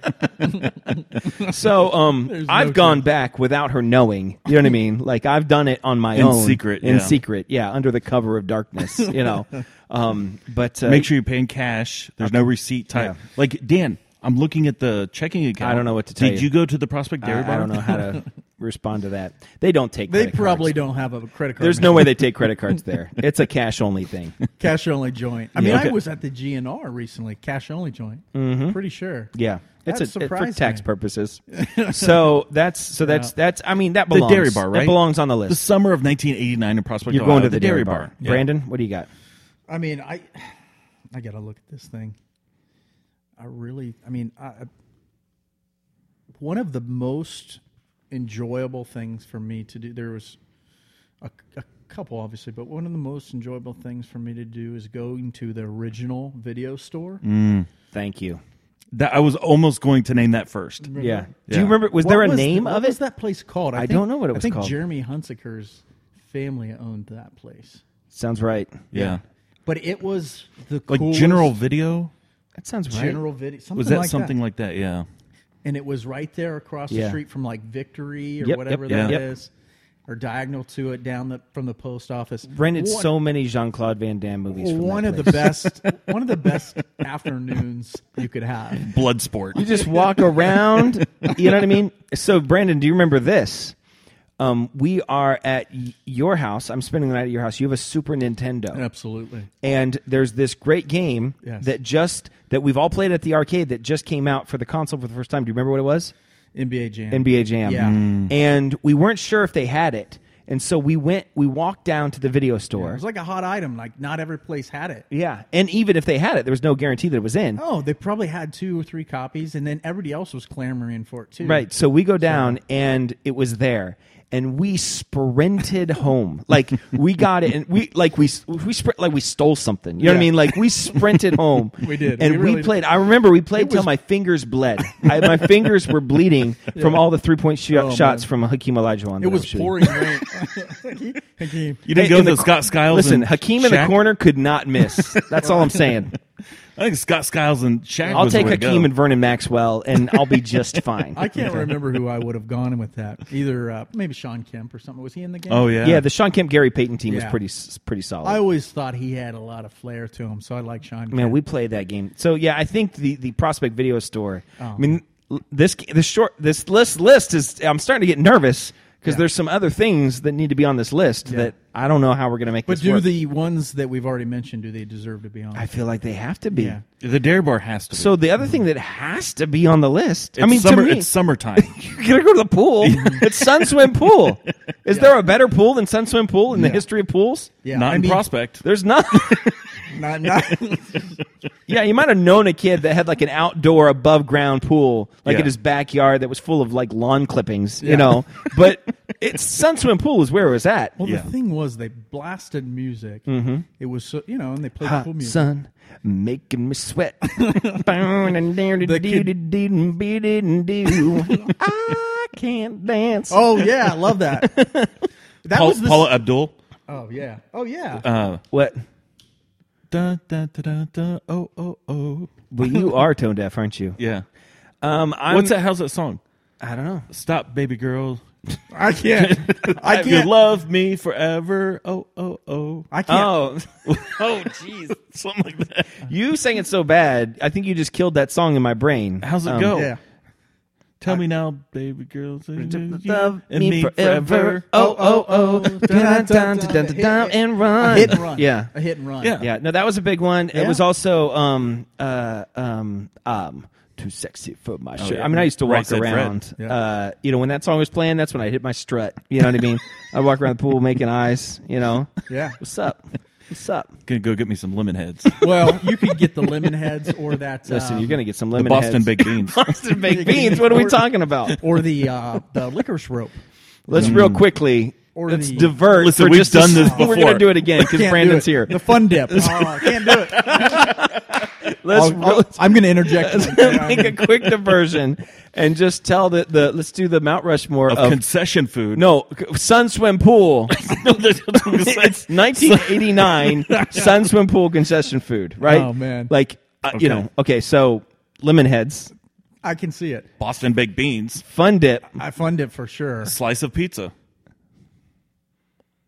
[SPEAKER 1] So um, I've gone back without her knowing. You know what I mean? Like I've done it on my
[SPEAKER 4] In
[SPEAKER 1] own,
[SPEAKER 4] secret,
[SPEAKER 1] in
[SPEAKER 4] yeah.
[SPEAKER 1] secret, yeah, under the cover of darkness. You know, um, but uh,
[SPEAKER 4] Make sure you're paying cash. There's no receipt type.
[SPEAKER 1] Yeah.
[SPEAKER 4] Like Dan, I'm looking at the checking account.
[SPEAKER 1] I don't know what to tell
[SPEAKER 4] Did
[SPEAKER 1] you.
[SPEAKER 4] you go to the Prospect Dairy
[SPEAKER 1] I,
[SPEAKER 4] Bar?
[SPEAKER 1] I don't know how to respond to that. They don't take.
[SPEAKER 5] They
[SPEAKER 1] credit
[SPEAKER 5] probably
[SPEAKER 1] cards.
[SPEAKER 5] don't have a credit card.
[SPEAKER 1] There's no way they take credit cards there. It's a cash only thing.
[SPEAKER 5] cash only joint. I mean,
[SPEAKER 4] okay.
[SPEAKER 5] I was at the GNR recently. Cash only joint. Pretty sure.
[SPEAKER 1] Mm-hmm. Yeah, it's
[SPEAKER 5] That
[SPEAKER 1] a, it- for
[SPEAKER 5] surprised
[SPEAKER 1] tax
[SPEAKER 5] me.
[SPEAKER 1] purposes. So that's so that's that's. I mean that
[SPEAKER 4] The
[SPEAKER 1] belongs.
[SPEAKER 4] Dairy Bar,
[SPEAKER 1] That
[SPEAKER 4] right?
[SPEAKER 1] belongs on the
[SPEAKER 4] The
[SPEAKER 1] list.
[SPEAKER 4] summer of 1989 in Prospect.
[SPEAKER 1] You're
[SPEAKER 4] Ohio,
[SPEAKER 1] going to the, Dairy, Bar,
[SPEAKER 4] Yeah.
[SPEAKER 1] Brandon. What do you got?
[SPEAKER 5] I mean, I I gotta look at this thing. I really, I mean, I, I- one of the most enjoyable things for me to do. There was a, a couple, obviously, but one of the most enjoyable things for me to do is going to the original video store.
[SPEAKER 1] Mm. Thank you.
[SPEAKER 4] That, I was almost going to name that first.
[SPEAKER 1] Yeah. Do
[SPEAKER 4] Yeah.
[SPEAKER 1] you remember? Was
[SPEAKER 5] What
[SPEAKER 1] there a
[SPEAKER 5] was-
[SPEAKER 1] name
[SPEAKER 5] what
[SPEAKER 1] of it?
[SPEAKER 5] was that place called?
[SPEAKER 1] I don't know what it was
[SPEAKER 5] I think
[SPEAKER 1] called.
[SPEAKER 5] Jeremy Hunsaker's family owned that place,
[SPEAKER 1] Sounds right.
[SPEAKER 4] Yeah.
[SPEAKER 5] but it was the
[SPEAKER 4] Like
[SPEAKER 5] coolest
[SPEAKER 4] General Video.
[SPEAKER 1] That sounds right.
[SPEAKER 5] general video. Something
[SPEAKER 4] Was that
[SPEAKER 5] like
[SPEAKER 4] something
[SPEAKER 5] that.
[SPEAKER 4] like that? Yeah.
[SPEAKER 5] and it was right there across
[SPEAKER 1] Yeah.
[SPEAKER 5] the street from like Victory or
[SPEAKER 1] Yep,
[SPEAKER 5] whatever
[SPEAKER 1] yep,
[SPEAKER 5] that is,
[SPEAKER 1] yeah.
[SPEAKER 5] or diagonal to it down the from the post office.
[SPEAKER 1] rented
[SPEAKER 5] One-
[SPEAKER 1] so many Jean Claude Van Damme movies. From
[SPEAKER 5] one
[SPEAKER 1] that
[SPEAKER 5] of the
[SPEAKER 1] place.
[SPEAKER 5] best, one of the best afternoons you could have.
[SPEAKER 4] Bloodsport.
[SPEAKER 1] You just walk around. you know what I mean? So, Brandon, do you remember this? Um, we are at y- your house. I'm spending the night at your house. You have a Super Nintendo,
[SPEAKER 5] Absolutely,
[SPEAKER 1] and there's this great game
[SPEAKER 5] Yes.
[SPEAKER 1] that just that we've all played at the arcade that just came out for the console for the first time. Do you remember what it was?
[SPEAKER 5] NBA Jam.
[SPEAKER 1] NBA Jam.
[SPEAKER 5] Yeah. Mm.
[SPEAKER 1] And we weren't sure if they had it, and so we went. We walked down to the video store.
[SPEAKER 5] It was like a hot item. Like not every place had it.
[SPEAKER 1] Yeah, and even if they had it, there was no guarantee that it was in.
[SPEAKER 5] Oh, they probably had two or three copies, and then everybody else was clamoring for it too.
[SPEAKER 1] Right. So we go down, and it was there, and we sprinted home. Like we got it, and we like we we sprint like we stole something. You know what I
[SPEAKER 5] Yeah.
[SPEAKER 1] mean? Like we sprinted home.
[SPEAKER 5] We did.
[SPEAKER 1] and
[SPEAKER 5] We
[SPEAKER 1] we,
[SPEAKER 5] really did.
[SPEAKER 1] played. I remember we played till
[SPEAKER 5] was-
[SPEAKER 1] my fingers bled. I, my fingers were bleeding from all the three point shot shots from Hakeem Olajuwon.
[SPEAKER 5] Oh, It was pouring rain. Hakeem.
[SPEAKER 4] You didn't go to the Scott Skiles.
[SPEAKER 1] Listen,
[SPEAKER 4] and
[SPEAKER 1] Hakeem in the
[SPEAKER 4] Shaq?
[SPEAKER 1] corner could not miss. That's all I'm saying.
[SPEAKER 4] I think Scott Skiles and Shaq.
[SPEAKER 1] I'll
[SPEAKER 4] was the
[SPEAKER 1] take
[SPEAKER 4] way to
[SPEAKER 1] Hakeem
[SPEAKER 4] go.
[SPEAKER 1] and Vernon Maxwell, and I'll be just fine.
[SPEAKER 5] I can't remember who I would have gone with that. Either uh, maybe Sean Kemp or something. Was he in the game?
[SPEAKER 4] Oh yeah.
[SPEAKER 1] Yeah, the Sean Kemp Gary Payton team was
[SPEAKER 5] Yeah.
[SPEAKER 1] pretty s- pretty solid.
[SPEAKER 5] I always thought he had a lot of flair to him, so I like Sean.
[SPEAKER 1] Man,
[SPEAKER 5] Kemp.
[SPEAKER 1] we played that game. So yeah, I think the the Prospect Video Store.
[SPEAKER 5] Oh.
[SPEAKER 1] I mean, l- this this short this list list is. I'm starting to get nervous because there's some other things that need to be on this list that I don't know how we're gonna make.
[SPEAKER 5] but
[SPEAKER 1] this
[SPEAKER 5] do
[SPEAKER 1] work.
[SPEAKER 5] the ones that we've already mentioned do they deserve to be on?
[SPEAKER 1] I feel like they have to be.
[SPEAKER 5] Yeah.
[SPEAKER 4] The Dairy Bar has to. Be.
[SPEAKER 1] So the other thing that has to be on the list. I
[SPEAKER 4] It's
[SPEAKER 1] mean,
[SPEAKER 4] summer,
[SPEAKER 1] to me,
[SPEAKER 4] it's summertime.
[SPEAKER 1] you're gonna go to the pool. it's Sunswim Pool. Is there a better pool than Sunswim Pool in the history of pools?
[SPEAKER 5] yeah,
[SPEAKER 4] Not
[SPEAKER 5] I
[SPEAKER 4] in
[SPEAKER 5] mean,
[SPEAKER 4] Prospect.
[SPEAKER 1] There's not.
[SPEAKER 5] Not, not,
[SPEAKER 1] Yeah, you might have known a kid that had like an outdoor above ground pool, like
[SPEAKER 4] Yeah.
[SPEAKER 1] in his backyard that was full of like lawn clippings, you
[SPEAKER 5] Yeah.
[SPEAKER 1] know. But it's Sun Swim Pool is where it was at.
[SPEAKER 5] Well,
[SPEAKER 4] Yeah.
[SPEAKER 5] the thing was, they blasted music. It was so you know, and they played cool music.
[SPEAKER 1] Mm-hmm. sun making me sweat. I can't dance.
[SPEAKER 5] Oh yeah, I love that. That
[SPEAKER 4] Paul,
[SPEAKER 5] was the,
[SPEAKER 4] Paula Abdul. Uh,
[SPEAKER 5] Oh yeah. Oh yeah.
[SPEAKER 1] Uh, What?
[SPEAKER 4] Da, da, da, da, da, oh, oh, oh.
[SPEAKER 1] Well, you are tone deaf, aren't you?
[SPEAKER 4] Yeah.
[SPEAKER 1] Um, I'm,
[SPEAKER 4] What's that? How's that song?
[SPEAKER 1] I don't know.
[SPEAKER 4] Stop, baby girl.
[SPEAKER 5] I can't. I
[SPEAKER 4] You
[SPEAKER 5] can't.
[SPEAKER 4] love me forever. Oh, oh, oh.
[SPEAKER 5] I can't.
[SPEAKER 1] Oh,
[SPEAKER 4] Oh, jeez. Something like that.
[SPEAKER 1] you sang it so bad. I think you just killed that song in my brain.
[SPEAKER 4] How's it
[SPEAKER 1] Um,
[SPEAKER 4] go?
[SPEAKER 5] Yeah.
[SPEAKER 4] Tell me now, baby girl. say you
[SPEAKER 1] Love
[SPEAKER 4] and me forever.
[SPEAKER 1] Oh oh oh. Dun, dun, dun, dun, dun, dun, and run.
[SPEAKER 5] Hit and run.
[SPEAKER 1] Yeah.
[SPEAKER 5] A hit and run.
[SPEAKER 4] Yeah.
[SPEAKER 1] Yeah, no, that was a big one. It
[SPEAKER 5] Yeah.
[SPEAKER 1] was also um uh um um too sexy for my shirt.
[SPEAKER 4] yeah.
[SPEAKER 1] I mean, I used to
[SPEAKER 4] Right
[SPEAKER 1] walk
[SPEAKER 4] Said Fred.
[SPEAKER 1] around.
[SPEAKER 5] Yeah.
[SPEAKER 1] Uh, you know, when that song was playing, that's when I hit my strut. You know what I mean? I walk around the pool making eyes. You know,
[SPEAKER 5] Yeah.
[SPEAKER 1] what's up? What's up?
[SPEAKER 4] Gonna go get me some lemon heads.
[SPEAKER 5] Well, you could get the lemon heads or that.
[SPEAKER 1] Listen,
[SPEAKER 5] um,
[SPEAKER 1] you're gonna get some lemon
[SPEAKER 4] Boston
[SPEAKER 1] heads.
[SPEAKER 4] baked beans.
[SPEAKER 1] Boston baked beans. What are we talking about?
[SPEAKER 5] or the uh, the licorice rope.
[SPEAKER 1] Let's real quickly.
[SPEAKER 5] Or
[SPEAKER 1] let's
[SPEAKER 5] the-
[SPEAKER 1] divert.
[SPEAKER 4] Listen,
[SPEAKER 1] for
[SPEAKER 4] we've
[SPEAKER 1] just a
[SPEAKER 4] done this
[SPEAKER 1] s- We're gonna
[SPEAKER 4] before.
[SPEAKER 1] do it again because
[SPEAKER 5] Can't do
[SPEAKER 1] Brandon's
[SPEAKER 5] it.
[SPEAKER 1] here.
[SPEAKER 5] The fun dip. Oh, I can't do it.
[SPEAKER 1] Let's
[SPEAKER 5] I'll- I'll- I'm going to interject.
[SPEAKER 1] make a quick diversion and just tell the, the let's do the Mount Rushmore of,
[SPEAKER 4] Concession food.
[SPEAKER 1] no Sun Swim Pool.
[SPEAKER 4] No, that's what I'm gonna say.
[SPEAKER 1] it's 1989 Sun Swim Pool concession food, right?
[SPEAKER 5] Oh, man.
[SPEAKER 1] like uh,
[SPEAKER 4] Okay.
[SPEAKER 1] you know, okay, so lemon heads,
[SPEAKER 5] I can see it.
[SPEAKER 4] Boston baked beans.
[SPEAKER 1] fun dip.
[SPEAKER 5] I fund it for sure.
[SPEAKER 4] Slice of pizza.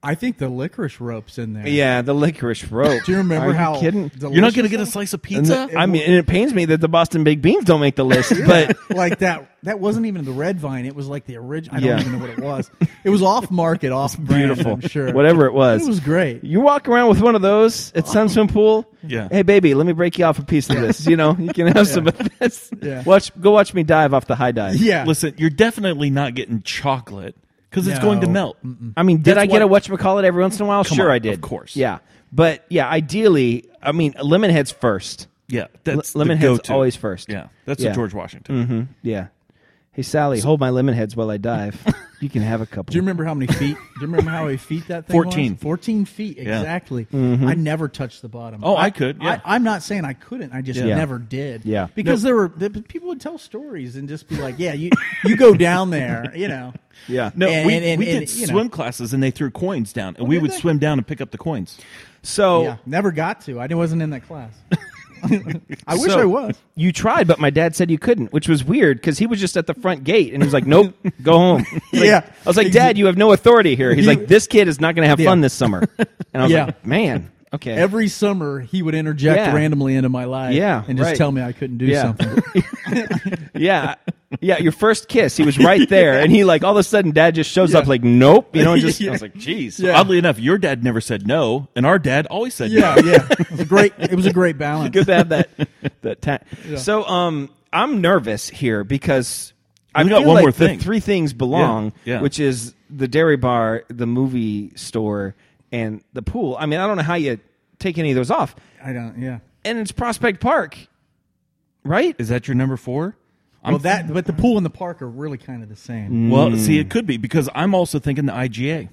[SPEAKER 5] I think the licorice rope's in there.
[SPEAKER 1] Yeah, the licorice rope.
[SPEAKER 5] Do you remember
[SPEAKER 1] Are
[SPEAKER 5] how?
[SPEAKER 1] You kidding?
[SPEAKER 4] You're not gonna
[SPEAKER 5] delicious
[SPEAKER 4] get a
[SPEAKER 5] that-
[SPEAKER 4] slice of
[SPEAKER 1] And
[SPEAKER 4] pizza.
[SPEAKER 1] the- I mean, and it pains me that the Boston baked beans don't make the list, but
[SPEAKER 5] like that. That wasn't even the red vine. It was like the original. I don't
[SPEAKER 1] Yeah.
[SPEAKER 5] even know what it was. It was off market, off brand.
[SPEAKER 1] beautiful.
[SPEAKER 5] I'm sure.
[SPEAKER 1] Whatever it was.
[SPEAKER 5] It was great.
[SPEAKER 1] You walk around with one of those at Sun Swim Pool.
[SPEAKER 4] Yeah.
[SPEAKER 1] Hey, baby, let me break you off a piece of this. You know, you can have some of this.
[SPEAKER 5] Yeah.
[SPEAKER 1] Watch, go watch me dive off the high dive.
[SPEAKER 5] Yeah.
[SPEAKER 4] Listen, you're definitely not getting chocolate because it's
[SPEAKER 5] No.
[SPEAKER 4] going to melt.
[SPEAKER 1] I mean, did
[SPEAKER 4] That's
[SPEAKER 1] I get
[SPEAKER 4] why-
[SPEAKER 1] a whatchamacallit every once in a while?
[SPEAKER 4] Come
[SPEAKER 1] sure,
[SPEAKER 4] on,
[SPEAKER 1] I did.
[SPEAKER 4] of course.
[SPEAKER 1] Yeah. But yeah, ideally, I mean, lemon heads first.
[SPEAKER 4] Yeah,
[SPEAKER 1] L-
[SPEAKER 4] that's
[SPEAKER 1] lemon
[SPEAKER 4] the
[SPEAKER 1] heads
[SPEAKER 4] go-to.
[SPEAKER 1] always first.
[SPEAKER 4] Yeah, that's
[SPEAKER 1] Yeah.
[SPEAKER 4] the George Washington.
[SPEAKER 5] Mm-hmm.
[SPEAKER 1] Yeah. Hey, Sally, hold my lemon heads while I dive. you can have a couple.
[SPEAKER 5] Do you remember how many feet? Do you remember how many feet that thing
[SPEAKER 4] 14.
[SPEAKER 5] was? 14 feet, exactly.
[SPEAKER 1] Mm-hmm.
[SPEAKER 5] I never touched the bottom.
[SPEAKER 4] Oh, I could, yeah.
[SPEAKER 5] I, am not saying I couldn't. I just
[SPEAKER 1] Yeah.
[SPEAKER 5] never did.
[SPEAKER 1] Yeah.
[SPEAKER 5] Because there were the, people would tell stories and just be like, "Yeah, you you go down there, you know."
[SPEAKER 1] yeah.
[SPEAKER 4] No,
[SPEAKER 5] And-
[SPEAKER 4] we,
[SPEAKER 5] and- and-
[SPEAKER 4] we
[SPEAKER 5] and,
[SPEAKER 4] did
[SPEAKER 5] you know. Oh,
[SPEAKER 4] swim classes and they threw coins down, and we
[SPEAKER 5] did
[SPEAKER 4] would
[SPEAKER 5] they?
[SPEAKER 4] swim down and pick up the coins.
[SPEAKER 1] So
[SPEAKER 5] Yeah. Never got to. I wasn't in that class. I wish
[SPEAKER 1] So,
[SPEAKER 5] I was.
[SPEAKER 1] You tried, but my dad said you couldn't, which was weird because he was just at the front gate and he was like, "Nope, go home." Like-
[SPEAKER 5] Yeah.
[SPEAKER 1] I was like, "Dad, you have no authority here." He's
[SPEAKER 5] You-
[SPEAKER 1] like, "This kid is not going to have fun
[SPEAKER 5] Yeah.
[SPEAKER 1] this summer," and I was
[SPEAKER 5] Yeah.
[SPEAKER 1] like, "Man, okay."
[SPEAKER 5] Every summer he would interject
[SPEAKER 1] Yeah.
[SPEAKER 5] randomly into my life
[SPEAKER 1] Yeah,
[SPEAKER 5] and just
[SPEAKER 1] right.
[SPEAKER 5] tell me I couldn't do
[SPEAKER 1] Yeah.
[SPEAKER 5] something.
[SPEAKER 1] yeah, yeah. Your first kiss, he was right there, and he like all of a sudden, Dad just shows up like, "Nope," you know, and just I was like,
[SPEAKER 4] Jeez.
[SPEAKER 5] Yeah.
[SPEAKER 4] Oddly enough, your dad never said no, and our dad always said no.
[SPEAKER 5] yeah, yeah. It was a great it was a great balance.
[SPEAKER 1] good to have that that time. So, um, I'm nervous here because I
[SPEAKER 4] We got
[SPEAKER 1] feel
[SPEAKER 4] one
[SPEAKER 1] like
[SPEAKER 4] more
[SPEAKER 1] the
[SPEAKER 4] thing.
[SPEAKER 1] three things belong,
[SPEAKER 4] Yeah, yeah.
[SPEAKER 1] which is the dairy bar, the movie store, and the pool. I mean, I don't know how you take any of those off,
[SPEAKER 5] I don't yeah.
[SPEAKER 1] and it's Prospect Park, right?
[SPEAKER 4] Is that your number four? I'm, Mm.
[SPEAKER 5] Well, that Mm. but the pool and the park are really kind of the same.
[SPEAKER 4] well, see, it could be because I'm also thinking the IGA.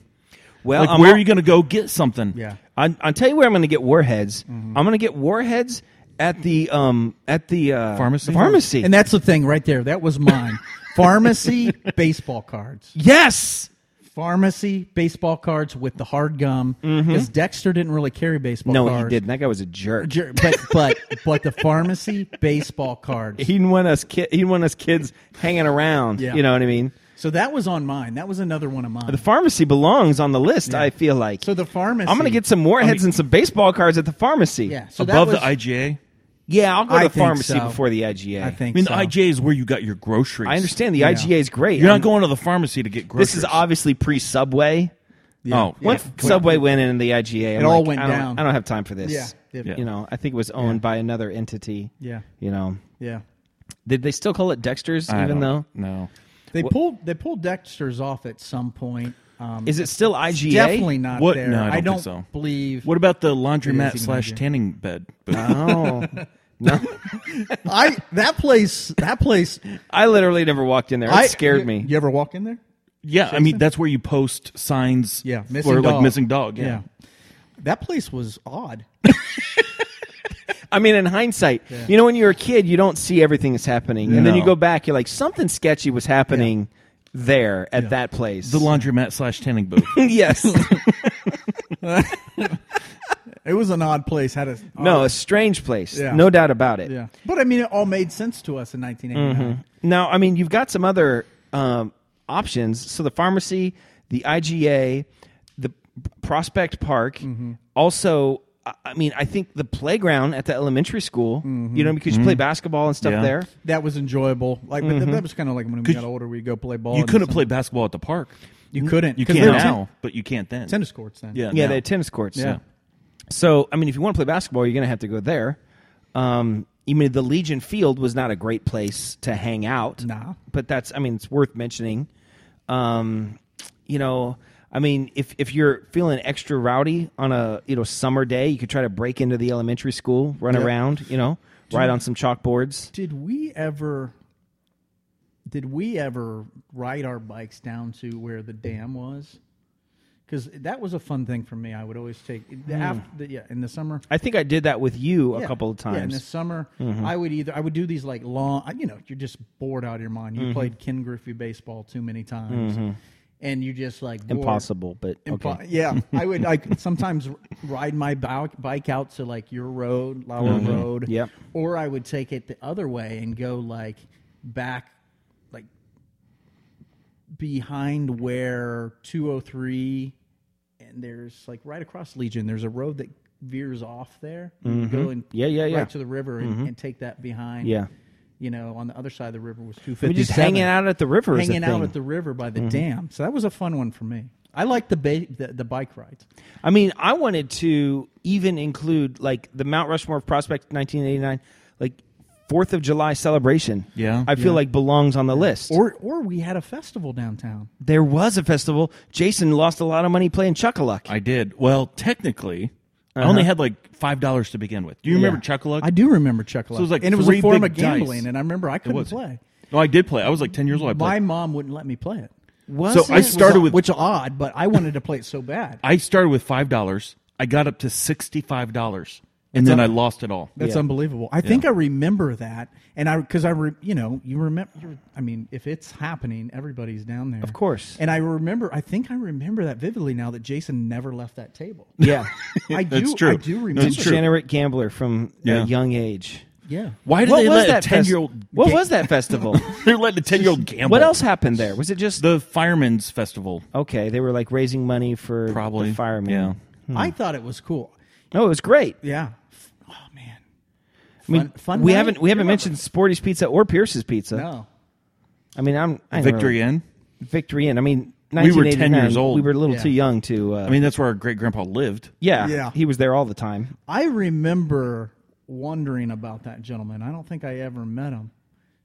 [SPEAKER 1] Well,
[SPEAKER 4] Like,
[SPEAKER 1] I'm
[SPEAKER 4] where
[SPEAKER 1] al-
[SPEAKER 4] are you going to go get something?
[SPEAKER 5] Yeah.
[SPEAKER 1] I, I'll tell you where I'm going to get warheads. I'm going to get warheads at the um at the uh,
[SPEAKER 4] Pharmacy?
[SPEAKER 1] Pharmacy.
[SPEAKER 5] And that's the thing right there. That was mine. Pharmacy baseball cards.
[SPEAKER 1] yes.
[SPEAKER 5] Pharmacy baseball cards with the hard gum. Because
[SPEAKER 4] Mm-hmm.
[SPEAKER 5] Dexter didn't really carry baseball
[SPEAKER 1] No,
[SPEAKER 5] cards.
[SPEAKER 1] he didn't. That guy was a jerk.
[SPEAKER 5] Jer- But but but the pharmacy baseball cards.
[SPEAKER 1] he didn't want us ki- he didn't want us kids hanging around.
[SPEAKER 5] Yeah.
[SPEAKER 1] You know what I mean?
[SPEAKER 5] So that was on mine. That was another one of mine.
[SPEAKER 1] The pharmacy belongs on the list. I feel like
[SPEAKER 5] so the pharmacy.
[SPEAKER 1] I'm going to get some warheads and some baseball cards at the pharmacy.
[SPEAKER 5] yeah. So
[SPEAKER 4] Above
[SPEAKER 5] that was,
[SPEAKER 4] the IGA?
[SPEAKER 1] yeah. I'll go
[SPEAKER 5] I
[SPEAKER 1] to the
[SPEAKER 5] think
[SPEAKER 1] pharmacy
[SPEAKER 5] so.
[SPEAKER 1] before the IGA.
[SPEAKER 5] I think.
[SPEAKER 4] I mean,
[SPEAKER 5] so.
[SPEAKER 4] the IGA is where you got your groceries.
[SPEAKER 1] I understand the IGA is great.
[SPEAKER 4] You're
[SPEAKER 1] I'm-
[SPEAKER 4] not going to the pharmacy to get groceries.
[SPEAKER 1] This is obviously pre Subway.
[SPEAKER 4] Oh,
[SPEAKER 1] Once Subway went in the IGA, I'm
[SPEAKER 5] It all
[SPEAKER 1] like,
[SPEAKER 5] went
[SPEAKER 1] I don't,
[SPEAKER 5] down.
[SPEAKER 1] I don't have time for this.
[SPEAKER 5] Yeah. Yeah.
[SPEAKER 1] You know, I think it was owned by another entity.
[SPEAKER 5] Yeah.
[SPEAKER 1] You know,
[SPEAKER 5] Yeah.
[SPEAKER 1] did they still call it Dexter's?
[SPEAKER 4] I
[SPEAKER 1] even though
[SPEAKER 4] don't- no.
[SPEAKER 5] They pulled they pulled Dexter's off at some point. Um,
[SPEAKER 1] is it still IGA?
[SPEAKER 5] definitely not
[SPEAKER 4] What?
[SPEAKER 5] there.
[SPEAKER 4] No, I don't
[SPEAKER 5] I
[SPEAKER 4] think
[SPEAKER 5] don't
[SPEAKER 4] so.
[SPEAKER 5] believe.
[SPEAKER 4] What about the laundromat
[SPEAKER 5] even
[SPEAKER 4] slash
[SPEAKER 5] IGA.
[SPEAKER 4] tanning bed?
[SPEAKER 1] Oh. No,
[SPEAKER 5] I that place that place
[SPEAKER 1] I literally never walked in there. It
[SPEAKER 5] I
[SPEAKER 1] scared
[SPEAKER 5] you-
[SPEAKER 1] me.
[SPEAKER 5] You ever walk in there?
[SPEAKER 4] Yeah, I mean that's where you post signs.
[SPEAKER 5] Yeah,
[SPEAKER 4] missing or like missing dog. Yeah.
[SPEAKER 5] That place was odd.
[SPEAKER 1] I mean, in hindsight, you know, when you're a kid, you don't see everything that's happening, and then you
[SPEAKER 4] No.
[SPEAKER 1] go back, you're like, something sketchy was happening there at that place.
[SPEAKER 4] the laundromat slash tanning booth.
[SPEAKER 1] yes,
[SPEAKER 5] It was an odd place. Had a
[SPEAKER 1] no, a strange place,
[SPEAKER 5] Yeah.
[SPEAKER 1] no doubt about it.
[SPEAKER 5] yeah. But I mean, it all made sense to us in
[SPEAKER 4] Mm-hmm.
[SPEAKER 5] 1989.
[SPEAKER 1] Now, I mean, you've got some other um, options. So the pharmacy, the IGA, the P- Prospect Park. Also, I- I mean, I think the playground at the elementary school. You know, because you play basketball and stuff
[SPEAKER 4] Yeah.
[SPEAKER 1] there.
[SPEAKER 5] That was enjoyable. Like, but that- that was kind of like when we got older, we'd go play ball.
[SPEAKER 4] You
[SPEAKER 5] and
[SPEAKER 4] couldn't play
[SPEAKER 5] something-
[SPEAKER 4] basketball at the park. Mm.
[SPEAKER 5] You couldn't.
[SPEAKER 4] You
[SPEAKER 5] 'cause
[SPEAKER 4] can
[SPEAKER 5] they were ten-
[SPEAKER 4] now, but you can't then.
[SPEAKER 5] tennis courts then.
[SPEAKER 4] Yeah,
[SPEAKER 1] Yeah,
[SPEAKER 4] now.
[SPEAKER 1] they had tennis courts.
[SPEAKER 5] Yeah.
[SPEAKER 1] So, I mean, if you want to play basketball, you're going to have to go there. Um, you mean the Legion Field was not a great place to hang out.
[SPEAKER 5] Nah.
[SPEAKER 1] But that's, I mean, it's worth mentioning. Um, you know, I mean, if, if you're feeling extra rowdy on a you know summer day, you could try to break into the elementary school, run around, you know, ride on some chalkboards.
[SPEAKER 5] Did we ever? Did we ever ride our bikes down to where the dam was? Because that was a fun thing for me. I would always take the,
[SPEAKER 4] Hmm.
[SPEAKER 5] af- the- yeah in the summer.
[SPEAKER 1] I think I did that with you a
[SPEAKER 5] Yeah.
[SPEAKER 1] couple of
[SPEAKER 5] Yeah, in
[SPEAKER 1] times. Mm-hmm.
[SPEAKER 5] the summer, I would either I would do these like long. I- You know, you're just bored out of your mind. You
[SPEAKER 1] Mm-hmm.
[SPEAKER 5] played Ken Griffey baseball too many times, and you just like bored.
[SPEAKER 1] Impossible, but okay.
[SPEAKER 5] Impo- Yeah, I would like sometimes r- ride my bou- bike out to like your road, Lower Road.
[SPEAKER 1] Mm-hmm. Yep.
[SPEAKER 5] Or I would take it the other way and go like back, like behind where 203 and there's like right across Legion, there's a road that veers off there. You go and
[SPEAKER 1] Mm-hmm. Yeah, yeah, yeah.
[SPEAKER 5] Right to the river and, and take that behind.
[SPEAKER 1] Yeah.
[SPEAKER 5] You know, on the other side of the river was
[SPEAKER 1] I
[SPEAKER 5] 250.
[SPEAKER 1] mean, just hanging out at the river. is a
[SPEAKER 5] hanging out
[SPEAKER 1] thing.
[SPEAKER 5] at the river by
[SPEAKER 4] Mm-hmm.
[SPEAKER 5] the dam. So that was a fun one for me. I like the, ba- the the bike rides.
[SPEAKER 1] I mean, I wanted to even include like the Mount Rushmore of Prospect 1989, like Fourth of July celebration.
[SPEAKER 4] Yeah.
[SPEAKER 1] I feel like belongs on the list. Or
[SPEAKER 5] Or or we had a festival downtown.
[SPEAKER 1] there was a festival. Jason lost a lot of money playing Chuckaluck.
[SPEAKER 4] I did. Well, technically, I only had like five dollars to begin with. Do you remember
[SPEAKER 5] Yeah.
[SPEAKER 4] Chuck Chuckaluck?
[SPEAKER 5] I do remember Chuck Luck.
[SPEAKER 4] So it was like
[SPEAKER 5] and it was
[SPEAKER 4] three
[SPEAKER 5] a form
[SPEAKER 4] big
[SPEAKER 5] of gambling,
[SPEAKER 4] dice.
[SPEAKER 5] and I remember I
[SPEAKER 4] It
[SPEAKER 5] couldn't
[SPEAKER 4] was.
[SPEAKER 5] play.
[SPEAKER 4] No, I did play. I was like ten years old. I
[SPEAKER 5] My
[SPEAKER 4] played.
[SPEAKER 5] mom wouldn't let me play it.
[SPEAKER 1] Was
[SPEAKER 4] So I
[SPEAKER 1] it?
[SPEAKER 4] started with
[SPEAKER 5] which odd, but I wanted to play it so bad.
[SPEAKER 4] I started with five dollars. I got up to sixty five dollars, and then I lost it all.
[SPEAKER 5] That's
[SPEAKER 1] Yeah.
[SPEAKER 5] unbelievable. I think I remember that, and I because I re, you know you remember. I mean, if it's happening, everybody's down there, of
[SPEAKER 1] course.
[SPEAKER 5] And I remember. I think I remember that vividly now that Jason never left that table.
[SPEAKER 1] yeah,
[SPEAKER 5] I do.
[SPEAKER 4] That's true.
[SPEAKER 5] I do remember.
[SPEAKER 4] That's true.
[SPEAKER 1] degenerate gambler from
[SPEAKER 4] Yeah.
[SPEAKER 1] a young age.
[SPEAKER 5] Yeah.
[SPEAKER 4] Why did
[SPEAKER 1] What
[SPEAKER 4] they
[SPEAKER 1] was
[SPEAKER 4] let
[SPEAKER 1] that fest-
[SPEAKER 4] a ten year old?
[SPEAKER 1] What was that festival?
[SPEAKER 4] They're letting a ten year old gamble.
[SPEAKER 1] what else happened there? Was it just
[SPEAKER 4] The Firemen's Festival.
[SPEAKER 1] okay? They were like raising money for
[SPEAKER 4] Probably.
[SPEAKER 1] the firemen.
[SPEAKER 4] Yeah.
[SPEAKER 5] I
[SPEAKER 1] Hmm.
[SPEAKER 5] thought it was cool.
[SPEAKER 1] No, it was great.
[SPEAKER 5] Yeah. F- Oh man.
[SPEAKER 1] I mean,
[SPEAKER 5] Fun- fun
[SPEAKER 1] we
[SPEAKER 5] night?
[SPEAKER 1] haven't we haven't
[SPEAKER 5] Remember.
[SPEAKER 1] mentioned Sporty's Pizza or Pierce's Pizza.
[SPEAKER 5] No.
[SPEAKER 1] I mean, I'm I don't
[SPEAKER 4] Victory
[SPEAKER 1] know.
[SPEAKER 4] Inn.
[SPEAKER 1] Victory Inn. I mean,
[SPEAKER 4] We were
[SPEAKER 1] 1989,
[SPEAKER 4] 10 years old.
[SPEAKER 1] We were a little
[SPEAKER 5] Yeah.
[SPEAKER 1] too young to. Uh,
[SPEAKER 4] I mean, that's where our great grandpa lived.
[SPEAKER 1] yeah,
[SPEAKER 5] Yeah.
[SPEAKER 1] he was there all the time.
[SPEAKER 5] I remember wondering about that gentleman. I don't think I ever met him.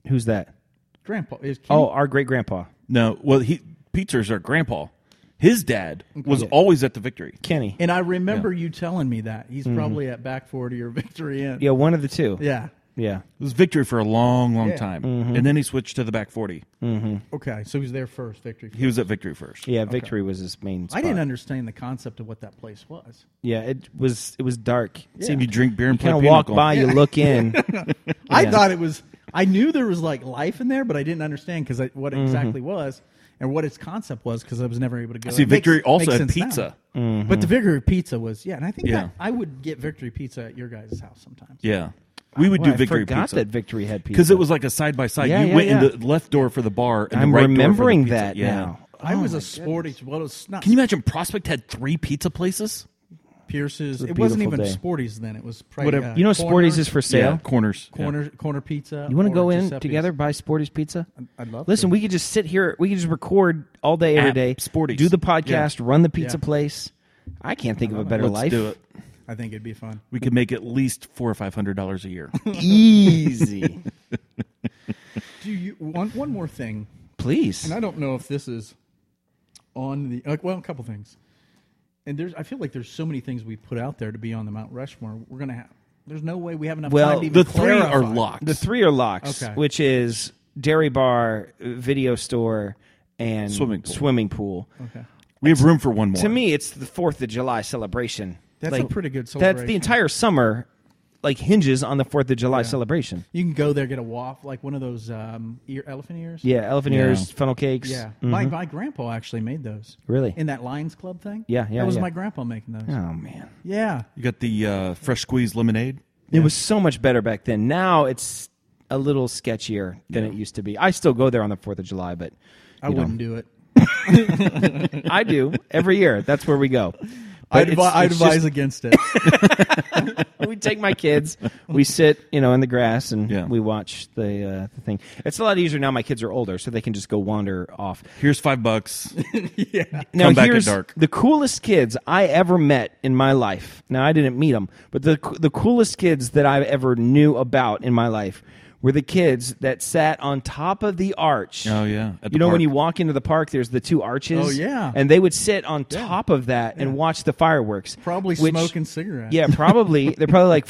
[SPEAKER 1] Who's that?
[SPEAKER 5] Grandpa is
[SPEAKER 1] Oh, our great grandpa
[SPEAKER 4] No, well, he Peter's our grandpa. His dad was always at the Victory.
[SPEAKER 1] Kenny.
[SPEAKER 5] and I remember you telling me that he's
[SPEAKER 1] Mm-hmm.
[SPEAKER 5] probably at back forty or Victory Inn.
[SPEAKER 1] yeah, one of the two.
[SPEAKER 5] Yeah.
[SPEAKER 1] yeah.
[SPEAKER 4] It was Victory for a long, long
[SPEAKER 5] Yeah.
[SPEAKER 4] time,
[SPEAKER 1] Mm-hmm.
[SPEAKER 4] and then he switched to the back 40
[SPEAKER 5] Okay, so he's there first, Victory.
[SPEAKER 4] He was at Victory first.
[SPEAKER 1] Yeah, Victory was his main. Spot.
[SPEAKER 5] I didn't understand the concept of what that place was.
[SPEAKER 1] Yeah, it was it was dark. It seemed
[SPEAKER 4] You drink beer and play
[SPEAKER 1] kind of
[SPEAKER 4] pinochle.
[SPEAKER 1] walk by, you look in.
[SPEAKER 5] I thought it was. I knew there was like life in there, but I didn't understand because what
[SPEAKER 1] Mm-hmm.
[SPEAKER 5] it exactly was and what its concept was because I was never able to go.
[SPEAKER 4] See,
[SPEAKER 5] It makes-
[SPEAKER 4] Victory also had
[SPEAKER 5] makes sense now.
[SPEAKER 4] pizza.
[SPEAKER 1] Mm-hmm.
[SPEAKER 5] but the Victory pizza was yeah, and I think
[SPEAKER 4] Yeah.
[SPEAKER 5] that I would get Victory pizza at your guys' house sometimes.
[SPEAKER 4] Yeah, we would
[SPEAKER 1] Well,
[SPEAKER 4] do
[SPEAKER 1] I
[SPEAKER 4] Victory
[SPEAKER 1] forgot
[SPEAKER 4] pizza
[SPEAKER 1] that Victory had pizza
[SPEAKER 4] because it was like a side by side.
[SPEAKER 1] Yeah,
[SPEAKER 4] You
[SPEAKER 1] yeah,
[SPEAKER 4] went
[SPEAKER 1] yeah.
[SPEAKER 4] in the left door for the bar. And
[SPEAKER 1] I'm
[SPEAKER 4] the right
[SPEAKER 1] remembering
[SPEAKER 4] door for the pizza.
[SPEAKER 1] that
[SPEAKER 4] Yeah.
[SPEAKER 1] now.
[SPEAKER 5] I was a sporty. Well, it's not
[SPEAKER 4] Can you imagine Prospect had three pizza places?
[SPEAKER 5] Pierce's. It,
[SPEAKER 1] a
[SPEAKER 5] wasn't even
[SPEAKER 1] beautiful day.
[SPEAKER 5] Sporty's then. It was probably,
[SPEAKER 4] Whatever.
[SPEAKER 5] uh,
[SPEAKER 1] You know,
[SPEAKER 5] Corner-
[SPEAKER 1] Sporty's is for sale.
[SPEAKER 4] corners. Yeah.
[SPEAKER 5] corner corner pizza.
[SPEAKER 1] You want
[SPEAKER 5] or
[SPEAKER 1] to go in
[SPEAKER 5] Giuseppe's.
[SPEAKER 1] together, buy Sporty's Pizza?
[SPEAKER 5] I'd love
[SPEAKER 1] Listen,
[SPEAKER 5] to.
[SPEAKER 1] we could just sit here. We could just record all day, every
[SPEAKER 4] At
[SPEAKER 1] day.
[SPEAKER 4] Sporty's.
[SPEAKER 1] Do the podcast, run the pizza
[SPEAKER 5] Yeah.
[SPEAKER 1] place. I can't think of a better
[SPEAKER 4] Let's
[SPEAKER 1] life.
[SPEAKER 4] do it.
[SPEAKER 5] I think it'd be fun.
[SPEAKER 4] We could make at least four or five hundred dollars a year.
[SPEAKER 1] Easy.
[SPEAKER 5] Do you one one more thing?
[SPEAKER 1] Please.
[SPEAKER 5] And I don't know if this is on the like, well, a couple things. And there's, I feel like there's so many things we put out there to be on the Mount Rushmore. We're gonna have. There's no way we have enough
[SPEAKER 1] Well,
[SPEAKER 5] time to even
[SPEAKER 4] the three are
[SPEAKER 5] clarify.
[SPEAKER 4] locked.
[SPEAKER 1] The three are locks,
[SPEAKER 5] Okay.
[SPEAKER 1] which is Dairy Bar, Video Store, and
[SPEAKER 4] Swimming pool.
[SPEAKER 1] pool.
[SPEAKER 5] Okay.
[SPEAKER 4] We have room for one more.
[SPEAKER 1] To me, it's the Fourth of July celebration.
[SPEAKER 5] That's a pretty good
[SPEAKER 1] That's
[SPEAKER 5] celebration.
[SPEAKER 1] the entire summer, like hinges on the Fourth of July celebration.
[SPEAKER 5] You can go there get a waffle, like one of those um, ear elephant ears.
[SPEAKER 1] Yeah, elephant ears, funnel cakes.
[SPEAKER 5] Yeah. My my grandpa actually made those.
[SPEAKER 1] Mm-hmm. Really?
[SPEAKER 5] In that Lions Club thing.
[SPEAKER 1] Yeah, yeah,
[SPEAKER 5] That was
[SPEAKER 1] yeah.
[SPEAKER 5] my grandpa making those.
[SPEAKER 1] Oh man,
[SPEAKER 5] Yeah.
[SPEAKER 4] you got the uh, fresh squeezed lemonade.
[SPEAKER 1] it was so much better back then. Now it's a little sketchier than it used to be. I still go there on the Fourth of July, but
[SPEAKER 5] I
[SPEAKER 1] you know,
[SPEAKER 5] wouldn't do it.
[SPEAKER 1] I do every year. That's where we go. But
[SPEAKER 5] I'd,
[SPEAKER 1] it's-
[SPEAKER 5] advi- I'd
[SPEAKER 1] it's just-
[SPEAKER 5] advise against it.
[SPEAKER 1] we take my kids. We sit, you know, in the grass and
[SPEAKER 4] Yeah.
[SPEAKER 1] we watch the uh, the thing. It's a lot easier now. My kids are older, so they can just go wander off.
[SPEAKER 4] Here's five bucks.
[SPEAKER 1] Now
[SPEAKER 4] Come back at
[SPEAKER 1] here's
[SPEAKER 4] dark.
[SPEAKER 1] the coolest kids I ever met in my life. Now I didn't meet them, but the the coolest kids that I ever knew about in my life were the kids that sat on top of the arch.
[SPEAKER 4] Oh, yeah,
[SPEAKER 1] you
[SPEAKER 4] at the
[SPEAKER 1] know when
[SPEAKER 4] park.
[SPEAKER 1] you walk into the park, there's the two arches.
[SPEAKER 5] Oh, yeah.
[SPEAKER 1] and they would sit on top of that and watch the fireworks.
[SPEAKER 5] Probably
[SPEAKER 1] which-
[SPEAKER 5] smoking cigarettes.
[SPEAKER 1] yeah, probably. They're probably like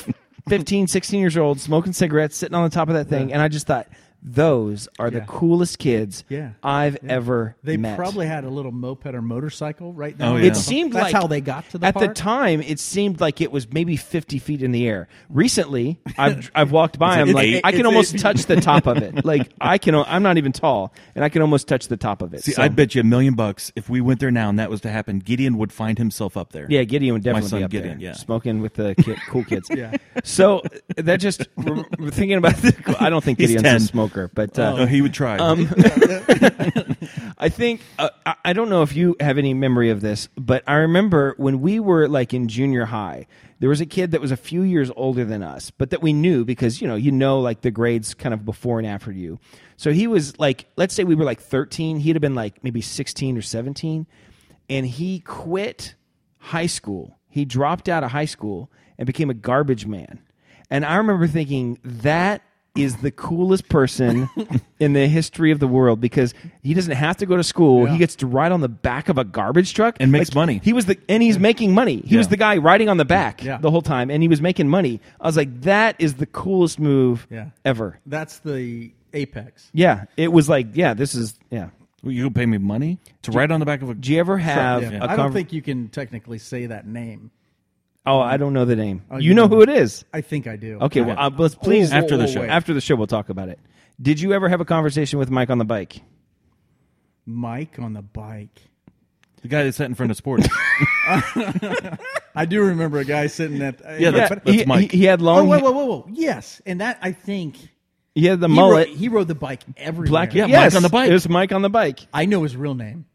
[SPEAKER 1] 15, 16 years old, smoking cigarettes, sitting on the top of that thing. And I just thought, those are the
[SPEAKER 5] Yeah.
[SPEAKER 1] coolest kids
[SPEAKER 5] Yeah.
[SPEAKER 1] I've ever
[SPEAKER 5] They
[SPEAKER 1] met.
[SPEAKER 5] probably had a little moped or motorcycle right now.
[SPEAKER 4] Oh,
[SPEAKER 5] in
[SPEAKER 4] yeah.
[SPEAKER 1] It
[SPEAKER 5] the-
[SPEAKER 1] seemed
[SPEAKER 5] that's
[SPEAKER 1] like
[SPEAKER 5] how they got to the
[SPEAKER 1] at the
[SPEAKER 5] park.
[SPEAKER 1] time. It seemed like it was maybe fifty feet in the air. Recently, I've I've walked by. I'm
[SPEAKER 4] it's
[SPEAKER 1] like,
[SPEAKER 4] eight-
[SPEAKER 1] I can
[SPEAKER 4] it's
[SPEAKER 1] almost
[SPEAKER 4] eight-
[SPEAKER 1] touch the top of it. Like I can. o- I'm not even tall, and I can almost touch the top of it.
[SPEAKER 4] See,
[SPEAKER 1] So-
[SPEAKER 4] I bet you a million bucks if we went there now and that was to happen, Gideon would find himself up there.
[SPEAKER 1] Yeah, Gideon would definitely
[SPEAKER 4] My son
[SPEAKER 1] be up
[SPEAKER 4] Gideon,
[SPEAKER 1] there,
[SPEAKER 4] yeah.
[SPEAKER 1] smoking with the ki cool kids. yeah. So that just we're, we're thinking about. The, I don't think
[SPEAKER 4] He's
[SPEAKER 1] Gideon's
[SPEAKER 4] 10.
[SPEAKER 1] a smoker, but uh,
[SPEAKER 4] No, Oh, he would try.
[SPEAKER 1] I think uh, I- I don't know if you have any memory of this, but I remember when we were like in junior high, there was a kid that was a few years older than us, but that we knew because you know you know like the grades kind of before and after you. So he was like, let's say we were like thirteen, he'd have been like maybe sixteen or seventeen, and he quit high school. He dropped out of high school and became a garbage man. And I remember thinking that is the coolest person in the history of the world because he doesn't have to go to school. He gets to ride on the back of a garbage truck
[SPEAKER 4] And makes money.
[SPEAKER 1] He was the and he's making money. He was
[SPEAKER 4] Yeah.
[SPEAKER 1] the guy riding on the back
[SPEAKER 5] Yeah.
[SPEAKER 1] the whole time and he was making money. I was like that is the coolest move
[SPEAKER 5] Yeah.
[SPEAKER 1] ever.
[SPEAKER 5] That's the apex.
[SPEAKER 1] Yeah, it was like yeah, this is yeah.
[SPEAKER 4] Well, you pay me money to ride on the back of a.
[SPEAKER 1] Do you ever have
[SPEAKER 5] Yeah.
[SPEAKER 1] a
[SPEAKER 5] I don't
[SPEAKER 1] conver-
[SPEAKER 5] think you can technically say that name.
[SPEAKER 1] Oh, I don't know the name. you
[SPEAKER 5] you
[SPEAKER 1] know
[SPEAKER 5] know.
[SPEAKER 1] who it is.
[SPEAKER 5] I think I do.
[SPEAKER 1] Okay, well, uh, let's please
[SPEAKER 5] Whoa,
[SPEAKER 4] After the
[SPEAKER 5] whoa,
[SPEAKER 4] show.
[SPEAKER 5] wait.
[SPEAKER 1] after the show we'll talk about it. Did you ever have a conversation with Mike on the bike?
[SPEAKER 5] Mike on the bike.
[SPEAKER 4] the guy that sat in front of sports.
[SPEAKER 5] I do remember a guy sitting at. uh,
[SPEAKER 4] Yeah, that's-
[SPEAKER 5] but-
[SPEAKER 4] that's
[SPEAKER 1] he,
[SPEAKER 4] Mike.
[SPEAKER 1] He, he had
[SPEAKER 5] oh,
[SPEAKER 1] long.
[SPEAKER 5] whoa, whoa, whoa, whoa! Yes, and that I think he
[SPEAKER 1] He had the
[SPEAKER 5] rode-
[SPEAKER 1] mullet.
[SPEAKER 5] He rode the bike everywhere.
[SPEAKER 1] black.
[SPEAKER 4] Yeah, Mike
[SPEAKER 1] yes,
[SPEAKER 4] on the bike.
[SPEAKER 1] It was Mike on the bike.
[SPEAKER 5] I know his real name.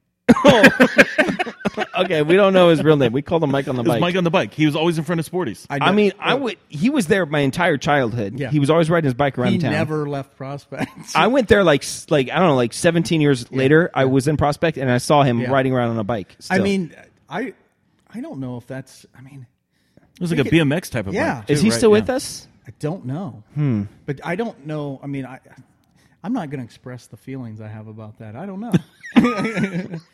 [SPEAKER 1] Okay, we don't know his real name. We called him Mike on the
[SPEAKER 4] It was
[SPEAKER 1] bike.
[SPEAKER 4] Mike on the bike. He was always in front of sporties.
[SPEAKER 5] I, know,
[SPEAKER 1] I mean, I
[SPEAKER 5] Uh,
[SPEAKER 1] would. He was there my entire childhood.
[SPEAKER 5] Yeah.
[SPEAKER 1] He was always riding his bike around
[SPEAKER 5] He
[SPEAKER 1] town.
[SPEAKER 5] never left Prospect.
[SPEAKER 1] I went there like s- like I don't know like 17 years later. I was in Prospect and I saw him
[SPEAKER 5] Yeah.
[SPEAKER 1] riding around on a bike.
[SPEAKER 5] I
[SPEAKER 1] still.
[SPEAKER 5] mean, I I don't know if that's. I mean,
[SPEAKER 4] It was like a BMX type of
[SPEAKER 5] Yeah.
[SPEAKER 4] bike.
[SPEAKER 1] is he
[SPEAKER 4] right?
[SPEAKER 1] still
[SPEAKER 4] Yeah.
[SPEAKER 1] with us?
[SPEAKER 5] I don't know. Hmm. But I don't know. I mean, I I'm not going to express the feelings I have about that. I don't know.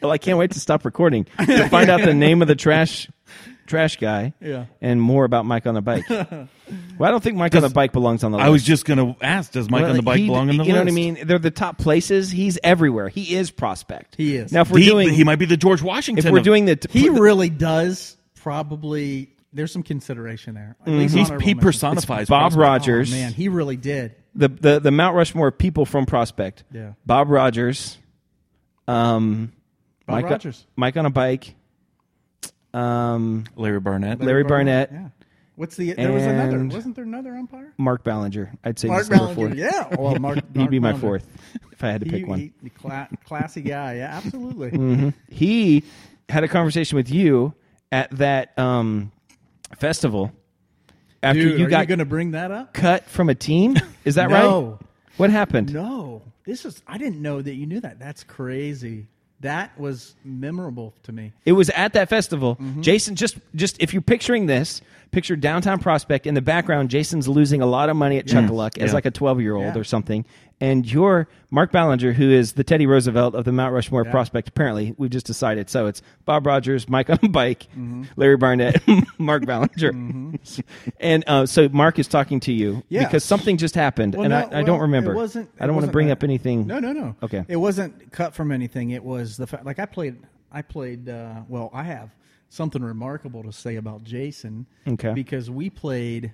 [SPEAKER 1] Well, I can't wait to stop recording to find out the name of the trash trash guy.
[SPEAKER 5] Yeah.
[SPEAKER 1] and more about Mike on the bike. well, I don't think Mike on the bike belongs on the.
[SPEAKER 4] I
[SPEAKER 1] list.
[SPEAKER 4] was just gonna ask, does Mike
[SPEAKER 1] Well,
[SPEAKER 4] on the bike
[SPEAKER 1] he-
[SPEAKER 4] belong on the
[SPEAKER 1] You
[SPEAKER 4] list?
[SPEAKER 1] know what I mean? They're the top places. He's everywhere. He is prospect.
[SPEAKER 5] He is.
[SPEAKER 1] Now, if we're
[SPEAKER 4] he,
[SPEAKER 1] doing,
[SPEAKER 4] he might be the George Washington.
[SPEAKER 1] if we're
[SPEAKER 4] of-
[SPEAKER 1] doing the,
[SPEAKER 5] he
[SPEAKER 1] put the-
[SPEAKER 5] really does probably. There's some consideration there. At least
[SPEAKER 4] he's,
[SPEAKER 5] honorable
[SPEAKER 4] he
[SPEAKER 5] mention.
[SPEAKER 4] personifies
[SPEAKER 1] Bob
[SPEAKER 4] prospect.
[SPEAKER 1] Rogers,
[SPEAKER 5] Oh, man, he really did.
[SPEAKER 1] the, the the Mount Rushmore of people from Prospect.
[SPEAKER 5] Yeah.
[SPEAKER 1] Bob Rogers, um,
[SPEAKER 5] Bob
[SPEAKER 1] Mike,
[SPEAKER 5] Rogers.
[SPEAKER 1] Mike on a bike, um,
[SPEAKER 4] Larry Barnett.
[SPEAKER 1] Larry Barnett,
[SPEAKER 5] Yeah. What's the? There was another.
[SPEAKER 1] And-
[SPEAKER 5] Wasn't there another umpire?
[SPEAKER 1] Mark Ballinger. I'd say
[SPEAKER 5] Mark
[SPEAKER 1] he's number
[SPEAKER 5] Ballinger.
[SPEAKER 1] four.
[SPEAKER 5] Yeah. Well, Mark.
[SPEAKER 1] He'd be
[SPEAKER 5] Mark
[SPEAKER 1] my
[SPEAKER 5] Ballinger.
[SPEAKER 1] fourth if I had to
[SPEAKER 5] He-
[SPEAKER 1] pick one. Mm-hmm.
[SPEAKER 5] he- cla- classy guy. Yeah, absolutely.
[SPEAKER 1] he had a conversation with you at that um, festival after
[SPEAKER 5] Dude,
[SPEAKER 1] you
[SPEAKER 5] are
[SPEAKER 1] got
[SPEAKER 5] you going to bring that up?
[SPEAKER 1] cut from a team. Is that
[SPEAKER 5] No.
[SPEAKER 1] right? What happened?
[SPEAKER 5] No, this is. I didn't know that you knew that. That's crazy. That was memorable to me. Mm-hmm.
[SPEAKER 1] It was at that festival. Jason, just just if you're picturing this, Picture downtown Prospect in the background. Jason's losing a lot of money at
[SPEAKER 5] Mm.
[SPEAKER 1] Chuckaluck as
[SPEAKER 4] Yeah.
[SPEAKER 1] like a twelve-year-old or something, and you're Mark Ballinger, who is the Teddy Roosevelt of the Mount Rushmore Prospect. Apparently, we've just decided. So it's Bob Rogers, Mike on Bike,
[SPEAKER 5] Mm-hmm.
[SPEAKER 1] Larry Barnett, Mark Ballinger, and uh, so Mark is talking to you
[SPEAKER 5] Yeah.
[SPEAKER 1] because something just happened,
[SPEAKER 5] Well,
[SPEAKER 1] and
[SPEAKER 5] no,
[SPEAKER 1] I, I don't
[SPEAKER 5] well,
[SPEAKER 1] remember.
[SPEAKER 5] It wasn't.
[SPEAKER 1] I don't want
[SPEAKER 5] it
[SPEAKER 1] to
[SPEAKER 5] wasn't
[SPEAKER 1] bring
[SPEAKER 5] that.
[SPEAKER 1] up anything.
[SPEAKER 5] No, no, no.
[SPEAKER 1] Okay.
[SPEAKER 5] It wasn't cut from anything. It was the fact. Like I played. I played. Uh, well, I have something remarkable to say about Jason.
[SPEAKER 1] Okay.
[SPEAKER 5] Because we played.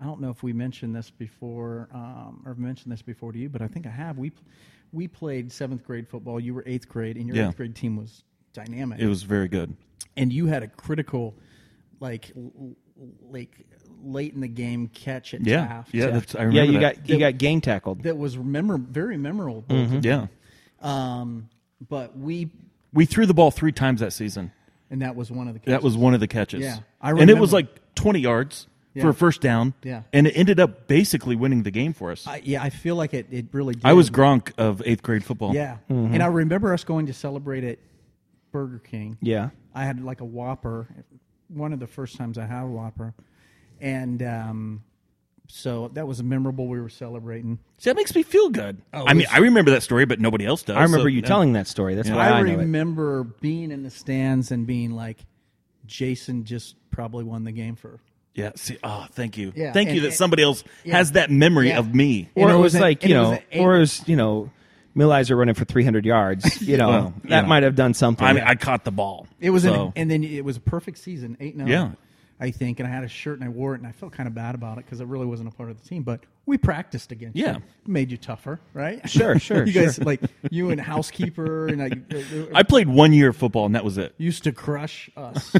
[SPEAKER 5] I don't know if we mentioned this before, um, or mentioned this before to you, but I think I have. We we played seventh grade football. You were eighth grade, and your
[SPEAKER 4] Yeah.
[SPEAKER 5] eighth grade team was dynamic
[SPEAKER 4] It was very good.
[SPEAKER 5] and you had a critical, like, l- l- like late in the game catch at
[SPEAKER 4] Yeah,
[SPEAKER 5] Taft.
[SPEAKER 4] yeah. That's, I
[SPEAKER 1] Yeah,
[SPEAKER 4] remember
[SPEAKER 1] you
[SPEAKER 4] that.
[SPEAKER 1] got you got gang tackled.
[SPEAKER 5] that was memor- very memorable.
[SPEAKER 1] Mm-hmm.
[SPEAKER 4] Yeah,
[SPEAKER 5] Um, but we,
[SPEAKER 4] we threw the ball three times that season.
[SPEAKER 5] and that was one of the
[SPEAKER 4] That was one of the catches.
[SPEAKER 5] Yeah, I
[SPEAKER 4] and it was
[SPEAKER 5] remember.
[SPEAKER 4] like twenty yards for a first down.
[SPEAKER 5] Yeah.
[SPEAKER 4] and it ended up basically winning the game for us. I,
[SPEAKER 5] I, yeah, I feel like it. It really. Did.
[SPEAKER 4] was Gronk of eighth grade football.
[SPEAKER 5] Yeah,
[SPEAKER 1] Mm-hmm.
[SPEAKER 5] and I remember us going to celebrate at Burger King.
[SPEAKER 1] Yeah.
[SPEAKER 5] I had like a Whopper, one of the first times I had a Whopper, and um, so that was memorable. We were celebrating.
[SPEAKER 4] See, that makes me feel good. I mean, I remember that story, but nobody else does.
[SPEAKER 1] Oh, I remember
[SPEAKER 4] so,
[SPEAKER 1] you
[SPEAKER 4] uh, yeah.
[SPEAKER 1] telling that story. That's why I,
[SPEAKER 5] I,
[SPEAKER 1] know it.
[SPEAKER 5] remember being in the stands and being like, Jason just probably won the game for.
[SPEAKER 4] Yeah. See. Oh, thank you.
[SPEAKER 5] Yeah,
[SPEAKER 4] Thank you
[SPEAKER 5] and-
[SPEAKER 4] that
[SPEAKER 5] and-
[SPEAKER 4] somebody else
[SPEAKER 5] yeah.
[SPEAKER 4] has that memory
[SPEAKER 5] Yeah.
[SPEAKER 4] of me.
[SPEAKER 5] And
[SPEAKER 1] or it
[SPEAKER 5] it was
[SPEAKER 1] was
[SPEAKER 5] an-
[SPEAKER 1] like
[SPEAKER 5] and
[SPEAKER 1] you
[SPEAKER 5] it was
[SPEAKER 1] know,
[SPEAKER 5] an eight-
[SPEAKER 1] or it was you know, Milizer running for three hundred yards. You know,
[SPEAKER 4] Well, you
[SPEAKER 1] that
[SPEAKER 4] know.
[SPEAKER 1] might have done something.
[SPEAKER 4] I mean, I caught the ball.
[SPEAKER 5] It was, an-
[SPEAKER 4] So-
[SPEAKER 5] and then it was a perfect season, eight and oh,
[SPEAKER 4] Yeah.
[SPEAKER 5] I think. And I had a shirt and I wore it, and I felt kind of bad about it because it really wasn't a part of the team. But we practiced against.
[SPEAKER 4] Yeah.
[SPEAKER 5] you. made you tougher, right?
[SPEAKER 1] Sure, sure,
[SPEAKER 5] you guys like you and housekeeper and I,
[SPEAKER 4] I played one year of football, and that was it.
[SPEAKER 5] used to crush us.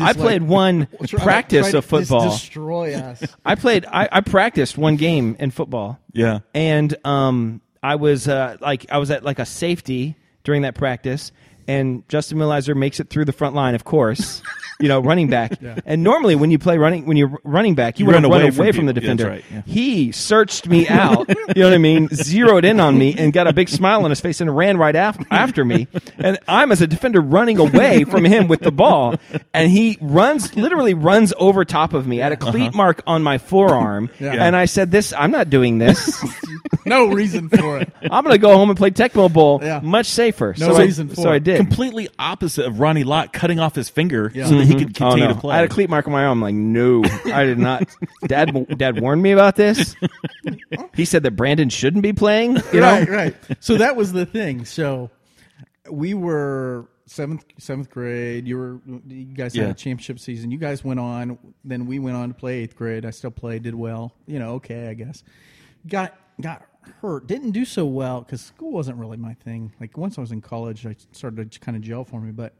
[SPEAKER 1] I played one practice of football.
[SPEAKER 5] destroy us.
[SPEAKER 1] I played. I, I practiced one game in football.
[SPEAKER 4] Yeah.
[SPEAKER 1] and um, I was uh, like, I was at like a safety during that practice, and Justin Milizer makes it through the front line, of course. You know, running back. And normally, when you play running, when you're running back, you,
[SPEAKER 4] You
[SPEAKER 1] want
[SPEAKER 4] run
[SPEAKER 1] to run
[SPEAKER 4] away
[SPEAKER 1] away from,
[SPEAKER 4] from
[SPEAKER 1] the
[SPEAKER 4] people. Yeah, that's
[SPEAKER 1] defender.
[SPEAKER 4] right, yeah.
[SPEAKER 1] He searched me out. you know what I mean? Zeroed in on me and got a big smile on his face and ran right af- after me. And I'm as a defender running away from him with the ball, and he runs literally runs over top of me at a cleat
[SPEAKER 5] Uh-huh.
[SPEAKER 1] mark on my forearm. And I said, "This, I'm not doing this.
[SPEAKER 5] No reason for it.
[SPEAKER 1] I'm going to go home and play Tecmo Bowl.
[SPEAKER 5] Yeah.
[SPEAKER 1] Much safer.
[SPEAKER 5] No
[SPEAKER 1] so
[SPEAKER 5] reason
[SPEAKER 1] I,
[SPEAKER 5] for
[SPEAKER 1] so I
[SPEAKER 5] it.
[SPEAKER 1] did.
[SPEAKER 4] Completely opposite of Ronnie Lott cutting off his finger so that he could
[SPEAKER 1] Oh,
[SPEAKER 4] continue
[SPEAKER 1] no.
[SPEAKER 4] to play.
[SPEAKER 1] I had a cleat mark on my arm. I'm like, no, I did not. Dad, Dad warned me about this. He said that Brandon shouldn't be playing. You know,
[SPEAKER 5] right, right. So that was the thing. So we were seventh seventh grade. You were you guys had
[SPEAKER 4] Yeah.
[SPEAKER 5] a championship season. You guys went on. Then we went on to play eighth grade. I still played. Did well. You know, okay, I guess. Got got hurt. Didn't do so well because school wasn't really my thing. Like once I was in college, I started to kind of gel for me, but.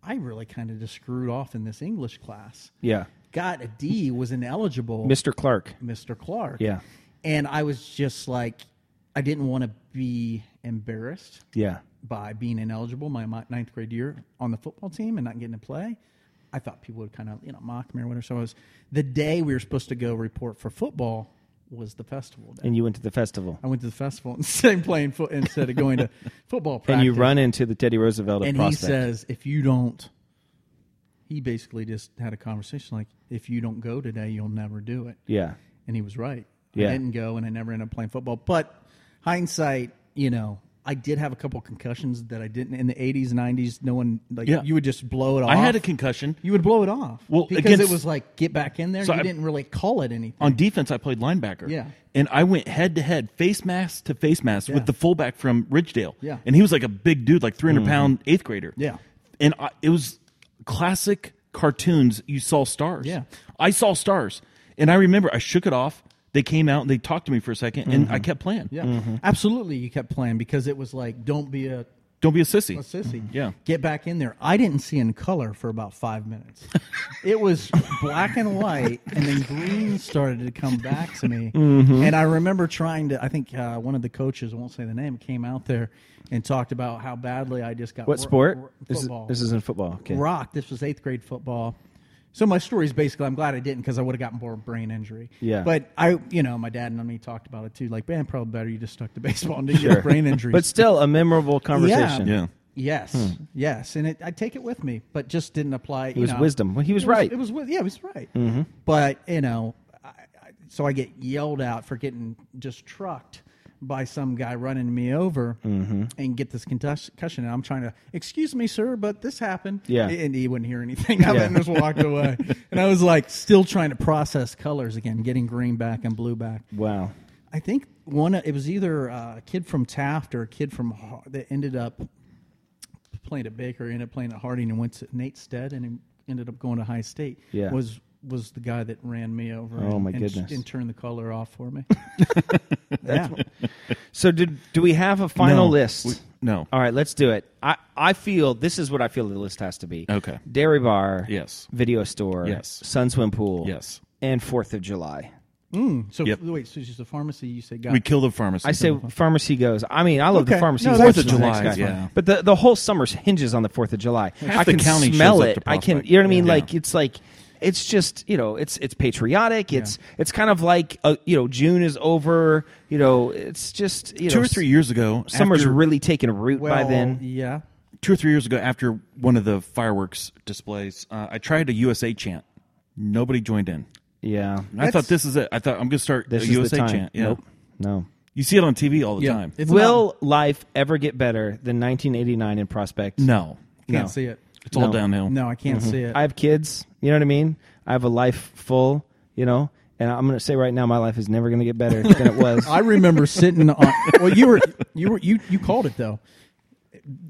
[SPEAKER 5] I really kind of just screwed off in this English class.
[SPEAKER 1] Yeah.
[SPEAKER 5] Got a D, was ineligible.
[SPEAKER 1] Mr. Clark.
[SPEAKER 5] Mr. Clark.
[SPEAKER 1] Yeah.
[SPEAKER 5] And I was just like, I didn't want to be embarrassed
[SPEAKER 1] Yeah.
[SPEAKER 5] by being ineligible my mi- ninth grade year on the football team and not getting to play. I thought people would kind of you know mock me or whatever. So I was the day we were supposed to go report for football was the festival day.
[SPEAKER 1] And you went to the festival.
[SPEAKER 5] I went to the festival instead of playing foot instead of going to football practice.
[SPEAKER 1] And you run into the Teddy Roosevelt of
[SPEAKER 5] and
[SPEAKER 1] Prospect.
[SPEAKER 5] he says if you don't. He basically just had a conversation like, if you don't go today, you'll never do it
[SPEAKER 1] yeah.
[SPEAKER 5] and he was right.
[SPEAKER 1] Yeah.
[SPEAKER 5] I didn't go, and I never ended up playing football. But hindsight, you know, I did have a couple concussions that I didn't in the '80s, '90s. No one like
[SPEAKER 4] Yeah.
[SPEAKER 5] you would just blow it off.
[SPEAKER 4] I had a concussion.
[SPEAKER 5] You would blow it off.
[SPEAKER 4] Well,
[SPEAKER 5] because it
[SPEAKER 4] against-
[SPEAKER 5] was like get back in there.
[SPEAKER 4] So
[SPEAKER 5] you
[SPEAKER 4] I-
[SPEAKER 5] didn't really call it anything.
[SPEAKER 4] On defense, I played linebacker.
[SPEAKER 5] Yeah.
[SPEAKER 4] And I went head to head, face mask to face mask
[SPEAKER 5] Yeah.
[SPEAKER 4] with the fullback from Ridgedale.
[SPEAKER 5] Yeah.
[SPEAKER 4] And he was like a big dude, like 300
[SPEAKER 1] Mm-hmm.
[SPEAKER 4] pound eighth grader.
[SPEAKER 5] Yeah.
[SPEAKER 4] And I, it was classic cartoons. You saw stars.
[SPEAKER 5] Yeah.
[SPEAKER 4] I saw stars. And I remember I shook it off. They came out and they talked to me for a 2nd and
[SPEAKER 1] Mm-hmm.
[SPEAKER 4] I kept playing.
[SPEAKER 5] yeah, absolutely. You kept playing because it was like don't be a
[SPEAKER 4] Don't be a sissy.
[SPEAKER 5] a sissy.
[SPEAKER 4] Yeah.
[SPEAKER 5] Get back in there. I didn't see in color for about five minutes. it was black and white, and then green started to come back to me.
[SPEAKER 1] Mm-hmm.
[SPEAKER 5] And I remember trying to, I think uh, one of the coaches, I won't say the name, came out there and talked about how badly I just got
[SPEAKER 1] What
[SPEAKER 5] ro-
[SPEAKER 1] sport?
[SPEAKER 5] ro-
[SPEAKER 1] This is,
[SPEAKER 5] football.
[SPEAKER 1] this is in football. Okay.
[SPEAKER 5] rock. This was eighth grade football. So my story is basically, I'm glad I didn't because I would have gotten more brain injury.
[SPEAKER 1] Yeah.
[SPEAKER 5] But I, you know, my dad and me talked about it too. Like, man, probably better you just stuck to baseball and didn't get a brain injury.
[SPEAKER 1] But still, a memorable conversation.
[SPEAKER 5] Yeah.
[SPEAKER 4] Yeah.
[SPEAKER 5] Yes, yes, and it, I take it with me, but just didn't apply. It
[SPEAKER 1] Hmm. was wisdom. Well, he was right. Mm-hmm.
[SPEAKER 5] It was wi- yeah, he was right. But you know, I, I, so I get yelled out for getting just trucked by some guy running me over
[SPEAKER 1] Mm-hmm.
[SPEAKER 5] and get this contus- concussion, and I'm trying to excuse me, sir, but this happened.
[SPEAKER 1] Yeah.
[SPEAKER 5] and he wouldn't hear anything of it and
[SPEAKER 1] Yeah.
[SPEAKER 5] just walked away. and I was like, still trying to process colors again, getting green back and blue back.
[SPEAKER 1] Wow.
[SPEAKER 5] I think one. It was either uh, a kid from Taft or a kid from Har- that ended up playing at Baker, ended up playing at Harding, and went to Nate Stead, and he ended up going to High State.
[SPEAKER 1] Yeah.
[SPEAKER 5] was was the guy that ran me over.
[SPEAKER 1] Oh,
[SPEAKER 5] and,
[SPEAKER 1] my
[SPEAKER 5] and,
[SPEAKER 1] goodness.
[SPEAKER 5] And turned the color off for me. yeah.
[SPEAKER 1] So did do we have a final
[SPEAKER 4] No.
[SPEAKER 1] list?
[SPEAKER 4] We- no.
[SPEAKER 1] All right, let's do it. I I feel this is what I feel the list has to be.
[SPEAKER 4] Okay.
[SPEAKER 1] Dairy bar.
[SPEAKER 4] Yes.
[SPEAKER 1] Video store.
[SPEAKER 4] Yes.
[SPEAKER 1] Sun swim pool.
[SPEAKER 4] Yes.
[SPEAKER 1] And Fourth of July.
[SPEAKER 5] So
[SPEAKER 4] Yep.
[SPEAKER 5] wait, so it's just a pharmacy. You say got
[SPEAKER 4] We kill the pharmacy.
[SPEAKER 1] I say pharmacy goes. I mean, I love the
[SPEAKER 5] Okay.
[SPEAKER 1] pharmacy.
[SPEAKER 5] No,
[SPEAKER 1] goes.
[SPEAKER 5] that's
[SPEAKER 1] Fourth of
[SPEAKER 5] fine.
[SPEAKER 1] July,
[SPEAKER 5] That's
[SPEAKER 1] yeah.
[SPEAKER 4] fine.
[SPEAKER 1] But the the whole summer hinges on the Fourth of July. I
[SPEAKER 4] the
[SPEAKER 1] can
[SPEAKER 4] county
[SPEAKER 1] smell
[SPEAKER 4] shows up
[SPEAKER 1] it.
[SPEAKER 4] to
[SPEAKER 1] I can.
[SPEAKER 4] Prospect.
[SPEAKER 1] You know what I mean?
[SPEAKER 4] Yeah.
[SPEAKER 1] Like it's like it's just you know it's it's patriotic. It's it's kind of like uh you know June is over. You know it's just you
[SPEAKER 4] two
[SPEAKER 1] know,
[SPEAKER 4] or three years ago,
[SPEAKER 1] Summer's
[SPEAKER 4] after-
[SPEAKER 1] really taken root
[SPEAKER 5] well,
[SPEAKER 1] by then.
[SPEAKER 5] Yeah.
[SPEAKER 4] two or three years ago, after one of the fireworks displays, uh, I tried a USA chant. Nobody joined in.
[SPEAKER 1] Yeah.
[SPEAKER 4] And I thought this is it. I thought I'm going to start
[SPEAKER 1] This
[SPEAKER 4] a
[SPEAKER 1] is
[SPEAKER 4] USA
[SPEAKER 1] the time.
[SPEAKER 4] chant. Yeah.
[SPEAKER 1] Nope. No.
[SPEAKER 4] You see it on TV all the
[SPEAKER 5] Yeah.
[SPEAKER 4] time.
[SPEAKER 5] It's
[SPEAKER 1] Will life ever get better than 1989 in Prospect?
[SPEAKER 4] no,
[SPEAKER 5] Can't
[SPEAKER 1] no. Mm-hmm.
[SPEAKER 5] see it.
[SPEAKER 4] it's all downhill.
[SPEAKER 5] No, I can't see it.
[SPEAKER 1] I have kids. You know what I mean? I have a life full, you know? And I'm going to say right now, my life is never going to get better than it was.
[SPEAKER 5] I remember sitting on. Well, you were you were you you called it though.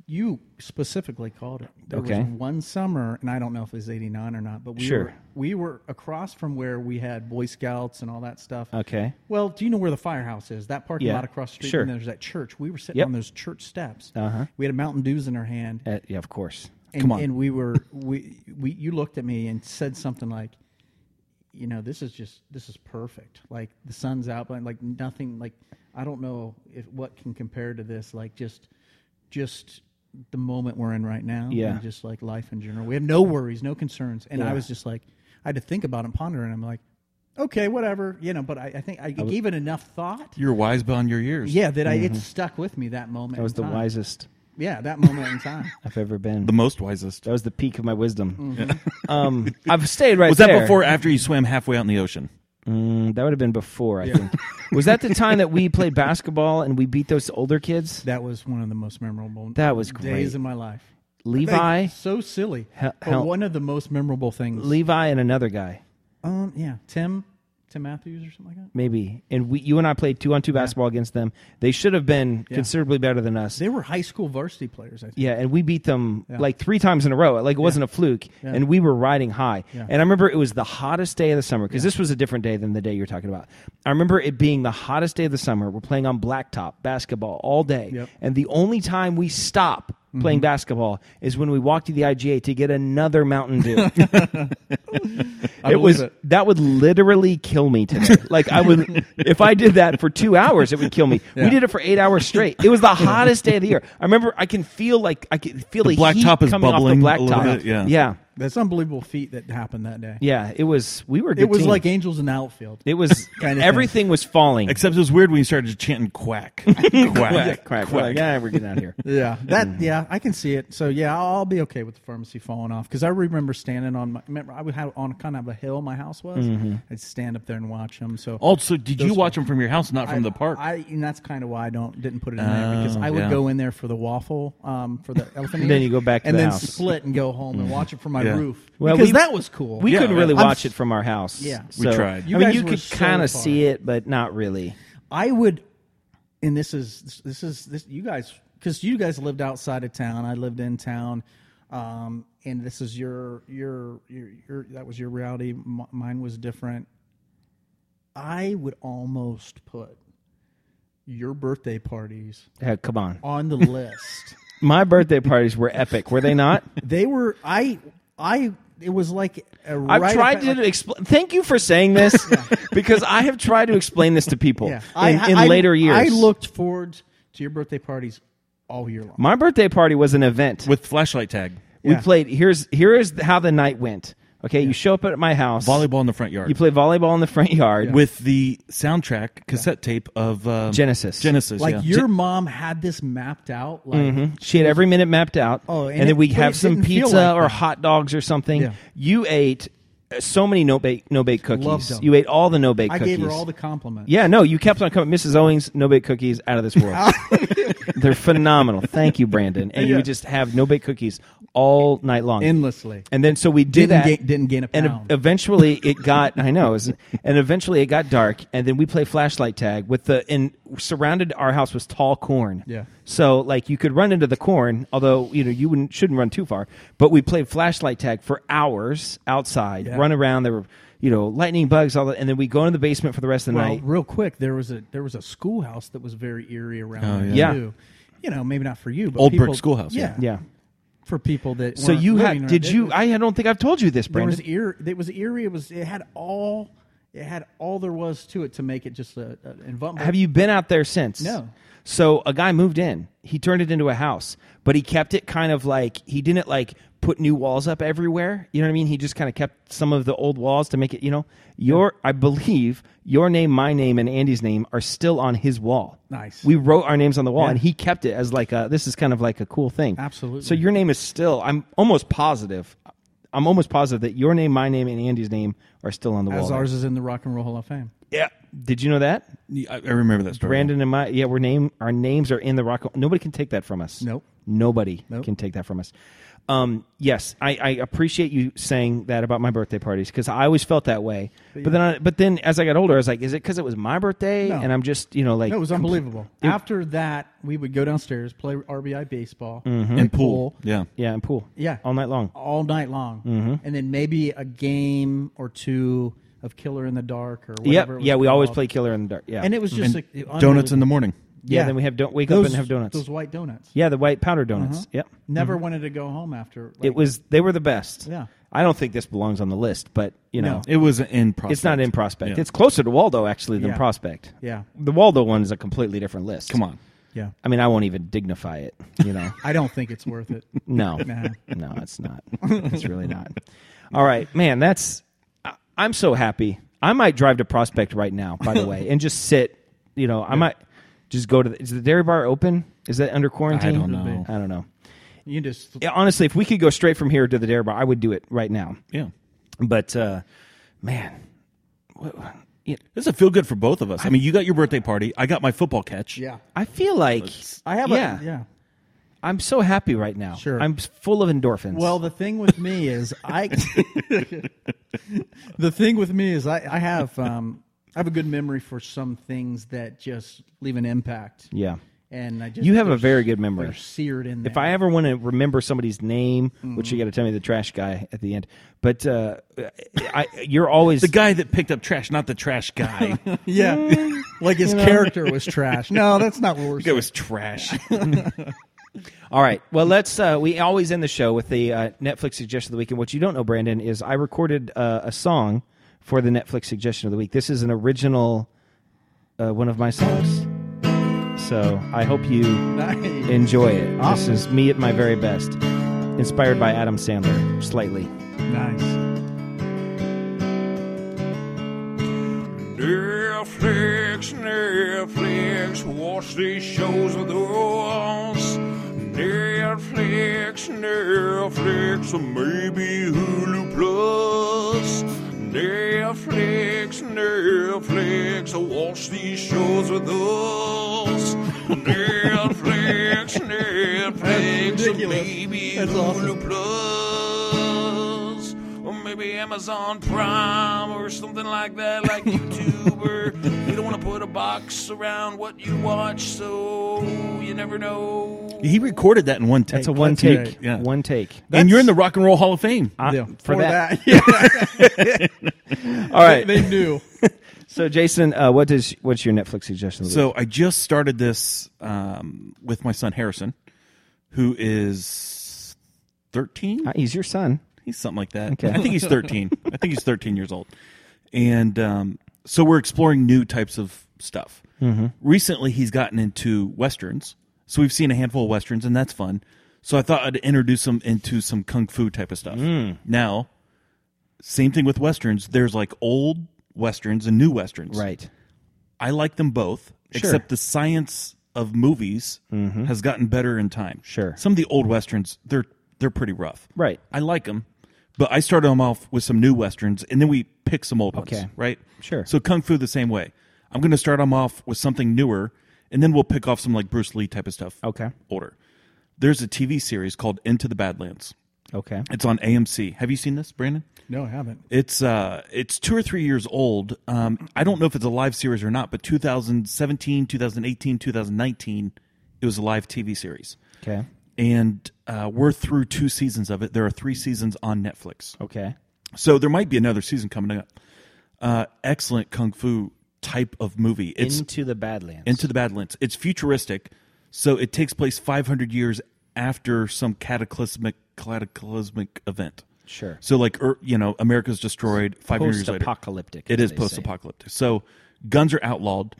[SPEAKER 5] You specifically called it. There
[SPEAKER 1] Okay.
[SPEAKER 5] was one summer, and I don't know if it was '89 or not, but we
[SPEAKER 1] Sure.
[SPEAKER 5] were we were across from where we had Boy Scouts and all that stuff.
[SPEAKER 1] Okay.
[SPEAKER 5] Well, do you know where the firehouse is? That parking
[SPEAKER 1] Yeah.
[SPEAKER 5] lot across the street,
[SPEAKER 1] Sure.
[SPEAKER 5] and there's that church. We were sitting
[SPEAKER 1] Yep.
[SPEAKER 5] on those church steps. Uh-huh. We had a Mountain Dews in our hand,
[SPEAKER 1] Uh, yeah, of course.
[SPEAKER 5] and,
[SPEAKER 4] Come on.
[SPEAKER 5] and we were we we you looked at me and said something like, you know, this is just this is perfect. Like the sun's out, but like nothing. Like I don't know if what can compare to this. Like just just the moment we're in right now.
[SPEAKER 1] Yeah.
[SPEAKER 5] and just like life in general, we have no worries, no concerns. And I was just like, I had to think about it and ponder, it, and I'm like, okay, whatever, you know. But I, I think I, gave it enough thought.
[SPEAKER 1] Mm-hmm.
[SPEAKER 4] You're wise beyond your years.
[SPEAKER 5] Yeah, that I it stuck with me that moment.
[SPEAKER 1] That was the wisest
[SPEAKER 5] Yeah, that moment in time.
[SPEAKER 1] I've ever been.
[SPEAKER 4] the most wisest.
[SPEAKER 1] that was the peak of my wisdom. Um, I've stayed right
[SPEAKER 4] Was
[SPEAKER 1] there.
[SPEAKER 4] that before? or After you swam halfway out in the ocean?
[SPEAKER 1] Mm, that would have been before, I think. Was that the time that we played basketball and we beat those older kids?
[SPEAKER 5] That was one of the most memorable.
[SPEAKER 1] That was great.
[SPEAKER 5] days in my life.
[SPEAKER 1] Levi,
[SPEAKER 5] Like, so silly.
[SPEAKER 1] Hel-
[SPEAKER 5] but
[SPEAKER 1] Hel-
[SPEAKER 5] one of the most memorable things.
[SPEAKER 1] Levi, and another guy.
[SPEAKER 5] um, yeah, Tim, Tim Matthews or something like that.
[SPEAKER 1] maybe. And we, you and I played two on two basketball against them. They should have been considerably better than us.
[SPEAKER 5] They were high school varsity players. I think.
[SPEAKER 1] yeah, and we beat them like three times in a row. Like it wasn't a fluke, and we were riding high. And I remember it was the hottest day of the summer because this was a different day than the day you're talking about. I remember it being the hottest day of the summer. We're playing on blacktop basketball all day,
[SPEAKER 5] Yep. Mm-hmm.
[SPEAKER 1] and the only time we stop playing basketball is when we walk to the IGA to get another Mountain Dew. it was
[SPEAKER 5] it.
[SPEAKER 1] that would literally kill me today. like I would if I did that for two hours, it would kill me. We did it for eight hours straight. It was the hottest day of the year. I remember I can feel like I can feel the,
[SPEAKER 4] black
[SPEAKER 1] heat
[SPEAKER 4] top is
[SPEAKER 1] coming
[SPEAKER 4] bubbling a
[SPEAKER 1] off the
[SPEAKER 4] little
[SPEAKER 1] blacktop.
[SPEAKER 4] bit, yeah.
[SPEAKER 1] yeah,
[SPEAKER 5] That's an unbelievable feat that happened that day.
[SPEAKER 1] yeah. It was we were. a good
[SPEAKER 5] It was
[SPEAKER 1] team.
[SPEAKER 5] like angels in the outfield.
[SPEAKER 1] it was
[SPEAKER 5] Kind of
[SPEAKER 1] everything was falling.
[SPEAKER 4] Except it was weird when you started chanting quack, quack, quack,
[SPEAKER 1] Crack. We're like, yeah, we're getting out of here.
[SPEAKER 5] yeah,
[SPEAKER 1] Mm-hmm.
[SPEAKER 5] that yeah, I can see it. So yeah, I'll, I'll be okay with the pharmacy falling off because I remember standing on my. Remember, I would have on kind of a hill. My house was.
[SPEAKER 1] Mm-hmm.
[SPEAKER 5] I'd stand up there and watch them. So
[SPEAKER 4] Also, did you watch them from your house, not from the park?
[SPEAKER 5] I, and that's kind of why I don't didn't put it in there because I would
[SPEAKER 4] yeah.
[SPEAKER 5] go in there for the waffle, um, for the elephant.
[SPEAKER 1] Oh, And then
[SPEAKER 5] ears,
[SPEAKER 1] you go back to
[SPEAKER 5] and
[SPEAKER 1] the
[SPEAKER 5] then
[SPEAKER 1] house. Mm.
[SPEAKER 5] split and go home and watch it from my
[SPEAKER 4] Yeah.
[SPEAKER 5] roof.
[SPEAKER 1] Well,
[SPEAKER 5] because
[SPEAKER 1] we-
[SPEAKER 5] that was cool.
[SPEAKER 1] We
[SPEAKER 4] Yeah,
[SPEAKER 1] couldn't
[SPEAKER 4] yeah.
[SPEAKER 1] really
[SPEAKER 4] I'm
[SPEAKER 1] watch
[SPEAKER 5] s-
[SPEAKER 1] it from our house.
[SPEAKER 5] Yeah.
[SPEAKER 4] We
[SPEAKER 1] So,
[SPEAKER 4] tried. You
[SPEAKER 1] I mean,
[SPEAKER 5] guys
[SPEAKER 1] you
[SPEAKER 5] were
[SPEAKER 1] could
[SPEAKER 5] so
[SPEAKER 1] kind of
[SPEAKER 5] far.
[SPEAKER 1] see it, but not really.
[SPEAKER 5] I would, and this is this is this you guys because you guys lived outside of town. I lived in town, um, and this is your your your, your that was your reality. M- mine was different. I would almost put your birthday parties
[SPEAKER 1] Yeah, come on,
[SPEAKER 5] on the list.
[SPEAKER 1] my birthday parties were epic, were they not?
[SPEAKER 5] They were I I it was like a
[SPEAKER 1] I've
[SPEAKER 5] right
[SPEAKER 1] tried
[SPEAKER 5] up-
[SPEAKER 1] to
[SPEAKER 5] like-
[SPEAKER 1] explain. Thank you for saying this because I have tried to explain this to people
[SPEAKER 5] yeah.
[SPEAKER 1] in,
[SPEAKER 5] I-
[SPEAKER 1] in
[SPEAKER 5] I-
[SPEAKER 1] later years.
[SPEAKER 5] I looked forward to your birthday parties all year long.
[SPEAKER 1] My birthday party was an event.
[SPEAKER 4] With flashlight tag.
[SPEAKER 1] we
[SPEAKER 5] Yeah.
[SPEAKER 1] played. Here's here is how the night went. Okay, you show up at my house.
[SPEAKER 4] Volleyball in the front yard.
[SPEAKER 1] You play volleyball in the front yard.
[SPEAKER 4] with the soundtrack cassette tape of um,
[SPEAKER 1] Genesis.
[SPEAKER 4] Genesis,
[SPEAKER 5] Like
[SPEAKER 4] yeah.
[SPEAKER 5] your mom had this mapped out. Like
[SPEAKER 1] She had every minute mapped out.
[SPEAKER 5] Oh, and
[SPEAKER 1] then
[SPEAKER 5] it-
[SPEAKER 1] we
[SPEAKER 5] but
[SPEAKER 1] have
[SPEAKER 5] it
[SPEAKER 1] some
[SPEAKER 5] didn't feel
[SPEAKER 1] pizza
[SPEAKER 5] like
[SPEAKER 1] or
[SPEAKER 5] that.
[SPEAKER 1] hot dogs or something.
[SPEAKER 5] Yeah.
[SPEAKER 1] You ate uh, so many no bake no bake cookies.
[SPEAKER 5] Loved 'em.
[SPEAKER 1] You ate all the no bake.
[SPEAKER 5] I
[SPEAKER 1] cookies.
[SPEAKER 5] gave her all the compliments.
[SPEAKER 1] Yeah, no, you kept on coming. Mrs. Owings, no bake cookies out of this world. They're phenomenal. Thank you, Brandon. And you would just have no bake cookies all night long,
[SPEAKER 5] Endlessly.
[SPEAKER 1] And then so we did
[SPEAKER 5] Didn't
[SPEAKER 1] that.
[SPEAKER 5] gain- didn't gain a
[SPEAKER 1] And
[SPEAKER 5] pound.
[SPEAKER 1] eventually it got. I know. it was- and eventually it got dark. And then we play flashlight tag with the and surrounded our house was tall corn.
[SPEAKER 5] Yeah.
[SPEAKER 1] So like you could run into the corn, although you know you wouldn't shouldn't run too far. But we played flashlight tag for hours outside,
[SPEAKER 5] Yeah.
[SPEAKER 1] run around. There were you know lightning bugs, all that, and then we go into the basement for the rest of the
[SPEAKER 5] Well,
[SPEAKER 1] night.
[SPEAKER 5] real quick, there was a there was a schoolhouse that was very eerie around.
[SPEAKER 4] yeah.
[SPEAKER 1] Oh, Yeah.
[SPEAKER 5] You. you know, maybe not for you, but
[SPEAKER 4] Old brick
[SPEAKER 5] people-
[SPEAKER 4] schoolhouse, yeah.
[SPEAKER 5] Yeah,
[SPEAKER 1] Yeah.
[SPEAKER 5] For people that
[SPEAKER 1] So
[SPEAKER 5] weren't
[SPEAKER 1] you
[SPEAKER 5] living
[SPEAKER 1] had?
[SPEAKER 5] there.
[SPEAKER 1] Did
[SPEAKER 5] It
[SPEAKER 1] you?
[SPEAKER 5] was-
[SPEAKER 1] I don't think I've told you this,
[SPEAKER 5] There
[SPEAKER 1] Brandon.
[SPEAKER 5] was eerie. It was eerie. It was. It had all. It had all there was to it to make it just a, a envelopment.
[SPEAKER 1] Have you been out there since?
[SPEAKER 5] No.
[SPEAKER 1] So a guy moved in. He turned it into a house, but he kept it kind of like he didn't like put new walls up everywhere. You know what I mean? He just kind of kept some of the old walls to make it. You know, your I believe your name, my name, and Andy's name are still on his wall.
[SPEAKER 5] Nice.
[SPEAKER 1] We wrote our names on the wall,
[SPEAKER 5] Yeah.
[SPEAKER 1] and he kept it as like a. This is kind of like a cool thing.
[SPEAKER 5] Absolutely.
[SPEAKER 1] So your name is still. I'm almost positive. I'm almost positive that your name, my name, and Andy's name are still on the wall.
[SPEAKER 5] As
[SPEAKER 1] there.
[SPEAKER 5] ours is in the Rock and Roll Hall of Fame.
[SPEAKER 1] Yeah. Did you know that?
[SPEAKER 4] I, I remember that story.
[SPEAKER 1] Brandon and my yeah, we're name our names are in the rock. Nobody can take that from us.
[SPEAKER 5] Nope.
[SPEAKER 1] Nobody
[SPEAKER 5] Nope.
[SPEAKER 1] can take that from us. Um, yes, I, I appreciate you saying that about my birthday parties because I always felt that way. But, then, I, but then as I got older, I was like, is it because it was my birthday?
[SPEAKER 5] No.
[SPEAKER 1] And I'm just you know like
[SPEAKER 5] No, it was unbelievable. After that, we would go downstairs, play RBI baseball,
[SPEAKER 4] and pool. Yeah.
[SPEAKER 1] Mm-hmm. yeah, Mm-hmm. and pool
[SPEAKER 5] Yeah.
[SPEAKER 1] all night long.
[SPEAKER 5] all night long, and then maybe a game or two of Killer in the Dark or
[SPEAKER 1] Yep.
[SPEAKER 5] whatever. it was
[SPEAKER 1] yeah, we always
[SPEAKER 5] called.
[SPEAKER 1] play Killer in the Dark. Yeah,
[SPEAKER 5] and it was just
[SPEAKER 4] And
[SPEAKER 5] like,
[SPEAKER 4] donuts in
[SPEAKER 5] unbelievable.
[SPEAKER 4] the morning.
[SPEAKER 1] yeah. Then we have don't wake
[SPEAKER 5] those,
[SPEAKER 1] up and have donuts.
[SPEAKER 5] Those Uh-huh. white donuts.
[SPEAKER 1] yeah, the white powder donuts. Yep.
[SPEAKER 5] Never wanted to go home after. Like,
[SPEAKER 1] It was they were the best.
[SPEAKER 5] Yeah.
[SPEAKER 1] I don't think this belongs on the list, but you know
[SPEAKER 5] No.
[SPEAKER 4] It was in prospect.
[SPEAKER 1] It's not in Prospect.
[SPEAKER 4] Yeah.
[SPEAKER 1] It's closer to Waldo actually than
[SPEAKER 5] Yeah.
[SPEAKER 1] Prospect.
[SPEAKER 5] Yeah.
[SPEAKER 1] The Waldo one is a completely different list.
[SPEAKER 4] Come on.
[SPEAKER 5] Yeah.
[SPEAKER 1] I mean, I won't even dignify it, you know.
[SPEAKER 5] I don't think it's worth it.
[SPEAKER 1] No.
[SPEAKER 5] Nah.
[SPEAKER 1] No, it's not. It's really not. All right, man, that's I, I'm so happy. I might drive to Prospect right now, by the way, and just sit, you know, I might just go to the, is the dairy bar open? Is that under quarantine?
[SPEAKER 4] don't know.
[SPEAKER 1] I don't know.
[SPEAKER 5] You just
[SPEAKER 1] Yeah, honestly, if we could go straight from here to the dairy bar, I would do it right now.
[SPEAKER 4] Yeah.
[SPEAKER 1] But uh man,
[SPEAKER 4] This is a feel good for both of us. I mean, you got your birthday party. I got my football catch.
[SPEAKER 5] yeah.
[SPEAKER 1] I feel like
[SPEAKER 5] I have
[SPEAKER 1] yeah.
[SPEAKER 5] a yeah.
[SPEAKER 1] I'm so happy right now.
[SPEAKER 5] Sure.
[SPEAKER 1] I'm full of endorphins.
[SPEAKER 5] Well, the thing with me is I. the thing with me is I, I have um, I have a good memory for some things that just leave an impact.
[SPEAKER 1] yeah.
[SPEAKER 5] and I just
[SPEAKER 1] You have a
[SPEAKER 5] they're
[SPEAKER 1] very
[SPEAKER 5] s-
[SPEAKER 1] good memory.
[SPEAKER 5] They're seared in there.
[SPEAKER 1] If I ever want to remember somebody's name, which
[SPEAKER 5] Mm.
[SPEAKER 1] you got to tell me the trash guy at the end, but uh, I, you're always
[SPEAKER 4] The guy that picked up trash, not the trash guy. the
[SPEAKER 5] yeah, like his character was trash. No, that's not what we're
[SPEAKER 4] guy
[SPEAKER 5] saying.
[SPEAKER 4] was trash.
[SPEAKER 1] All right. Well, let's. Uh, we always end the show with the uh, Netflix suggestion of the week. And what you don't know, Brandon, is I recorded uh, a song for the Netflix suggestion of the week. This is an original, uh, one of my songs. So I hope you
[SPEAKER 5] Nice.
[SPEAKER 1] enjoy it.
[SPEAKER 5] Awesome.
[SPEAKER 1] This is me at my very best, inspired by Adam Sandler, slightly.
[SPEAKER 5] Nice.
[SPEAKER 2] Netflix, Netflix, watch these shows with us. Netflix, Netflix, or maybe Hulu Plus. Netflix, Netflix, watch these shows with us. Netflix, Netflix, or
[SPEAKER 5] ridiculous.
[SPEAKER 2] maybe
[SPEAKER 5] That's
[SPEAKER 2] Hulu
[SPEAKER 5] awesome.
[SPEAKER 2] Plus, or maybe Amazon Prime or something like that, like YouTube. Or you don't want to put a box around what you watch, so you never know.
[SPEAKER 4] he recorded that in one take.
[SPEAKER 1] It's a one
[SPEAKER 5] that's great.
[SPEAKER 1] take.
[SPEAKER 4] Yeah.
[SPEAKER 1] One take.
[SPEAKER 4] and you're in the Rock and Roll Hall of Fame.
[SPEAKER 1] Uh,
[SPEAKER 5] Yeah,
[SPEAKER 1] for,
[SPEAKER 5] for
[SPEAKER 1] that.
[SPEAKER 5] that, yeah,
[SPEAKER 1] All right.
[SPEAKER 5] they knew.
[SPEAKER 1] so, Jason, uh, what does what's your Netflix suggestion? Of the
[SPEAKER 4] So I just started this um, with my son Harrison, who is 13.
[SPEAKER 1] week? Uh, he's your son.
[SPEAKER 4] He's something like that.
[SPEAKER 1] Okay.
[SPEAKER 4] I think he's 13. I think he's 13 years old. And um, so we're exploring new types of stuff.
[SPEAKER 1] Mm-hmm.
[SPEAKER 4] Recently, he's gotten into Westerns. So we've seen a handful of Westerns, and that's
[SPEAKER 1] Mm.
[SPEAKER 4] fun. So I thought I'd introduce him into some Kung Fu type of stuff. Now, Same thing with westerns. There's like old westerns and new westerns.
[SPEAKER 1] Right.
[SPEAKER 4] I like them both, except the science of movies has gotten better in time.
[SPEAKER 1] Mm-hmm. Sure.
[SPEAKER 4] Some of the old westerns, they're they're pretty rough.
[SPEAKER 1] Right.
[SPEAKER 4] I like them, but I started them off with some new westerns, and then we pick some old
[SPEAKER 1] Okay.
[SPEAKER 4] ones. Right.
[SPEAKER 1] Sure.
[SPEAKER 4] So kung fu the same way. I'm going to start them off with something newer, and then we'll pick off some like Bruce Lee type of stuff.
[SPEAKER 1] Okay.
[SPEAKER 4] Older. There's a TV series called Into the Badlands.
[SPEAKER 1] Okay.
[SPEAKER 4] It's on AMC. Have you seen this, Brandon?
[SPEAKER 5] No, I haven't.
[SPEAKER 4] It's uh, it's two or three years old. Um, I don't know if it's a live series or not, but 2017, 2018, 2019, it was a live TV series,
[SPEAKER 1] Okay.
[SPEAKER 4] and uh, we're through two seasons of it. There are three seasons on Netflix,
[SPEAKER 1] Okay.
[SPEAKER 4] so there might be another season coming up. Uh, excellent kung fu type of movie. It's
[SPEAKER 1] Into the Badlands.
[SPEAKER 4] into the Badlands. It's futuristic, so it takes place 500 years after some cataclysmic cataclysmic event.
[SPEAKER 1] Sure.
[SPEAKER 4] So like er, you know, America's destroyed 500 years later.
[SPEAKER 1] Post-apocalyptic,
[SPEAKER 4] It
[SPEAKER 1] as
[SPEAKER 4] is
[SPEAKER 1] they say. Mm-hmm.
[SPEAKER 4] post-apocalyptic. So guns are outlawed.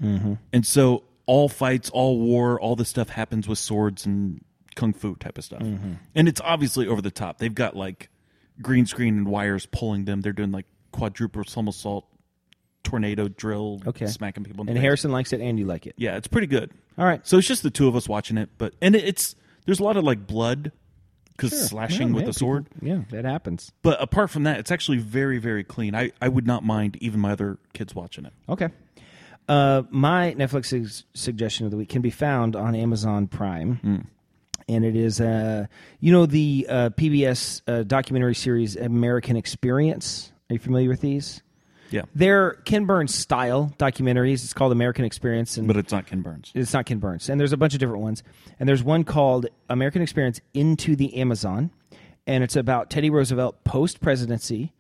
[SPEAKER 4] And so all fights, all war, all this stuff happens with swords and kung fu type of stuff.
[SPEAKER 1] Mm-hmm.
[SPEAKER 4] And it's obviously over the top. They've got like green screen and wires pulling them. They're doing like quadruple somersault tornado drill
[SPEAKER 1] Okay.
[SPEAKER 4] smacking people in the
[SPEAKER 1] and
[SPEAKER 4] face.
[SPEAKER 1] Harrison likes it and you like it.
[SPEAKER 4] Yeah, it's pretty good.
[SPEAKER 1] All right.
[SPEAKER 4] So it's just the two of us watching it, but and it, it's there's a lot of like blood because slashing
[SPEAKER 1] Well,
[SPEAKER 4] with
[SPEAKER 1] yeah,
[SPEAKER 4] a sword.
[SPEAKER 1] people- yeah, that happens.
[SPEAKER 4] But apart from that, it's actually very very clean. I I would not mind even my other kids watching it.
[SPEAKER 1] Okay. Uh, my Netflix ex- suggestion of the week can be found on Amazon Prime. And it is, uh, you know, the uh, PBS uh, documentary series American Experience. Are you familiar with these?
[SPEAKER 4] Yeah,
[SPEAKER 1] They're Ken Burns style documentaries. It's called American Experience. And
[SPEAKER 4] but it's not Ken Burns.
[SPEAKER 1] it's not Ken Burns. And there's a bunch of different ones. And there's one called American Experience Into the Amazon. And it's about Teddy Roosevelt post presidency,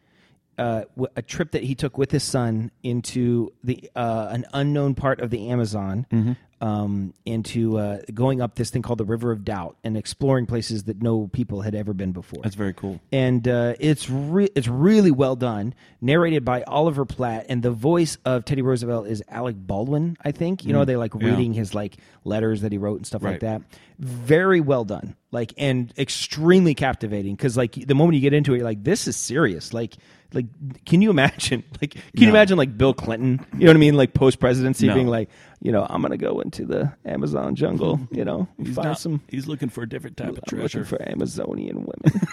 [SPEAKER 1] uh, w- a trip that he took with his son into the uh, an unknown part of the Amazon,
[SPEAKER 4] Mm-hmm.
[SPEAKER 1] um, into uh, going up this thing called the River of Doubt and exploring places that no people had ever been before
[SPEAKER 4] That's very cool.
[SPEAKER 1] and uh, it's re- it's really well done. Narrated by Oliver Platt, and the voice of Teddy Roosevelt is Alec Baldwin. I think
[SPEAKER 4] Mm.
[SPEAKER 1] you know they like reading his like letters that he wrote and stuff like that.
[SPEAKER 4] Right.
[SPEAKER 1] Very well done, like and extremely captivating because like the moment you get into it, you're like this is serious. Like like can you imagine? Like can you
[SPEAKER 4] No.
[SPEAKER 1] imagine like Bill Clinton? You know what I mean? Like post presidency
[SPEAKER 4] No.
[SPEAKER 1] being like you know I'm gonna go into the Amazon jungle. You know find
[SPEAKER 4] not-
[SPEAKER 1] some
[SPEAKER 4] He's looking for a different type of
[SPEAKER 1] I'm looking
[SPEAKER 4] treasure.
[SPEAKER 1] for Amazonian women.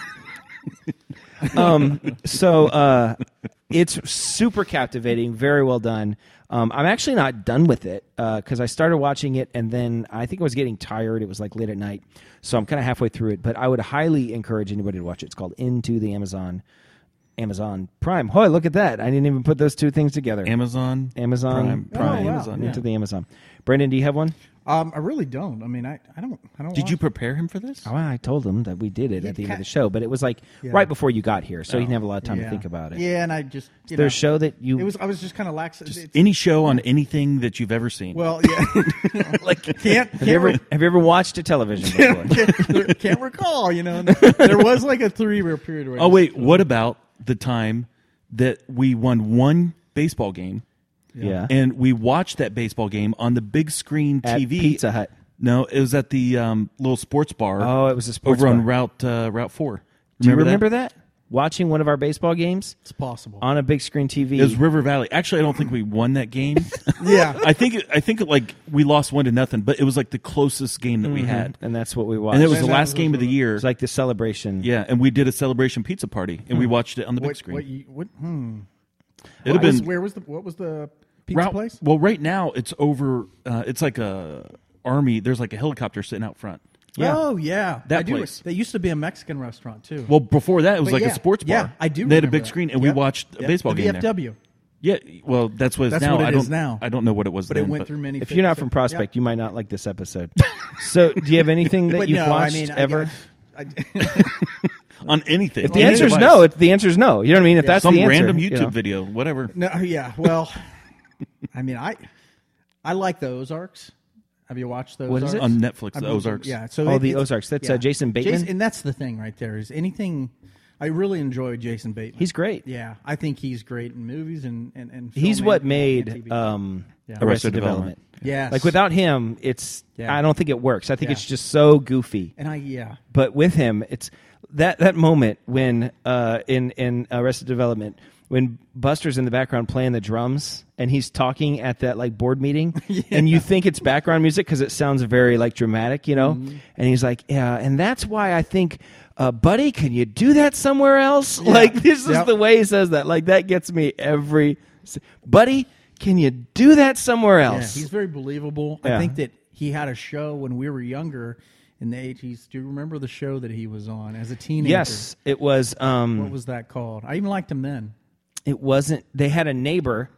[SPEAKER 1] um, so uh, it's super captivating, very well done. Um, I'm actually not done with it because I started watching it and then I think I was getting tired. It was like late at night, so I'm kind of halfway through it. But I would highly encourage anybody to watch it. It's called Into the Amazon, Amazon Prime. Hoy, look at that! I didn't even put those two things together.
[SPEAKER 4] Amazon,
[SPEAKER 1] Amazon Oh,
[SPEAKER 4] Prime, Prime,
[SPEAKER 5] wow.
[SPEAKER 4] Amazon.
[SPEAKER 5] Yeah.
[SPEAKER 1] Into the Amazon. Brandon, do you have one?
[SPEAKER 5] Um, I really don't. I mean, I, I don't. I don't.
[SPEAKER 4] Did you
[SPEAKER 5] watch-
[SPEAKER 4] prepare him for this?
[SPEAKER 1] Well, Oh, I told him that we did it at the end of
[SPEAKER 5] ca-
[SPEAKER 1] the show, but it was like right before you got here, so he didn't have a lot of time to
[SPEAKER 5] Yeah.
[SPEAKER 1] think about it.
[SPEAKER 5] Yeah, and I just you
[SPEAKER 1] There's
[SPEAKER 5] know,
[SPEAKER 1] a show that you
[SPEAKER 5] It was. I was just kind of lax. It's-
[SPEAKER 4] Any show on anything that you've ever seen?
[SPEAKER 5] well, yeah.
[SPEAKER 1] like.
[SPEAKER 5] can't
[SPEAKER 1] Have you,
[SPEAKER 5] can't,
[SPEAKER 1] ever,
[SPEAKER 5] re-
[SPEAKER 1] have you ever watched a television before?
[SPEAKER 5] can't, can't recall. You know, And there there was like a three year period. Where I
[SPEAKER 4] oh
[SPEAKER 5] just-
[SPEAKER 4] wait, what about the time that we won one baseball game?
[SPEAKER 1] yeah.
[SPEAKER 4] and we watched that baseball game on the big screen
[SPEAKER 1] At
[SPEAKER 4] TV.
[SPEAKER 1] Pizza Hut.
[SPEAKER 4] No, it was at the um, little sports bar.
[SPEAKER 1] Oh, it was a sports
[SPEAKER 4] over on
[SPEAKER 1] bar.
[SPEAKER 4] Route uh, Route Four.
[SPEAKER 1] Do you remember that? Watching one of our baseball games
[SPEAKER 5] it's possible.
[SPEAKER 1] on a big screen TV.
[SPEAKER 4] It was River Valley. Actually, I don't think we won that game.
[SPEAKER 5] yeah,
[SPEAKER 4] I think it- I think it, like we lost one to nothing, but it was like the closest game that we had,
[SPEAKER 1] and that's what we watched.
[SPEAKER 4] and it was the
[SPEAKER 5] that
[SPEAKER 4] last
[SPEAKER 5] Mm-hmm. was
[SPEAKER 4] game of the
[SPEAKER 5] River-
[SPEAKER 4] year.
[SPEAKER 1] It was like the celebration.
[SPEAKER 4] yeah, and we did a celebration pizza party, and we watched it on the big
[SPEAKER 5] Mm. what,
[SPEAKER 4] screen.
[SPEAKER 5] what, you, what, hmm.
[SPEAKER 4] It'd have
[SPEAKER 5] What was-
[SPEAKER 4] been
[SPEAKER 5] where was the what was the pizza
[SPEAKER 4] Route-
[SPEAKER 5] place?
[SPEAKER 4] Well, right now it's over. Uh, it's like a army. There's like a helicopter sitting out front.
[SPEAKER 5] Oh yeah,
[SPEAKER 4] That
[SPEAKER 5] I do.
[SPEAKER 4] place.
[SPEAKER 5] That used to be a Mexican restaurant too.
[SPEAKER 4] Well, before that, it was
[SPEAKER 5] But
[SPEAKER 4] like
[SPEAKER 5] yeah,
[SPEAKER 4] a sports bar.
[SPEAKER 5] Yeah, I do.
[SPEAKER 4] They had a
[SPEAKER 5] remember
[SPEAKER 4] big
[SPEAKER 5] that.
[SPEAKER 4] screen, and we
[SPEAKER 5] Yep,
[SPEAKER 4] watched a
[SPEAKER 5] yep,
[SPEAKER 4] baseball
[SPEAKER 5] the
[SPEAKER 4] game there.
[SPEAKER 5] VFW,
[SPEAKER 4] Yeah, well, that's what it's
[SPEAKER 5] That's
[SPEAKER 4] now.
[SPEAKER 5] what it
[SPEAKER 4] I don't,
[SPEAKER 5] is now.
[SPEAKER 4] I don't know what it was,
[SPEAKER 5] but
[SPEAKER 4] then,
[SPEAKER 5] it went through many.
[SPEAKER 1] If you're not
[SPEAKER 5] phases.
[SPEAKER 1] from
[SPEAKER 5] Yep.
[SPEAKER 1] Prospect, you might not like this episode. so, do you have anything that
[SPEAKER 5] But
[SPEAKER 1] you've
[SPEAKER 5] no,
[SPEAKER 1] watched
[SPEAKER 5] I mean, I
[SPEAKER 1] ever?
[SPEAKER 5] guess- I,
[SPEAKER 4] on anything.
[SPEAKER 1] If the answer is no, if the answer is no, you know what I mean. If that's
[SPEAKER 4] some
[SPEAKER 1] the answer,
[SPEAKER 4] random
[SPEAKER 1] you
[SPEAKER 4] YouTube
[SPEAKER 1] know.
[SPEAKER 4] video, whatever.
[SPEAKER 5] no, yeah. Well, I mean, I I like the Ozarks. Have you watched those?
[SPEAKER 1] What is it?
[SPEAKER 4] On Netflix, the
[SPEAKER 5] I mean,
[SPEAKER 4] Ozarks.
[SPEAKER 5] Yeah. So
[SPEAKER 1] Oh,
[SPEAKER 5] it-
[SPEAKER 1] the
[SPEAKER 5] it's-
[SPEAKER 1] Ozarks. That's, uh, Jason Bateman?
[SPEAKER 5] and that's the thing right there is anything. I really enjoy Jason Bateman.
[SPEAKER 1] He's great.
[SPEAKER 5] Yeah, I think he's great in movies and and and.
[SPEAKER 1] He's
[SPEAKER 5] film
[SPEAKER 1] what
[SPEAKER 5] and- and
[SPEAKER 1] made
[SPEAKER 5] TV.
[SPEAKER 1] um,
[SPEAKER 5] Yeah.
[SPEAKER 1] Arrested
[SPEAKER 4] Arrested
[SPEAKER 1] Development.
[SPEAKER 4] Development.
[SPEAKER 5] Yes.
[SPEAKER 1] Like without him, it's
[SPEAKER 5] Yeah.
[SPEAKER 1] I don't think it works. I think
[SPEAKER 5] Yeah.
[SPEAKER 1] it's just so goofy.
[SPEAKER 5] And I yeah.
[SPEAKER 1] but with him, it's that that moment when uh, in in Arrested Development when Buster's in the background playing the drums and he's talking at that like board meeting, and you think it's background music because it sounds very like dramatic, you know.
[SPEAKER 5] Mm-hmm.
[SPEAKER 1] And he's like, yeah, and that's why I think. Uh, buddy, can you do that somewhere else? Like this is
[SPEAKER 5] Yep.
[SPEAKER 1] the way he says that. Like that gets me every. s- Buddy, can you do that somewhere
[SPEAKER 5] Yeah,
[SPEAKER 1] else?
[SPEAKER 5] he's very believable.
[SPEAKER 1] Yeah.
[SPEAKER 5] I think that he had a show when we were younger in the eighties. Do you remember the show that he was on as a teenager?
[SPEAKER 1] yes, it was. Um,
[SPEAKER 5] What was that called? I even liked him then.
[SPEAKER 1] it wasn't they had a neighbor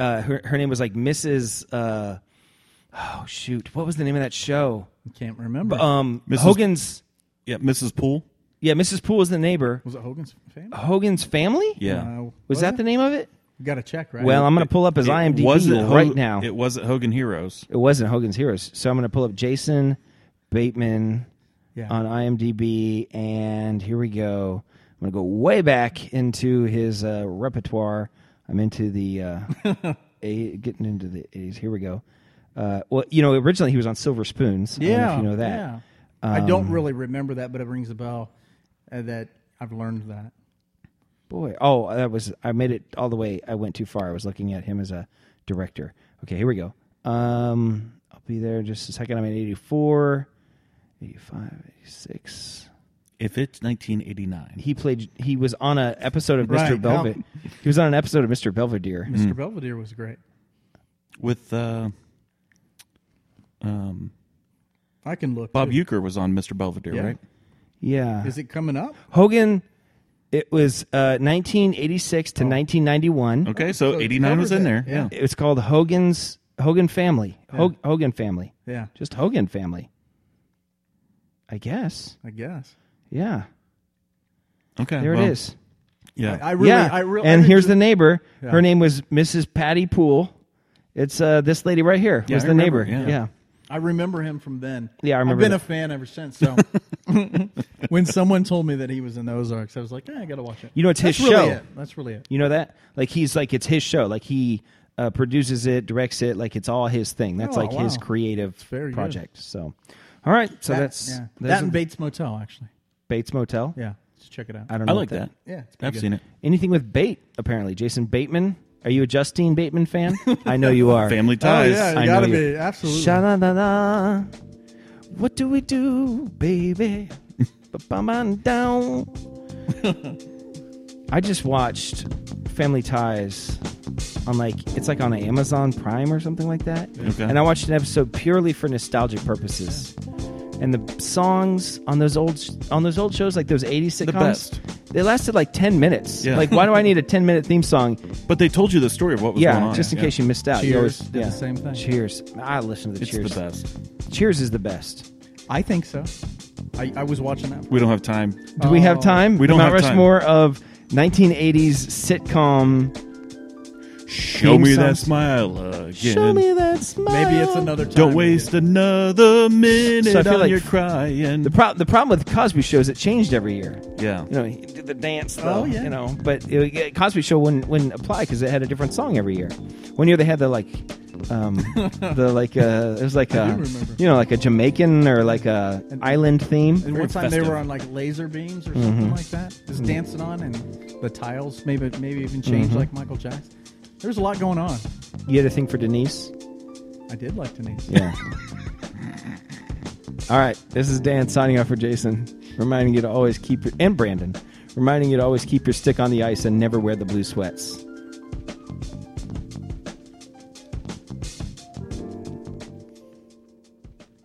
[SPEAKER 1] uh her, her name was like mrs uh oh shoot what was the name of that show
[SPEAKER 5] I can't remember.
[SPEAKER 1] um
[SPEAKER 4] Mrs.
[SPEAKER 1] hogan's
[SPEAKER 4] Yeah, Mrs. Poole.
[SPEAKER 1] yeah mrs poole was the neighbor
[SPEAKER 5] was it Hogan's Family?
[SPEAKER 1] hogan's family
[SPEAKER 4] Yeah.
[SPEAKER 5] No.
[SPEAKER 1] uh, was, that the name of it
[SPEAKER 5] Got to check, right?
[SPEAKER 1] well i'm gonna pull up his
[SPEAKER 4] It
[SPEAKER 1] imdb
[SPEAKER 4] wasn't Ho-
[SPEAKER 1] right now it,
[SPEAKER 4] It wasn't Hogan Heroes.
[SPEAKER 1] wasn't hogan's heroes so i'm gonna pull up jason bateman
[SPEAKER 5] Yeah.
[SPEAKER 1] on imdb and here we go i'm gonna go way back into his uh repertoire i'm into the uh eight, getting into the 80s. Here we go. Uh, well, you know, originally he was on Silver Spoons. I don't know
[SPEAKER 5] yeah,
[SPEAKER 1] if you know that. Um,
[SPEAKER 5] Yeah. I don't really remember that, but it rings a bell uh, that I've learned
[SPEAKER 1] Hmm.
[SPEAKER 5] that.
[SPEAKER 1] Boy, oh, that was I made it all the way. I went too far. I was looking at him as a director. Okay, here we go. Um, I'll be there in just a second. I'm at 84, 85, 86.
[SPEAKER 4] If it's 1989,
[SPEAKER 1] He played. He was on a episode of Mr.
[SPEAKER 5] Right, yeah.
[SPEAKER 1] Belvedere. He was on an episode of Mr. Belvedere.
[SPEAKER 5] Mr. Belvedere was great.
[SPEAKER 4] with uh,
[SPEAKER 5] I can look.
[SPEAKER 4] Bob
[SPEAKER 5] too.
[SPEAKER 4] Euchre was on Mr. Belvedere,
[SPEAKER 5] Yeah.
[SPEAKER 4] right?
[SPEAKER 1] Yeah,
[SPEAKER 5] Is it coming up?
[SPEAKER 1] Hogan. It was uh, 1986
[SPEAKER 5] Oh.
[SPEAKER 1] to 1991.
[SPEAKER 4] Okay, so,
[SPEAKER 5] So it
[SPEAKER 4] 89 was
[SPEAKER 5] covers
[SPEAKER 4] in
[SPEAKER 5] it,
[SPEAKER 4] there.
[SPEAKER 5] yeah.
[SPEAKER 4] Yeah.
[SPEAKER 1] It's called Hogan's Hogan Family. Ho- Hogan Family.
[SPEAKER 5] Yeah,
[SPEAKER 1] Just Hogan Family. I guess.
[SPEAKER 5] I guess.
[SPEAKER 1] Yeah.
[SPEAKER 4] Okay.
[SPEAKER 1] There
[SPEAKER 4] well,
[SPEAKER 1] it is.
[SPEAKER 4] Yeah.
[SPEAKER 5] I really,
[SPEAKER 1] yeah.
[SPEAKER 5] I really.
[SPEAKER 1] and
[SPEAKER 5] I
[SPEAKER 1] here's the
[SPEAKER 5] didn't-
[SPEAKER 1] neighbor. Her name was Mrs. Patty Poole. It's uh, this lady right here.
[SPEAKER 4] Yeah,
[SPEAKER 1] was
[SPEAKER 4] I
[SPEAKER 1] the
[SPEAKER 4] remember,
[SPEAKER 1] neighbor.
[SPEAKER 4] yeah.
[SPEAKER 1] yeah.
[SPEAKER 5] I remember him from then.
[SPEAKER 1] Yeah, I remember
[SPEAKER 5] I've been
[SPEAKER 1] that.
[SPEAKER 5] a fan ever since. So when someone told me that he was in the Ozarks, I was like, eh, I gotta watch it.
[SPEAKER 1] You know, it's
[SPEAKER 5] That's
[SPEAKER 1] his
[SPEAKER 5] really
[SPEAKER 1] show.
[SPEAKER 5] it. That's really it.
[SPEAKER 1] You know that? Like he's like it's his show. Like he uh, produces it, directs it. Like it's all his thing. That's
[SPEAKER 5] Oh,
[SPEAKER 1] like his
[SPEAKER 5] wow.
[SPEAKER 1] creative
[SPEAKER 5] very good.
[SPEAKER 1] project. So, all right. So that's
[SPEAKER 5] yeah.
[SPEAKER 1] those
[SPEAKER 5] that
[SPEAKER 1] are
[SPEAKER 5] and
[SPEAKER 1] the
[SPEAKER 5] Bates Motel actually.
[SPEAKER 1] Bates Motel.
[SPEAKER 5] Yeah, let's check it out.
[SPEAKER 1] I don't.
[SPEAKER 4] I
[SPEAKER 1] know
[SPEAKER 4] like
[SPEAKER 1] what
[SPEAKER 4] that.
[SPEAKER 5] yeah, it's pretty
[SPEAKER 4] I've
[SPEAKER 5] good.
[SPEAKER 4] seen it.
[SPEAKER 1] Anything with Bate, apparently. Jason Bateman. Are you a Justine Bateman fan? I know you are.
[SPEAKER 4] Family
[SPEAKER 5] Oh
[SPEAKER 4] Ties.
[SPEAKER 5] yeah,
[SPEAKER 1] I
[SPEAKER 5] you gotta
[SPEAKER 1] know you-
[SPEAKER 5] be absolutely.
[SPEAKER 1] Sha-la-la-la. What do we do, baby? Ba-ba-man down. I just watched Family Ties on like it's like on Amazon Prime or something like that.
[SPEAKER 4] Okay.
[SPEAKER 1] And I watched an episode purely for nostalgic purposes. And the songs on those old on those old shows, like those '80s sitcoms,
[SPEAKER 4] best.
[SPEAKER 1] they lasted like ten minutes.
[SPEAKER 4] Yeah.
[SPEAKER 1] Like, why do I need a ten minute theme song?
[SPEAKER 4] But they told you the story of what was going
[SPEAKER 1] Yeah,
[SPEAKER 4] on.
[SPEAKER 1] just in
[SPEAKER 4] Yeah.
[SPEAKER 1] case you missed out. You
[SPEAKER 5] Cheers
[SPEAKER 1] always-
[SPEAKER 5] did the
[SPEAKER 1] yeah.
[SPEAKER 5] same thing.
[SPEAKER 1] Cheers. I listen to the
[SPEAKER 4] It's
[SPEAKER 1] Cheers.
[SPEAKER 4] the best.
[SPEAKER 1] Cheers is the best.
[SPEAKER 5] I think so. I, I was watching that.
[SPEAKER 4] We don't have time.
[SPEAKER 1] Do we have
[SPEAKER 5] Oh.
[SPEAKER 1] time?
[SPEAKER 4] We don't
[SPEAKER 1] Mount
[SPEAKER 4] have time.
[SPEAKER 1] Rushmore of 1980s sitcom.
[SPEAKER 4] Show me that
[SPEAKER 1] songs.
[SPEAKER 4] smile again.
[SPEAKER 1] Show me that smile.
[SPEAKER 5] Maybe it's another time.
[SPEAKER 4] Don't waste another minute
[SPEAKER 1] So I feel
[SPEAKER 4] on
[SPEAKER 1] like
[SPEAKER 4] your crying.
[SPEAKER 1] The, pro- the problem with Cosby shows it changed every year.
[SPEAKER 4] yeah.
[SPEAKER 1] You know, he did the dance though.
[SPEAKER 5] Oh, yeah.
[SPEAKER 1] You know, but it, it- Cosby show wouldn't wouldn't apply because it had a different song every year. One year they had the like, um, the like uh, it was like a
[SPEAKER 5] remember.
[SPEAKER 1] you know like a Jamaican or like a island theme.
[SPEAKER 5] And one time they
[SPEAKER 4] festive. Mm-hmm.
[SPEAKER 5] were on like laser beams or something like that, just dancing on, and the tiles maybe maybe even changed
[SPEAKER 4] Mm-hmm.
[SPEAKER 5] like Michael Jackson. There's a lot going on.
[SPEAKER 1] You had a thing for Denise.
[SPEAKER 5] I did like Denise.
[SPEAKER 1] Yeah. All right. This is Dan signing off for Jason, reminding you to always keep your, and Brandon, reminding you to always keep your stick on the ice and never wear the blue sweats.